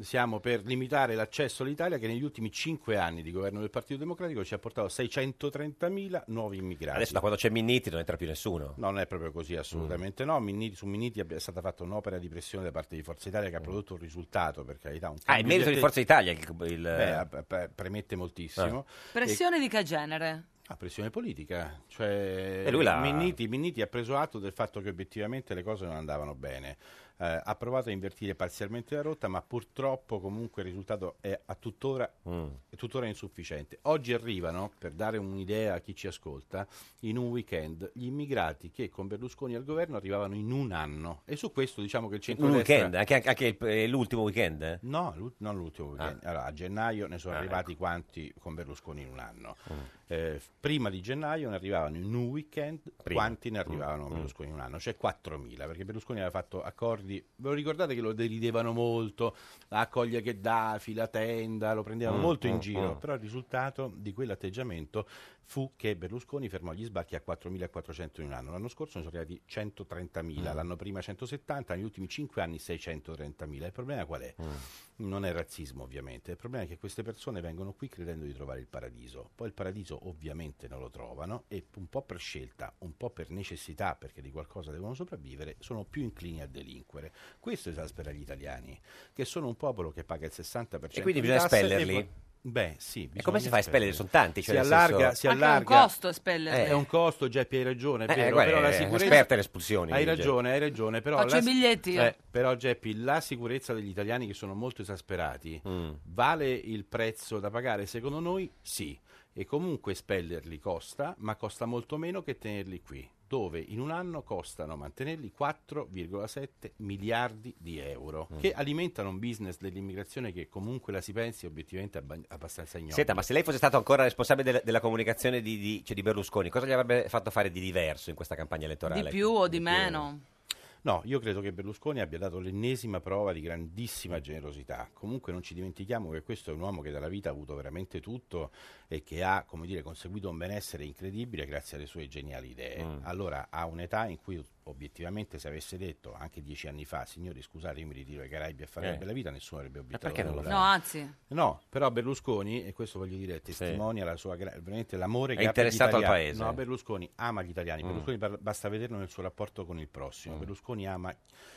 J: siamo per limitare l'accesso all'Italia che negli ultimi cinque anni di governo del Partito Democratico ci ha portato 630.000 nuovi immigrati.
B: Adesso da quando c'è Minniti non entra più nessuno.
J: No, Non è proprio così,
B: Mm.
J: assolutamente no. Minniti- su Minniti abbia- è stata fatta un'opera di pressione da parte di Forza Italia che ha prodotto un risultato, per carità. Un
B: Mm. Ah, è
J: cambio
B: merito di
J: atte-
B: Forza Italia il... il- Eh.
J: Beh, a- a- pre- premette moltissimo.
A: Pressione di che genere?
J: E- ah, pressione politica. Cioè,
B: E lui l'ha-
J: Minniti, Minniti ha preso atto del fatto che obiettivamente le cose non andavano bene. Eh, ha provato a invertire parzialmente la rotta, ma purtroppo comunque il risultato è a tuttora
B: Mm.
J: è tuttora insufficiente. Oggi arrivano, per dare un'idea a chi ci ascolta, in un weekend gli immigrati che con Berlusconi al governo arrivavano in un anno. E su questo diciamo che il
B: Un
J: centrodestra...
B: weekend, anche, anche il- eh, l'ultimo weekend? eh?
J: No, l'u- non
P: Ah.
J: l'ultimo weekend. Allora, a gennaio ne sono
B: Ah,
P: ecco.
J: arrivati quanti con Berlusconi in un anno.
P: Mm.
J: Eh, f- prima di gennaio ne arrivavano in un weekend
B: Prima.
J: quanti ne arrivavano con
B: Mm.
J: Berlusconi in un anno, cioè 4.000, perché Berlusconi aveva fatto accordi Kennedy, ve lo ricordate che lo deridevano molto, accoglie Gheddafi, la tenda, lo prendevano
P: Mm,
J: molto in
P: mm,
J: giro,
P: mm.
J: però il risultato di quell'atteggiamento fu che Berlusconi fermò gli sbarchi a 4.400 in un anno, l'anno scorso ne sono arrivati 130.000,
P: Mm.
J: l'anno prima 170, negli ultimi 5 anni 630.000, il problema qual è? Non è razzismo ovviamente, il problema è che queste persone vengono qui credendo di trovare il paradiso, poi il paradiso ovviamente non lo trovano e un po' per scelta, un po' per necessità, perché di qualcosa devono sopravvivere, sono più inclini a delinquere. Questo esaspera gli italiani, che sono un popolo che paga il 60%
B: E quindi
J: di
B: bisogna
J: tasse e
B: espellerli?
J: poi- Beh, sì.
B: E
J: bisogna
B: come si fa a espellerli?
J: espellerli.
B: Sono tanti, cioè
J: si
B: nel
J: allarga,
B: senso-
J: si
B: Anche è un
J: allarga. Eh,
B: costo espellerli.
J: È un costo, Geppi, hai ragione, è
B: Eh,
J: vero,
B: guarda,
J: però la
B: è
J: sicurezza...
B: esperta alle espulsioni,
J: Hai
B: Geppi.
J: ragione, hai ragione, però...
A: Faccio
J: la-
A: i biglietti io.
J: eh, però Geppi, la sicurezza degli italiani che sono molto esasperati
B: Mm.
J: vale il prezzo da pagare? Secondo noi sì. E comunque spellerli costa, ma costa molto meno che tenerli qui, dove in un anno costano mantenerli 4,7 miliardi di euro,
B: Mm.
J: che alimentano un business dell'immigrazione che comunque la si pensi obiettivamente abba- abbastanza ignoto.
B: Senta, ma se lei fosse stato ancora responsabile della, della comunicazione di, di- cioè di Berlusconi, cosa gli avrebbe fatto fare di diverso in questa campagna elettorale?
Q: Di più o di meno?
J: No, io credo che Berlusconi abbia dato l'ennesima prova di grandissima generosità. Comunque non ci dimentichiamo che questo è un uomo che dalla vita ha avuto veramente tutto e che ha, come dire, conseguito un benessere incredibile grazie alle sue geniali idee.
P: Mm.
J: Allora, ha un'età in cui obiettivamente se avesse detto anche dieci anni fa, signori scusate, io mi ritiro ai Caraibi a fare
P: Eh.
J: una bella vita, nessuno avrebbe obiettato.
P: perché non lo
J: nulla.
Q: No, anzi.
J: No, però Berlusconi, e questo voglio dire, testimonia la sua gra- veramente l'amore
B: È
J: che ha per gli
B: interessato al
J: italiani.
B: paese.
J: No, Berlusconi ama gli italiani.
B: Mm.
J: Berlusconi par- basta vederlo nel suo rapporto con il prossimo. Berlusconi ama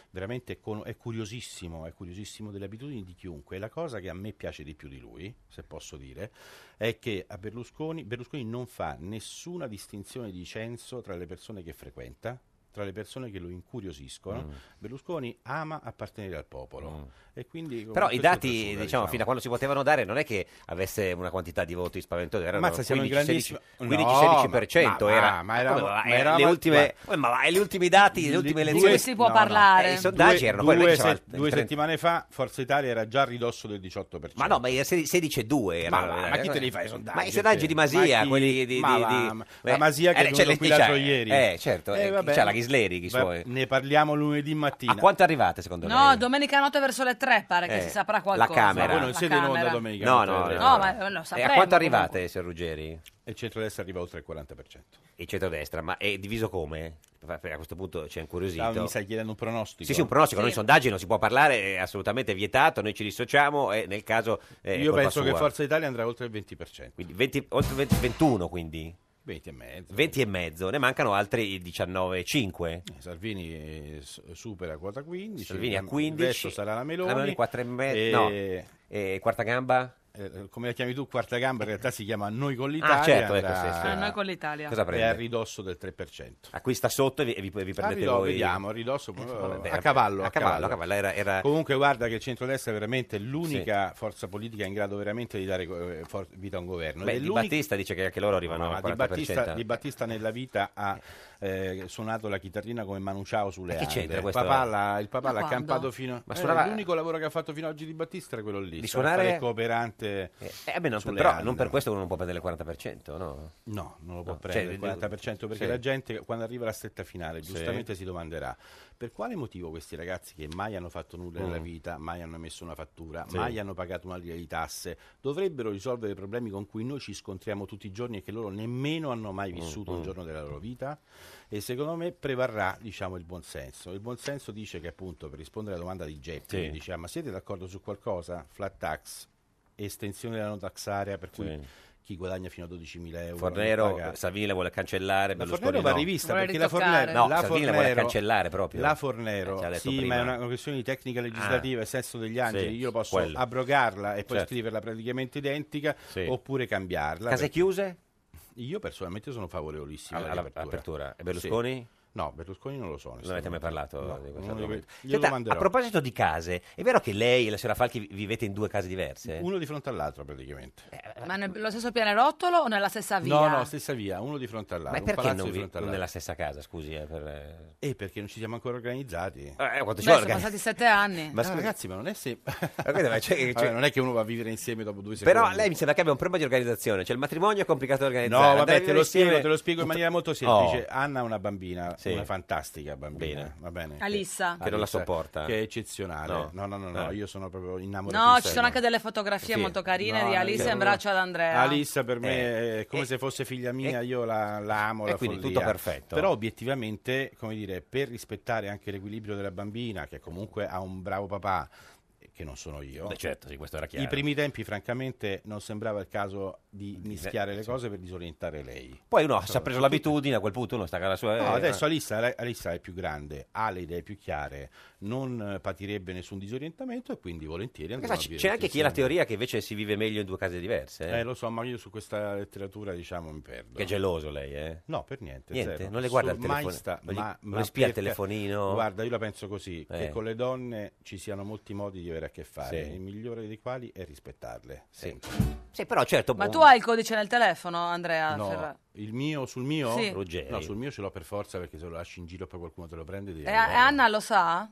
J: veramente con- è curiosissimo, è curiosissimo delle abitudini di chiunque. E La cosa che a me piace di più di lui, se posso dire, è che a Berlusconi Berlusconi non fa nessuna distinzione di censo tra le persone che frequenta tra le persone che lo incuriosiscono,
B: Mm.
J: Berlusconi ama appartenere al popolo e quindi
B: Però i
J: questa è
B: dati,
J: la sua
B: diciamo,
J: sua,
B: fino a quando si potevano dare, non è che avesse una quantità di voti spaventosi, erano
J: Mazza, siamo in
B: 15-16%
J: grandissimo- No,
B: 15-16%,
J: ma- ma-
B: era,
J: ma eravamo-
B: come va?
J: ma
B: Eh, le
J: eravamo-
B: ultime,
J: guarda.
B: eh, ma va, gli ultimi dati, le ultime
J: Due-
B: elezioni.
J: due-
A: si può parlare.
B: eh, I sondaggi
J: due,
B: erano
J: due
B: quelli che
J: se-
B: dicevano il
J: due
B: 30.
J: settimane fa Forza Italia era già a ridosso del 18%.
B: Ma no, ma i 16 e 2
J: Ma
B: erano.
J: va, ma chi te li fa i sondaggi?
B: eh,
J: cioè?
B: Ma i sondaggi di Masia,
J: Ma chi-
B: quelli di... di-
J: ma
B: di-
J: va,
B: di-
J: ma- la Masia che
B: eh,
J: è venuto
B: c'è-
J: qui
B: c'è-
J: l'altro ieri.
B: Eh, certo,
J: Eh,
B: eh,
J: vabbè.
B: c'è la Ghisleri, chi
J: Va-
B: suoi.
J: Ne parliamo lunedì mattina.
B: A quanto arrivate secondo lei?
A: No, domenica notte verso le tre pare che
B: Eh,
A: si saprà qualcosa.
B: La Camera.
J: Ma voi non
A: La siete in onda Camera. domenica
B: No,
J: notte,
B: no,
J: vedrete.
A: No, ma, eh, lo
B: E
A: sapremo
B: a
A: comunque.
B: quanto arrivate, Serruggeri?
J: Il centrodestra arriva oltre il 40%.
B: Il centrodestra, ma è diviso come? A questo punto c'è incuriosito.
J: Stavo- Ah, mi stai chiedendo un pronostico.
B: Sì, sì, un pronostico. Noi
J: Sì.
B: sondaggi non si può parlare, è assolutamente vietato, noi ci dissociamo e nel caso... eh, è
J: Io
B: colpa
J: penso che
B: sua.
J: Forza Italia andrà oltre il 20%.
B: Quindi 20 oltre 20 21 quindi?
J: 20 e mezzo.
B: 20 e mezzo, ne mancano altri 19,5.
J: Salvini eh, s- supera quota 15.
B: Salvini a
J: il
B: 15.
J: resto sarà la Meloni. eh,
B: La Meloni 4 e mezzo.
J: E- Eh,
B: No. E quarta gamba?
J: come la chiami tu quarta gamba? In realtà si chiama Noi con l'Italia.
B: Ah, certo, ecco,
J: andrà- Eh,
B: sì, sì.
A: Ah, noi con l'Italia.
B: Cosa
J: È
B: prende?
J: a ridosso del 3%.
B: Ah, qui sta sotto e vi, e vi- e vi prendete
J: ridosso,
B: voi.
J: Ah,
B: Eh,
J: vediamo, a ridosso, proprio-
B: vabbè,
J: a cavallo,
B: a cavallo, a cavallo, era- era-
J: Comunque guarda che il centrodestra è veramente l'unica forza politica in grado veramente di dare eh, for- vita a un governo. Ed
B: Beh,
J: è
B: Di
J: l'unica-
B: Battista dice che anche loro arrivano
J: Ma
B: al
J: Di
B: 40%.
J: Battista, Di Battista nella vita ha eh, suonato la chitarrina come Manu Chao sulle
B: Ma chi
J: Ande.
B: c'entra
J: Il
B: questo?
J: papà l'ha- il papà
B: Ma
J: l'ha
B: quando?
J: campato fino
B: Ma
J: eh,
B: suonava-
J: L'unico lavoro che ha fatto fino ad oggi Di Battista è quello lì.
B: Di
J: sta a
B: suonare-
J: fare il cooperante
B: Eh, beh, non-
J: sulle
B: però
J: Ande.
B: non per questo uno non può prendere il 40%, no?
J: No, non lo può
B: No,
J: prendere
B: cioè,
J: il 40% perché
B: sì.
J: la gente quando arriva alla stretta finale
B: Sì.
J: giustamente si domanderà per quale motivo questi ragazzi che mai hanno fatto nulla nella
B: Mm.
J: vita, mai hanno messo una fattura,
B: Sì.
J: mai hanno pagato una lira di tasse, dovrebbero risolvere i problemi con cui noi ci scontriamo tutti i giorni e che loro nemmeno hanno mai vissuto
B: mm.
J: un giorno della loro vita? E secondo me prevarrà diciamo, il buonsenso. Il buonsenso dice che appunto per rispondere alla domanda di Geppi,
B: Sì.
J: che diceva ma siete d'accordo su qualcosa? Flat tax, estensione della no tax area per cui...
B: Sì.
J: Chi guadagna fino a 12.000 euro non
B: Fornero,
J: paga-
B: Salvini la vuole cancellare,
J: la
B: Berlusconi
J: Fornero va
B: no.
J: rivista perché la
B: ritoccare.
J: Fornero,
B: No,
J: la
B: Salvini la
J: Fornero-
B: vuole cancellare proprio.
J: La
B: Eh, ce l'ha
J: Fornero,
B: detto
J: sì,
B: prima.
J: ma è una una questione di tecnica legislativa
B: Ah.
J: e senso degli angeli.
B: Sì,
J: Io posso
B: quello.
J: abrogarla e poi
B: Certo.
J: scriverla praticamente identica
B: Sì.
J: oppure cambiarla.
B: Case
J: perché-
B: chiuse?
J: Io personalmente sono favorevolissimo
B: Alla-
J: all'apertura.
B: all'apertura. E Berlusconi?
J: No, Berlusconi non lo so.
B: Non avete mai parlato di questo argomento.
J: Io
B: Senta,
J: domanderò.
B: a proposito di case, è vero che lei e la signora Falchi vi- vivete in due case diverse?
J: Uno di fronte all'altro praticamente.
A: Ma nello stesso pianerottolo o nella stessa via?
J: No, no, stessa via, uno di fronte all'altro.
B: Ma
J: un
B: perché
J: palazzo
B: non,
J: di
B: vi-
J: fronte
B: non
J: all'altro.
B: nella stessa casa, scusi? eh, per, eh.
J: Eh, perché non ci siamo ancora organizzati.
B: quanto
A: Beh, sono passati sette anni.
J: Ma Ah, ragazzi, ma non è se...
B: guarda, ma c'è- c'è-
J: Vabbè, non è che uno va a vivere insieme dopo due secondi.
B: cioè Però lei mi sembra che abbia un problema di organizzazione, cioè il matrimonio è complicato da
J: No,
B: organizzare.
J: vabbè,
B: andare a
J: te lo,
B: vivere
J: spiego,
B: insieme-
J: te lo spiego in
B: Un-
J: maniera molto
B: Oh.
J: semplice. Anna ha una bambina,
B: Sì.
J: una fantastica bambina, va bene?
A: Alissa.
B: Che non la
J: Alissa,
B: sopporta.
J: Che è eccezionale.
B: No.
J: No, no, no, no,
B: Eh.
J: io sono proprio innamorato.
A: No, ci sono anche delle fotografie
J: Sì.
A: molto carine
J: No,
A: di Alissa
J: Alissa-
A: in braccio ad Andrea.
J: Alissa per me è come se fosse figlia mia, io la, la amo,
B: Eh. e
J: la
B: quindi
J: follia.
B: tutto perfetto.
J: Però obiettivamente, come dire, per rispettare anche l'equilibrio della bambina, che comunque ha un bravo papà, eh, che non sono io.
B: Beh, certo, sì, questo era chiaro.
J: I primi tempi, francamente, non sembrava il caso di mischiare le cose per disorientare lei.
B: Poi uno si è preso l'abitudine, a quel punto uno sta con la sua...
J: No,
B: eh,
J: adesso Alissa, Alissa è più grande, ha le idee più chiare, non eh, patirebbe nessun disorientamento e quindi volentieri andrà
B: Perché
J: a
B: sa-
J: vivere
B: c'è anche chi ha la
J: insieme.
B: teoria che invece si vive meglio in due case diverse. eh.
J: Eh, lo so, ma io su questa letteratura diciamo mi perdo.
B: Che è geloso lei, eh?
J: No, per niente.
B: Niente,
J: zero.
B: non le guarda il
J: mai
B: telefono-
J: sta-
B: non gli-
J: ma,
B: non
J: ma
B: le spia il
J: perché-
B: telefonino?
J: Guarda, io la penso così,
B: Eh.
J: che con le donne ci siano molti modi di avere a che fare,
B: Sì.
J: il migliore dei quali è rispettarle. sempre.
B: Sì, però certo...
A: Ma
J: boh.
A: tu hai il codice nel telefono, Andrea? Ferra-
J: No, il mio, sul mio?
A: Sì.
B: Ruggeri.
J: No, sul mio ce l'ho per forza perché se lo lasci in giro poi qualcuno te lo prende.
A: E,
J: E,
A: e Eh, Anna lo sa?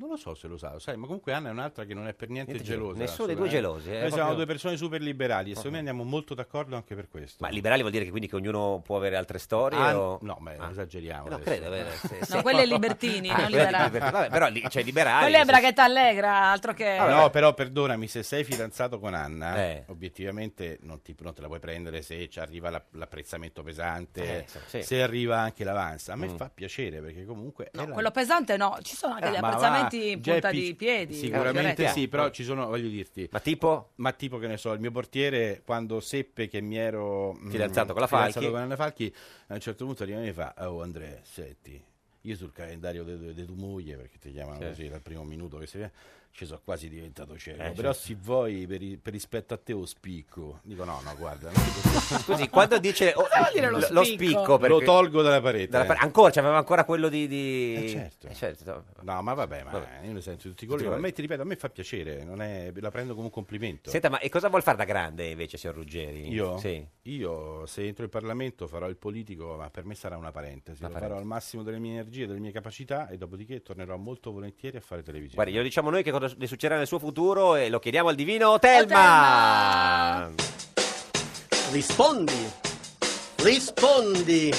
J: Non lo so se lo sa, lo sai, ma comunque Anna è un'altra che non è per niente,
B: Niente geloso.
J: gelosa.
B: Nessuno dei due
J: assolutamente.
B: gelosi, eh,
J: Noi siamo
B: proprio-
J: due persone super liberali e secondo me andiamo molto d'accordo anche per questo.
B: Ma liberali vuol dire che quindi che ognuno può avere altre storie?
J: Ah,
B: o-
J: no, ma esageriamo
B: No,
J: adesso.
B: credo. vero, Ah, sì,
J: No,
B: sì.
A: Ah, No, quelli libertini, non
B: quelli
A: liberali.
B: liber- Vabbè, però lì c'è
J: cioè,
B: liberali.
A: Quella è
B: nel
A: braghetta allegra, altro che...
J: Ah, no, però perdonami, se sei fidanzato con Anna,
B: Eh.
J: obiettivamente non, ti- non te la puoi prendere se ci arriva la- l'apprezzamento
B: Eh,
J: pesante,
B: insomma, sì.
J: se arriva anche l'avanza. A me
B: Mm.
J: fa piacere perché comunque... è la-
A: Quello pesante no, ci sono anche
J: Eh,
A: gli
J: ma va,
A: Ah, apprezzamenti in
J: già è
A: punta
J: pic-
A: di piedi.
J: Sicuramente
A: fioretti.
J: sì, però ci sono, voglio dirti.
B: Ma tipo?
J: Ma tipo che ne so, il mio portiere quando seppe che mi ero mm,
B: Fidanzato con la
J: fidanzato
B: Falchi.
J: con Anna Falchi, a un certo punto arriva e mi fa "Oh Andrea, senti, io sul calendario di tua moglie, perché ti chiamano
B: Sì.
J: così dal primo minuto che si vede, ci sono quasi diventato cieco.
B: Eh,
J: però
B: certo.
J: se vuoi, per, i- per rispetto a te, lo spicco. Dico no, no, guarda. non ti posso-
B: Scusi, quando dice oh,
J: Cosa vuol dire lo
B: l- lo
J: spicco?
B: spicco
J: Lo tolgo dalla parete.
B: Dalla pare- ancora c'aveva ancora quello di, di...
J: Eh, certo.
B: Eh, certo.
J: No, ma vabbè, ma io ne sento tutti i colori. Ma
B: Tutti
J: a
B: i
J: me, ti ripeto, a me fa piacere, non è- la prendo come un complimento.
B: Senta, ma e cosa vuol fare da grande invece, signor Ruggeri?
J: Io?
B: Sì.
J: Io se entro in Parlamento farò il politico, ma per me sarà una parentesi.
B: Una
J: Lo
B: parentesi.
J: farò al massimo delle mie energie, delle mie capacità e dopodiché tornerò molto volentieri a fare televisione.
B: Guardi, glielo diciamo noi che cosa le succederà nel suo futuro e lo chiediamo al divino Telma!
P: Rispondi, rispondi,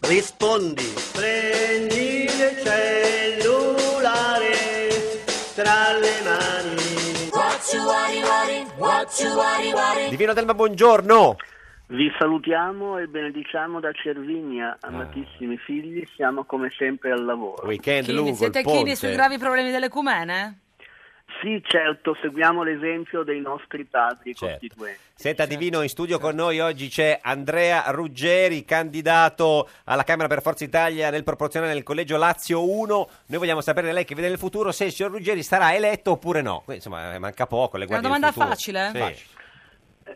P: rispondi. Prendi il cellulare tra le mani.
D: What you worry, worry, what you worry, worry.
B: Divino Telma, buongiorno!
P: Vi salutiamo e benediciamo da Cervigna,
B: Ah.
P: amatissimi figli, siamo come sempre al lavoro.
B: Weekend
A: Chini, Eh, siete chini sui gravi problemi delle cumene?
P: Sì, certo, seguiamo l'esempio dei nostri padri
B: Certo.
P: costituenti.
B: Senta Divino, in studio con noi oggi c'è Andrea Ruggeri, candidato alla Camera per Forza Italia nel proporzionale del Collegio Lazio 1. Noi vogliamo sapere da lei che vede nel futuro se il signor Ruggeri sarà eletto oppure no. Qui, Insomma, eh, manca poco. Le
A: È una
B: guardie del
A: domanda
B: futuro.
A: facile, eh?
B: Sì.
A: Facile.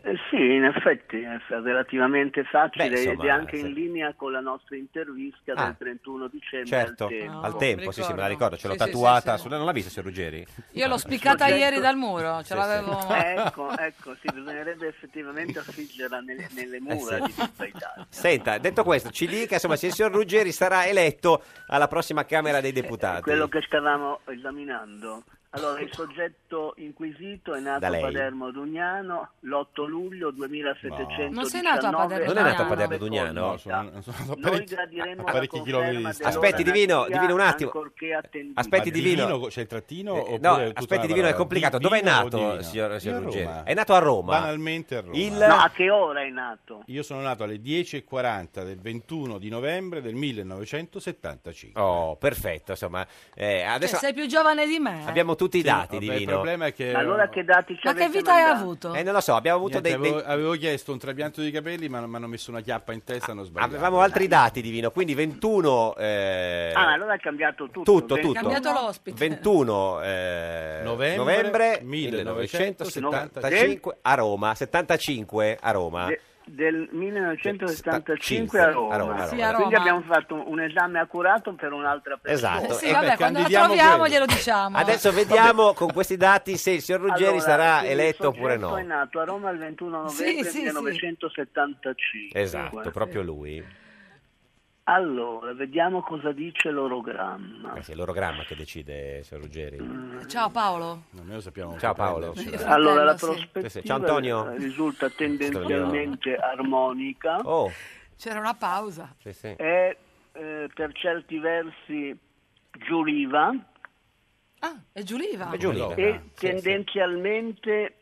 P: Eh, sì, in effetti è relativamente facile
B: Beh, insomma,
P: ed è anche
B: sì.
P: in linea con la nostra intervista
B: Ah.
P: del 31 dicembre.
B: Certo,
P: al tempo.
B: al tempo, sì, sì, me la ricordo, ce l'ho
P: Sì, sì,
B: tatuata.
P: sì, sì.
B: sulla- Non l'ha vista, signor Ruggeri?
A: Io l'ho spiccata
P: Soggetto-
A: ieri dal muro, ce l'avevo...
P: Ecco, ecco, sì, bisognerebbe effettivamente affiggerla nelle, nelle
B: Eh,
P: mura
B: sì.
P: di tutta Italia.
B: Senta, detto questo, ci dica insomma, se il signor Ruggeri sarà eletto alla prossima Camera dei Deputati.
P: Quello che stavamo esaminando. Allora, il soggetto inquisito è nato
B: Da
P: a
B: lei.
P: Padermo Dugnano l'8 luglio 2719.
A: No. Non sei nato a Padermo
B: Non è nato a Paderno Dugnano?
J: No, sono, sono a
P: Esatto. Noi
J: parecchi,
P: gradiremmo
J: a
P: la
J: parecchi chilometri di
P: conferma
J: distanza.
B: Aspetti, Divino, Divino un attimo.
P: ancorché attendibile.
B: Aspetti,
J: Ma
B: Divino.
J: C'è il trattino?
B: Eh,
J: oppure
B: no,
J: è tutta
B: aspetti
J: una
B: Divino, è
J: parola?
B: complicato.
J: Divino
B: Dove è nato,
J: o Divino?
B: signor, signor
J: Io a
B: Ruggeri?
J: Roma.
B: È nato a Roma.
J: Banalmente a Roma.
B: Il-
P: No, a che ora è nato?
J: Io sono nato alle 10.40 del 21 di novembre del 1975.
B: Oh, perfetto, insomma. eh, adesso
A: Cioè, sei più giovane di me?
B: Eh. abbiamo tutti i dati,
J: vabbè,
B: Divino.
J: il problema è che...
P: Allora che dati ci
A: Ma che
P: avete
A: vita hai
P: mandato?
A: avuto?
B: Eh, non lo so, abbiamo avuto
J: Niente,
B: dei, dei-
J: avevo, avevo chiesto un trapianto di capelli, ma mi hanno messo una chiappa in testa e
B: Ah,
J: hanno sbagliato.
B: Avevamo altri dati, Divino, quindi 21... eh,
P: Ah, allora è cambiato tutto.
B: tutto,
P: Venti-
B: tutto.
A: Cambiato l'ospite.
B: 21 eh,
J: Novembre
B: novembre, 1975 a Roma. 75 a Roma.
P: de- del 1975
B: Ah. Sì,
P: a
B: sì,
P: Roma.
B: a Roma, a Sì,
A: Roma. a
P: Quindi
A: Roma.
P: abbiamo fatto un- un esame accurato per un'altra persona.
B: Esatto.
A: Sì,
B: Eh,
A: vabbè,
B: beh,
A: quando la
B: candidiamo
A: troviamo
B: quello.
A: glielo diciamo.
B: Adesso vediamo con questi dati se il signor Ruggeri
P: Allora,
B: sarà
P: il
B: eletto oppure
P: soggetto
B: no.
P: è nato a Roma il 21
A: Sì,
P: novembre
A: sì, sì.
P: 1975.
B: Esatto, proprio lui.
P: Allora, vediamo cosa dice l'orogramma.
B: Eh, sì, è l'orogramma che decide, signor Ruggeri.
A: Ciao Paolo.
J: Noi lo sappiamo.
B: Ciao Paolo.
P: Allora, la
A: sì.
P: prospettiva
B: Ciao Antonio.
P: risulta tendenzialmente armonica.
B: Oh,
A: C'era una pausa.
B: sì, sì.
P: È eh, per certi versi giuriva
A: Ah, è Giuliva.
P: e tendenzialmente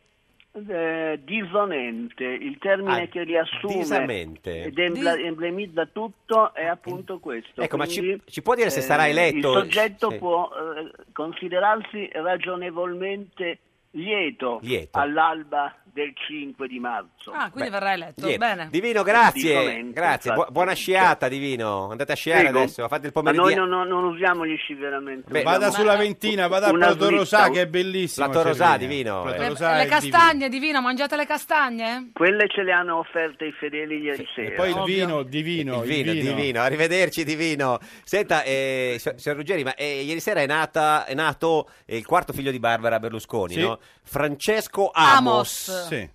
P: eh, disonente. Il termine
B: Ah,
P: che riassume
B: disamente.
P: ed embla- emblemizza tutto è appunto questo.
B: Ecco, ma ci-
P: Quindi, eh,
B: ci può dire se sarà eletto?
P: Il soggetto
B: Sì.
P: può eh, considerarsi ragionevolmente lieto,
B: Lieto.
P: all'alba del 5 di marzo.
A: Ah, quindi verrà eletto.
B: Lieto.
A: Bene.
B: Divino, grazie.
P: Disamente,
B: grazie. Bu-
P: infatti.
B: buona sciata, Divino. Andate a sciare
P: Prego.
B: adesso. Fate il
P: Ma noi
B: pomeriggio.
P: non, non- non usiamo gli sci veramente.
B: Beh,
J: Vada sulla Ventina, vada a
P: Una
J: Plato
P: slitta,
J: Rosà
P: un-
J: che è bellissimo.
B: Plato Rosà,
J: Cervini.
B: divino,
J: Plato
B: eh.
J: Rosà
A: Le
J: è
A: castagne, divino, mangiate le castagne?
P: Quelle ce le hanno offerte i fedeli ieri sera.
J: poi il vino, divino,
B: Il vino, divino, arrivederci divino. Senta, eh, si- signor Ruggeri, ma eh, ieri sera è, nata, è nato eh, il quarto figlio di Barbara Berlusconi,
J: Sì.
B: no? Francesco Amos. Eh,
J: Sì.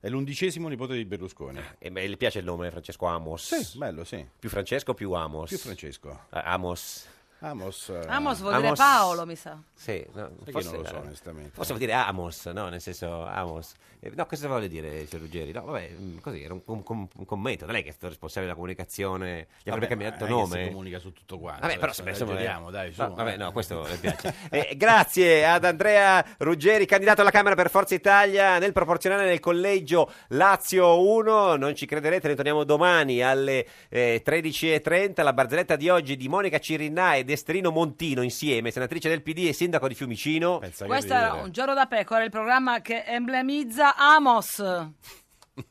J: È l'undicesimo nipote di Berlusconi.
B: E beh, le piace il nome Francesco Amos?
J: Sì, bello, sì.
B: Più Francesco o più Amos?
J: Più Francesco.
B: Eh, Amos.
J: Amos. eh.
A: Amos vuol dire Paolo, mi sa.
B: Sì, no,
J: che non lo so, onestamente.
B: Forse vuol dire Amos, no? Nel senso Amos. Eh, no, cosa voglio dire, signor Ruggeri? No, vabbè, mm, così, era un, un- un commento. Non è che è stato responsabile della comunicazione, gli
J: Vabbè,
B: avrebbe cambiato
J: ma non è che
B: nome.
J: Si comunica su tutto quanto.
B: Vabbè, però
J: adesso,
B: beh, insomma,
J: esageriamo,
B: eh.
J: dai, su.
B: No, vabbè, no, questo le piace. Eh, grazie ad Andrea Ruggeri, candidato alla Camera per Forza Italia nel proporzionale del collegio Lazio 1. Non ci crederete, ne torniamo domani alle eh, 13.30. La barzelletta di oggi di Monica Cirinà e Destrino Montino insieme, senatrice del PD e sindaco di Fiumicino.
A: Questo era un giorno da pecora, il programma che emblemizza Amos.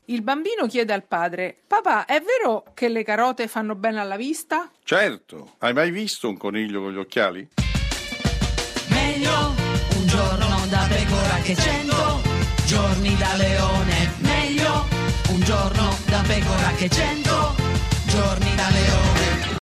Q: Il bambino chiede al padre: Papà, è vero che le carote fanno bene alla vista?
R: Certo, hai mai visto un coniglio con gli occhiali?
S: Meglio un giorno da pecora che cento giorni da leone. Meglio un giorno da pecora che cento giorni da leone.